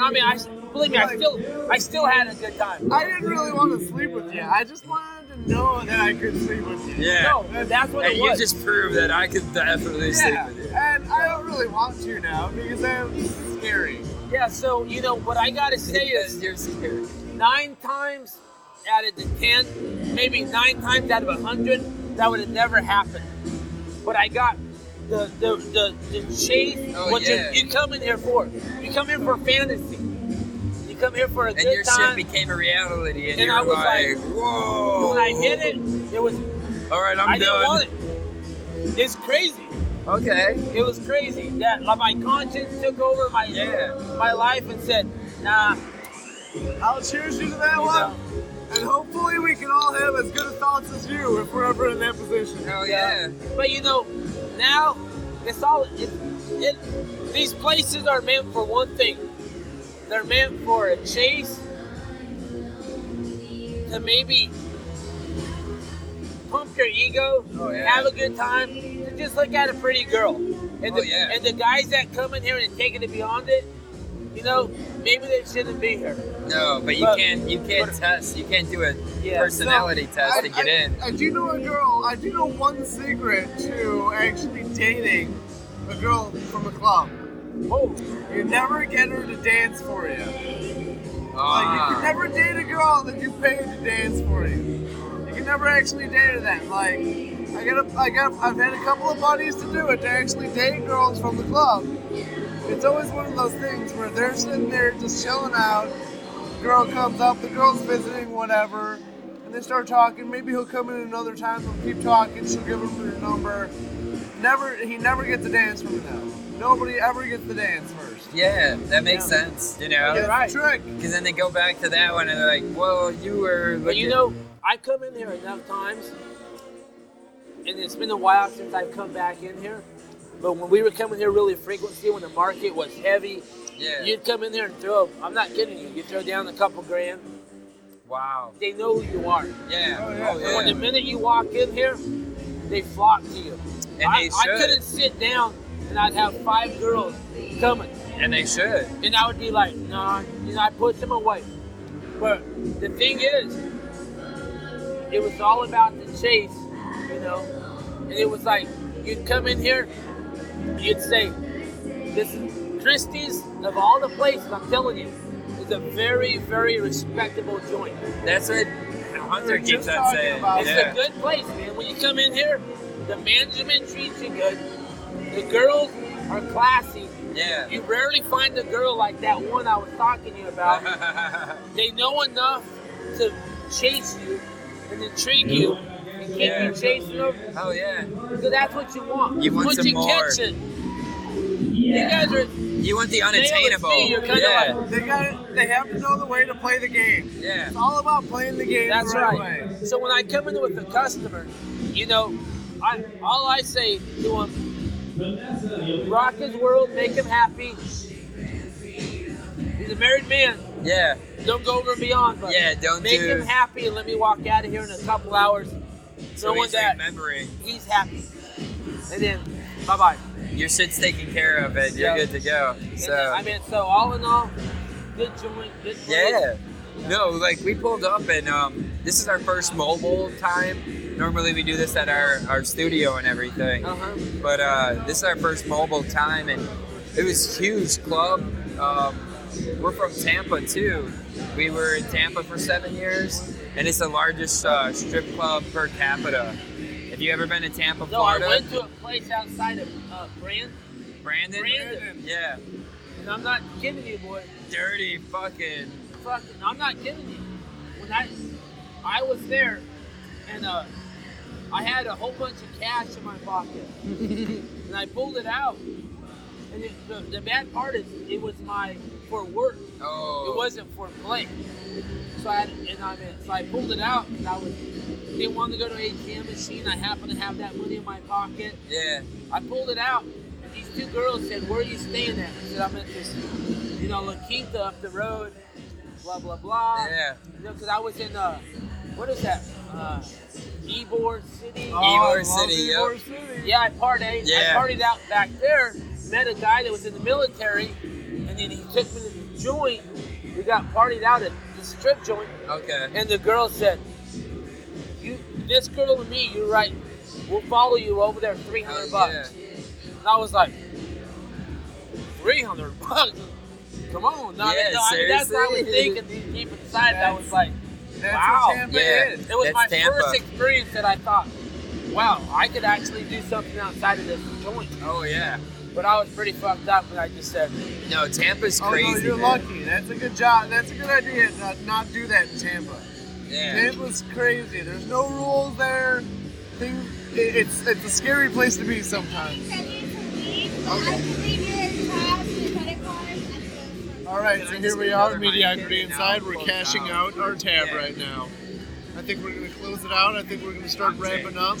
Speaker 5: I mean, I believe me, I still I still had a good time.
Speaker 4: I didn't really want to sleep with you. I just wanted to know that I could sleep with you.
Speaker 3: Yeah.
Speaker 5: No, that's what
Speaker 3: Hey,
Speaker 5: it
Speaker 3: you
Speaker 5: was.
Speaker 3: just proved that I could definitely sleep
Speaker 4: Yeah.
Speaker 3: with you.
Speaker 4: And I don't really want to now because I'm scary.
Speaker 5: yeah. So you know what I gotta say is
Speaker 3: You're scared.
Speaker 5: nine times out of the ten, maybe nine times out of a hundred, that would have never happened. But I got the the the, the chase.
Speaker 3: Oh,
Speaker 5: what
Speaker 3: yeah.
Speaker 5: you, you come in here for? You come here for fantasy. You come here for a
Speaker 3: And
Speaker 5: good
Speaker 3: your
Speaker 5: time.
Speaker 3: shit became a reality, and,
Speaker 5: And
Speaker 3: you're
Speaker 5: I was
Speaker 3: like,
Speaker 5: like-
Speaker 3: whoa.
Speaker 5: when I hit it, it was
Speaker 3: All right, I'm done.
Speaker 5: I didn't want it. It's crazy.
Speaker 3: Okay.
Speaker 5: It was crazy that like, my conscience took over my
Speaker 3: Yeah.
Speaker 5: my life and said, nah.
Speaker 4: I'll cheers you to that
Speaker 5: You
Speaker 4: one.
Speaker 5: know.
Speaker 4: And hopefully we can all have as good a thoughts as you if we're ever in that position.
Speaker 3: Hell yeah.
Speaker 5: But you know, now it's all it, it, these places are meant for one thing. They're meant for a chase to maybe pump your ego,
Speaker 3: Oh, yeah.
Speaker 5: have a good time, to just look at a pretty girl. And
Speaker 3: Oh,
Speaker 5: the,
Speaker 3: yeah.
Speaker 5: and the guys that come in here and take it beyond it, you know, maybe they shouldn't be here.
Speaker 3: No, but you
Speaker 5: But-
Speaker 3: can't. You can't test. You can't do a
Speaker 5: Yeah.
Speaker 3: personality test
Speaker 4: I,
Speaker 3: to get
Speaker 4: I-
Speaker 3: in.
Speaker 4: I do know a girl. I do know one secret to actually dating a girl from a club.
Speaker 5: Oh,
Speaker 4: You never get her to dance for you. Like you
Speaker 3: Ah.
Speaker 4: can never date a girl that you paid to dance for you. You can never actually date her then. Like I got a, I got, a, I've had a couple of buddies to do it to actually date girls from the club. It's always one of those things where they're sitting there just chilling out. Girl comes up, the girl's visiting, whatever, and they start talking. Maybe he'll come in another time. They'll keep talking. She'll give him her number. Never, he never gets a dance from her though. Nobody ever gets the dance first.
Speaker 3: Yeah, that makes sense. You know.
Speaker 4: That's the trick.
Speaker 3: Because then they go back to that one and they're like, well, you were.
Speaker 5: But you know, I come in here enough times, and it's been a while since I've come back in here. But when we were coming here really frequently, when the market was heavy,
Speaker 3: Yeah.
Speaker 5: you'd come in there and throw. I'm not kidding you. You throw down a couple grand.
Speaker 3: wow.
Speaker 5: They know who you are.
Speaker 3: Yeah.
Speaker 4: Oh, yeah.
Speaker 3: Oh,
Speaker 5: And when the
Speaker 3: yeah.
Speaker 5: minute you walk in here, they flock to you.
Speaker 3: And
Speaker 5: I,
Speaker 3: they
Speaker 5: I
Speaker 3: should.
Speaker 5: couldn't sit down, and I'd have five girls coming.
Speaker 3: And they should.
Speaker 5: And I would be like, nah, you know, I put them away. But the thing is, it was all about the chase, you know. And it was like, you'd come in here, you'd say, this is Christie's, of all the places, I'm telling you, is a very, very respectable joint.
Speaker 3: That's what Hunter
Speaker 4: Just
Speaker 3: keeps on
Speaker 4: talking
Speaker 3: saying.
Speaker 4: about
Speaker 5: It's
Speaker 3: Yeah.
Speaker 5: a good place, man. When you come in here, the management treats you good. The girls are classy.
Speaker 3: Yeah.
Speaker 5: You rarely find a girl like that one I was talking to you about. They know enough to chase you and intrigue you and keep
Speaker 3: Yeah.
Speaker 5: you chasing them.
Speaker 3: oh, yeah.
Speaker 5: So that's what you want.
Speaker 3: You want
Speaker 5: Once
Speaker 3: some
Speaker 5: you
Speaker 3: more.
Speaker 5: catch it, you guys are
Speaker 3: You want the
Speaker 5: and
Speaker 3: unattainable.
Speaker 5: me, you're kinda
Speaker 3: yeah.
Speaker 5: like-
Speaker 4: They got. They have to know the way to play the game.
Speaker 3: yeah.
Speaker 4: It's all about playing the game.
Speaker 5: That's
Speaker 4: the right.
Speaker 5: right.
Speaker 4: Way.
Speaker 5: So when I come in with a customer, you know, I all I say to him, rock his world, make him happy. He's a married man.
Speaker 3: Yeah.
Speaker 5: Don't go over and beyond, but
Speaker 3: Yeah, don't
Speaker 5: make
Speaker 3: do-
Speaker 5: him happy and let me walk out of here in a couple hours.
Speaker 3: So
Speaker 5: knowing
Speaker 3: he's
Speaker 5: that
Speaker 3: remembering.
Speaker 5: he's happy. And then bye bye.
Speaker 3: Your shit's taken care of and you're
Speaker 5: Yeah.
Speaker 3: good to go. So.
Speaker 5: I mean so all in all, good joint, good place.
Speaker 3: Yeah. No, like we pulled up and um, this is our first mobile time. Normally we do this at our, our studio and everything.
Speaker 5: Uh-huh.
Speaker 3: But uh, this is our first mobile time and it was huge club. Um, we're from Tampa too. We were in Tampa for seven years and it's the largest uh, strip club per capita. Have you ever been to Tampa,
Speaker 5: No, I
Speaker 3: Florida?
Speaker 5: went to a place outside of uh, Brand.
Speaker 3: Brandon?
Speaker 5: Brandon.
Speaker 3: Yeah.
Speaker 8: And I'm not kidding you, boy.
Speaker 12: Dirty fucking.
Speaker 8: Fucking, I'm not kidding you. When I, I was there, and uh, I had a whole bunch of cash in my pocket, and I pulled it out. And it, the, the bad part is, it was my for work.
Speaker 12: Oh.
Speaker 8: It wasn't for play. So I had, and I mean, so I pulled it out, and I was didn't want to go to an ATM machine. I happened to have that money in my pocket.
Speaker 12: Yeah.
Speaker 8: I pulled it out, and these two girls said, "Where are you staying at?" I said, "I'm at this, you know, La Quinta up the road." Blah blah blah.
Speaker 12: Yeah.
Speaker 8: You know, because I was in uh, what is that? Uh, Ybor City.
Speaker 12: Ybor City,
Speaker 8: Ybor
Speaker 12: yep.
Speaker 8: City. Yeah, I partied.
Speaker 12: Yeah.
Speaker 8: I partied out back there. Met a guy that was in the military, and then he took me to the joint. We got partied out at the strip joint.
Speaker 12: Okay.
Speaker 8: And the girl said, "You, this girl and me, you're right. We'll follow you over there, three hundred bucks." And I was like, 300 bucks? Come on, no,
Speaker 12: Yeah,
Speaker 8: no, I mean, that's what I was
Speaker 12: seriously.
Speaker 8: thinking deep- deep inside. I was like,
Speaker 12: that's
Speaker 8: wow,
Speaker 12: what Tampa Yeah, is.
Speaker 8: It was
Speaker 12: that's
Speaker 8: my
Speaker 12: Tampa.
Speaker 8: first experience that I thought, wow, I could actually do something outside of this joint.
Speaker 12: Oh yeah.
Speaker 8: But I was pretty fucked up, and I just said,
Speaker 12: No, Tampa's
Speaker 4: Oh,
Speaker 12: crazy.
Speaker 4: no, you're
Speaker 12: man.
Speaker 4: lucky. That's a good job. That's a good idea to not- not do that in Tampa.
Speaker 12: Yeah.
Speaker 4: Tampa's crazy. There's no rules there. Things, it, it's it's a scary place to be sometimes. All right, so here we are, mediocrity inside. We're cashing out our tab right now. I think we're gonna close it out. I think we're gonna start wrapping up.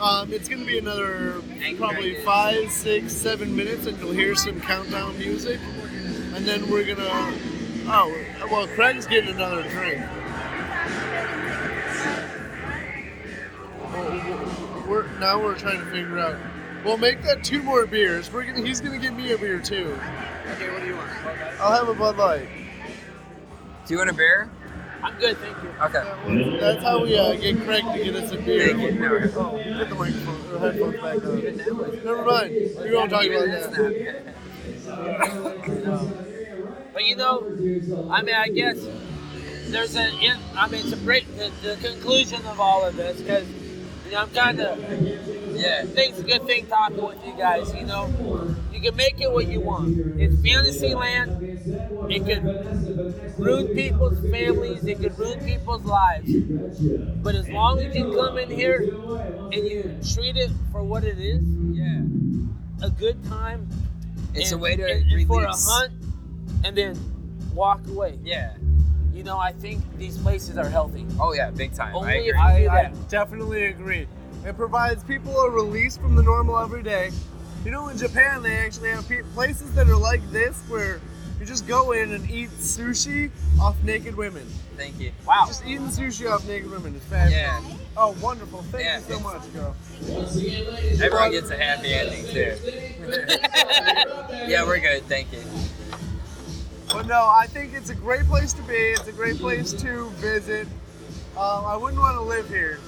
Speaker 4: Um, it's gonna be another probably five, six, seven minutes, and you'll hear some countdown music, and then we're gonna. Oh, well, Craig's getting another drink. Well, We're, now we're trying to figure out. We'll make that two more beers. We're gonna, he's gonna give me a beer too.
Speaker 5: Okay, what do you want?
Speaker 4: I'll have a Bud Light.
Speaker 12: Do you want a beer?
Speaker 8: I'm good, thank you.
Speaker 12: Okay.
Speaker 4: That's how we uh, get Craig to get us a beer. Oh, get the microphone or headphones back on. Never mind. We won't talk about that.
Speaker 8: But you know, I mean, I guess there's an. in- I mean, it's a break. The, the conclusion of all of this, because you know, I'm kind of.
Speaker 12: Yeah.
Speaker 8: Things good thing talking with you guys. You know, you can make it what you want. It's fantasy land. It could ruin people's families. It could ruin people's lives. But as long as you come in here and you treat it for what it is,
Speaker 12: yeah,
Speaker 8: a good time.
Speaker 12: It's
Speaker 8: and-
Speaker 12: a way to
Speaker 8: and, and for a
Speaker 12: release.
Speaker 8: hunt, and then walk away.
Speaker 12: Yeah.
Speaker 8: You know, I think these places are healthy.
Speaker 12: Oh yeah, big time.
Speaker 8: Only
Speaker 12: I agree.
Speaker 8: if you do that.
Speaker 4: definitely agree. It provides people a release from the normal everyday. You know, in Japan, they actually have pe- places that are like this where you just go in and eat sushi off naked women.
Speaker 12: Thank you.
Speaker 8: Wow.
Speaker 4: Just eating sushi off naked women is fabulous.
Speaker 12: Yeah.
Speaker 4: Oh, wonderful. Thank you so much, girl.
Speaker 12: Everyone gets a happy ending too. yeah, we're good. Thank you.
Speaker 4: But no, I think it's a great place to be. It's a great place to visit. Um, I wouldn't want to live here.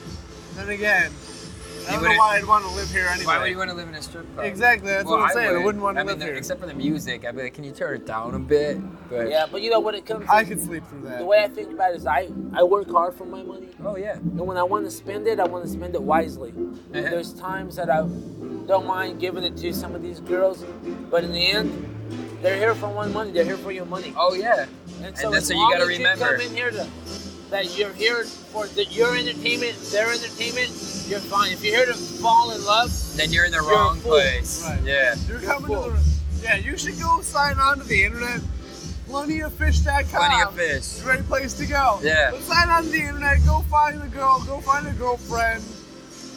Speaker 4: Then again, I
Speaker 12: You
Speaker 4: don't know
Speaker 12: wouldn't-
Speaker 4: why I'd want to live here anyway.
Speaker 12: Why would you want to live in a strip club?
Speaker 4: Exactly, that's
Speaker 12: Well,
Speaker 4: what I'm saying. I,
Speaker 12: would.
Speaker 4: wouldn't want to
Speaker 12: I mean,
Speaker 4: live
Speaker 12: the-
Speaker 4: here.
Speaker 12: Except for the music, I'd be like, can you turn it down a bit? But
Speaker 8: Yeah, but you know when it comes.
Speaker 4: I could sleep through that.
Speaker 8: The way I think about it is, I I work hard for my money.
Speaker 12: Oh yeah.
Speaker 8: And when I want to spend it, I want to spend it wisely. And There's times that I don't mind giving it to some of these girls, but in the end, they're here for one money. They're here for your money.
Speaker 12: Oh yeah.
Speaker 8: And
Speaker 12: And
Speaker 8: so
Speaker 12: that's what
Speaker 8: as
Speaker 12: you
Speaker 8: long
Speaker 12: gotta
Speaker 8: as
Speaker 12: remember.
Speaker 8: You come in here to, that you're here for the, your entertainment, their entertainment. You're fine. If you're here to fall in love,
Speaker 12: then you're in the
Speaker 8: You're a
Speaker 12: wrong
Speaker 8: fool.
Speaker 12: place.
Speaker 4: Right.
Speaker 12: Yeah.
Speaker 4: You're coming to the. Yeah, you should go sign on to the internet. Plentyoffish.com.
Speaker 12: Plenty of fish.
Speaker 4: Great place to go.
Speaker 12: Yeah.
Speaker 4: But sign on to the internet. Go find a girl. Go find a girlfriend.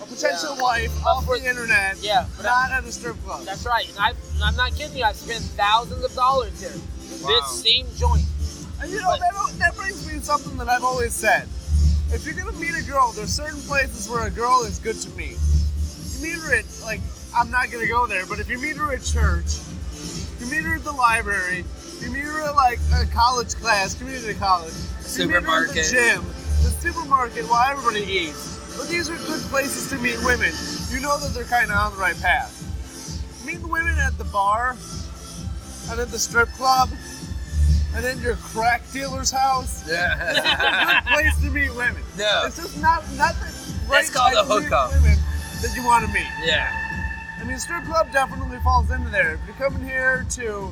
Speaker 4: A potential wife off the internet.
Speaker 8: Yeah, but
Speaker 4: Not at a strip club.
Speaker 8: That's right. And, I, and I'm not kidding you. I've spent thousands of dollars here. in
Speaker 4: Wow.
Speaker 8: This same joint.
Speaker 4: And you know, that, that brings me to something that I've always said. If you're gonna meet a girl, there's certain places where a girl is good to meet. You meet her at, like, I'm not gonna go there, but if you meet her at church, you meet her at the library, you meet her at, like, a college class, community college, you meet her at the
Speaker 12: Supermarket.
Speaker 4: gym, the supermarket where everybody eats. But these are good places to meet women. You know that they're kind of on the right path. Meet the women at the bar and at the strip club and in your crack dealer's house.
Speaker 12: Yeah.
Speaker 4: Good place to meet women.
Speaker 12: No.
Speaker 4: It's just not not the right
Speaker 12: That's called
Speaker 4: type
Speaker 12: a
Speaker 4: of
Speaker 12: hookup.
Speaker 4: Women that you want to meet.
Speaker 12: Yeah.
Speaker 4: I mean, strip club definitely falls into there. If you're coming here to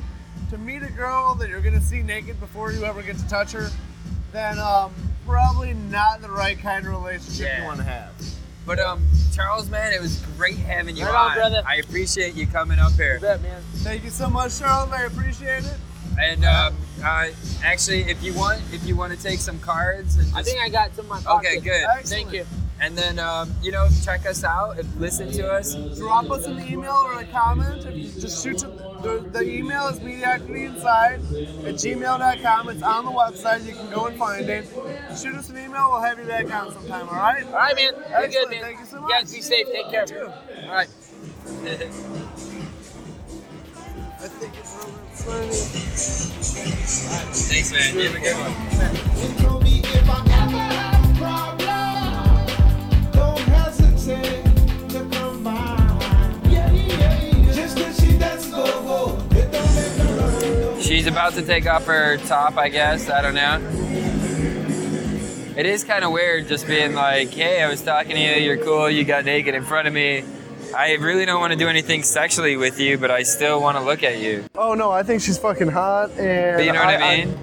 Speaker 4: to meet a girl that you're gonna see naked before you ever get to touch her, then um, probably not the right kind of relationship you want to have.
Speaker 3: But um, Charles, man, it was great having you
Speaker 4: Right on,
Speaker 3: on.
Speaker 4: brother.
Speaker 3: I appreciate you coming up here.
Speaker 4: man. Thank you so much, Charles. I appreciate it.
Speaker 3: And uh, uh, actually, if you want, if you want to take some cards, and
Speaker 13: I
Speaker 3: just-
Speaker 13: think I got some in my pocket.
Speaker 3: Okay, good.
Speaker 13: Thank you.
Speaker 3: And then um, you know, check us out and listen to us.
Speaker 4: Drop us an email or a comment. If you just shoot to, the, the email is mediocrityinsideat gmail.com. It's on the website. You can go and find it. Shoot us an email. We'll have you back on sometime. All right.
Speaker 13: All right, man. You're good,
Speaker 4: Excellent.
Speaker 13: man.
Speaker 4: Thank you so
Speaker 13: You
Speaker 4: much.
Speaker 13: guys be safe. Take care. All right.
Speaker 4: I think it's over.
Speaker 3: Thanks, man. You have a good one.
Speaker 2: Don't hesitate to come by. Yeah, yeah, yeah. Just 'cause she does go, go, it don't make no
Speaker 3: She's about to take off her top, I guess. I don't know. It is kind of weird just being like, hey, I was talking to you, you're cool, you got naked in front of me. I really don't want to do anything sexually with you, but I still want to look at you.
Speaker 4: Oh no, I think she's fucking hot, and
Speaker 3: But you know what I, mean?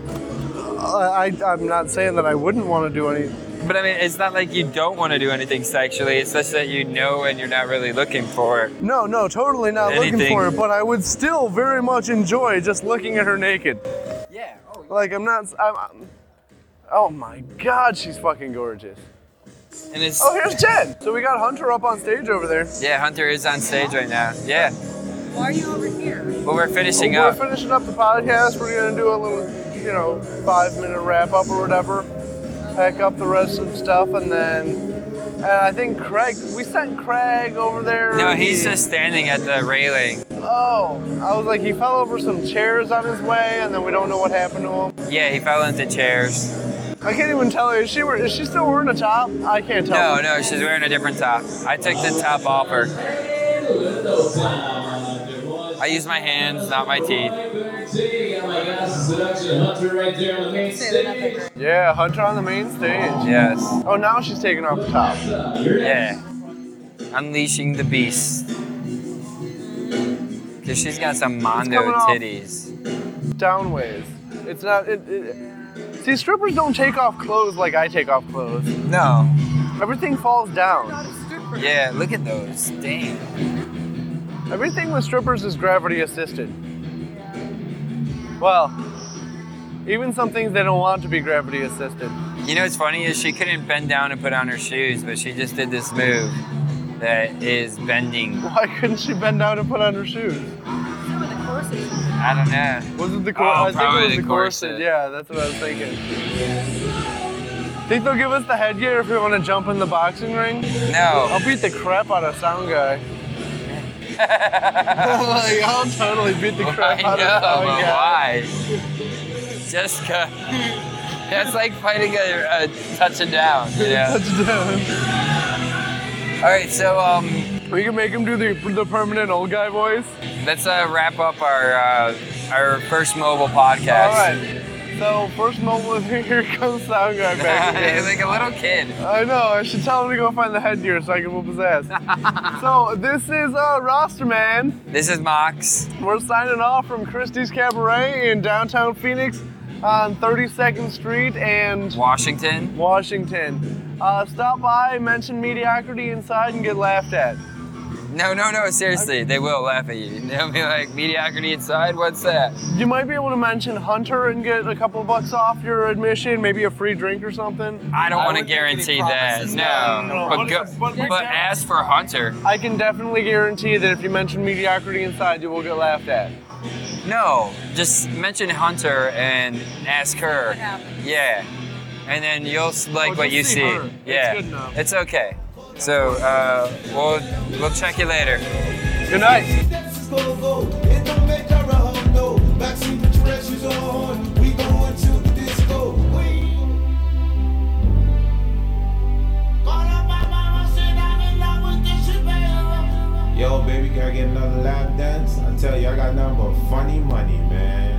Speaker 4: I, I, I'm not saying that I wouldn't want to do any.
Speaker 3: but I mean, it's not like you don't want to do anything sexually, it's just that you know and you're not really looking for it.
Speaker 4: No, no, totally not looking
Speaker 3: Anything.
Speaker 4: for it, but I would still very much enjoy just looking at her naked.
Speaker 3: Yeah.
Speaker 4: Like I'm not. I'm, I'm, oh my God, she's fucking gorgeous.
Speaker 3: And it's,
Speaker 4: Oh, here's Jen. So we got Hunter up on stage over there.
Speaker 3: yeah, Hunter is on stage right now. Yeah.
Speaker 14: Why are you over here?
Speaker 3: But we're finishing
Speaker 4: Oh, We're
Speaker 3: up.
Speaker 4: finishing up the podcast. We're gonna do a little, you know, five minute wrap up or whatever. Pack up the rest of the stuff, and then. And I think Craig. We sent Craig over there.
Speaker 3: No, he's
Speaker 4: He-
Speaker 3: just standing at the railing.
Speaker 4: Oh, I was like, he fell over some chairs on his way, and then we don't know what happened to him.
Speaker 3: Yeah, he fell into chairs.
Speaker 4: I can't even tell her. Is she wear- is she still wearing a top? I can't tell.
Speaker 3: No, no, she's wearing a different top. I took the top off her. I use my hands, not my teeth.
Speaker 4: Yeah, Hunter on the main stage.
Speaker 3: Yes.
Speaker 4: Oh, now she's taking off the top.
Speaker 3: Yeah. Unleashing the beast. Cause she's got some mondo
Speaker 4: coming off.
Speaker 3: titties.
Speaker 4: Downways. It's not. It, it, see, strippers don't take off clothes like I take off clothes.
Speaker 3: No.
Speaker 4: Everything falls down.
Speaker 3: Yeah, look at those. Damn.
Speaker 4: Everything with strippers is gravity assisted. Well, even some things they don't want to be gravity assisted.
Speaker 3: You know what's funny is she couldn't bend down and put on her shoes, but she just did this move that is bending.
Speaker 4: Why couldn't she bend down and put on her shoes?
Speaker 3: I don't know.
Speaker 4: Was it the
Speaker 3: Oh,
Speaker 4: corset? I think
Speaker 3: probably
Speaker 4: it was
Speaker 3: the
Speaker 4: the corset.
Speaker 3: corset.
Speaker 4: Yeah, that's what I was thinking. Think they'll give us the headgear if we want to jump in the boxing ring?
Speaker 3: No.
Speaker 4: I'll beat the crap out of sound guy. like, I'll totally beat the crap
Speaker 3: I
Speaker 4: out of
Speaker 3: know,
Speaker 4: sound
Speaker 3: but
Speaker 4: guy.
Speaker 3: why? Jessica. That's like fighting a, a touch and down. Yeah.
Speaker 4: Touchdown.
Speaker 3: All right, so um,
Speaker 4: we can make him do the, the permanent old guy voice.
Speaker 3: Let's uh, wrap up our uh, our first mobile podcast.
Speaker 4: All right. So first mobile, here comes sound guy back again.
Speaker 3: like a little kid.
Speaker 4: I know. I should tell him to go find the headgear so I can whoop his ass. so this is uh, Roster Man.
Speaker 3: This is Mox.
Speaker 4: We're signing off from Christie's Cabaret in downtown Phoenix on 32nd Street and
Speaker 3: Washington.
Speaker 4: Washington. Uh, stop by, mention mediocrity inside, and get laughed at.
Speaker 3: No, no, no. Seriously, they will laugh at you. They'll be like, "Mediocrity inside. What's that?"
Speaker 4: You might be able to mention Hunter and get a couple bucks off your admission, maybe a free drink or something.
Speaker 3: I don't want to guarantee that. No, but go, but, ask for Hunter.
Speaker 4: I can definitely guarantee that if you mention mediocrity inside, you will get laughed at.
Speaker 3: No, just mention Hunter and ask her. Yeah, and then you'll s- like what you see.
Speaker 4: Oh, her. It's
Speaker 3: Yeah,
Speaker 4: good enough.
Speaker 3: it's okay. So uh, we'll we'll check you later.
Speaker 4: Good night.
Speaker 2: It don't make her a hoe, no. Backseat the treasures on horn. We going to the disco. We. Yo, baby, can I get another lap dance? I tell you, I got nothing but funny money, man.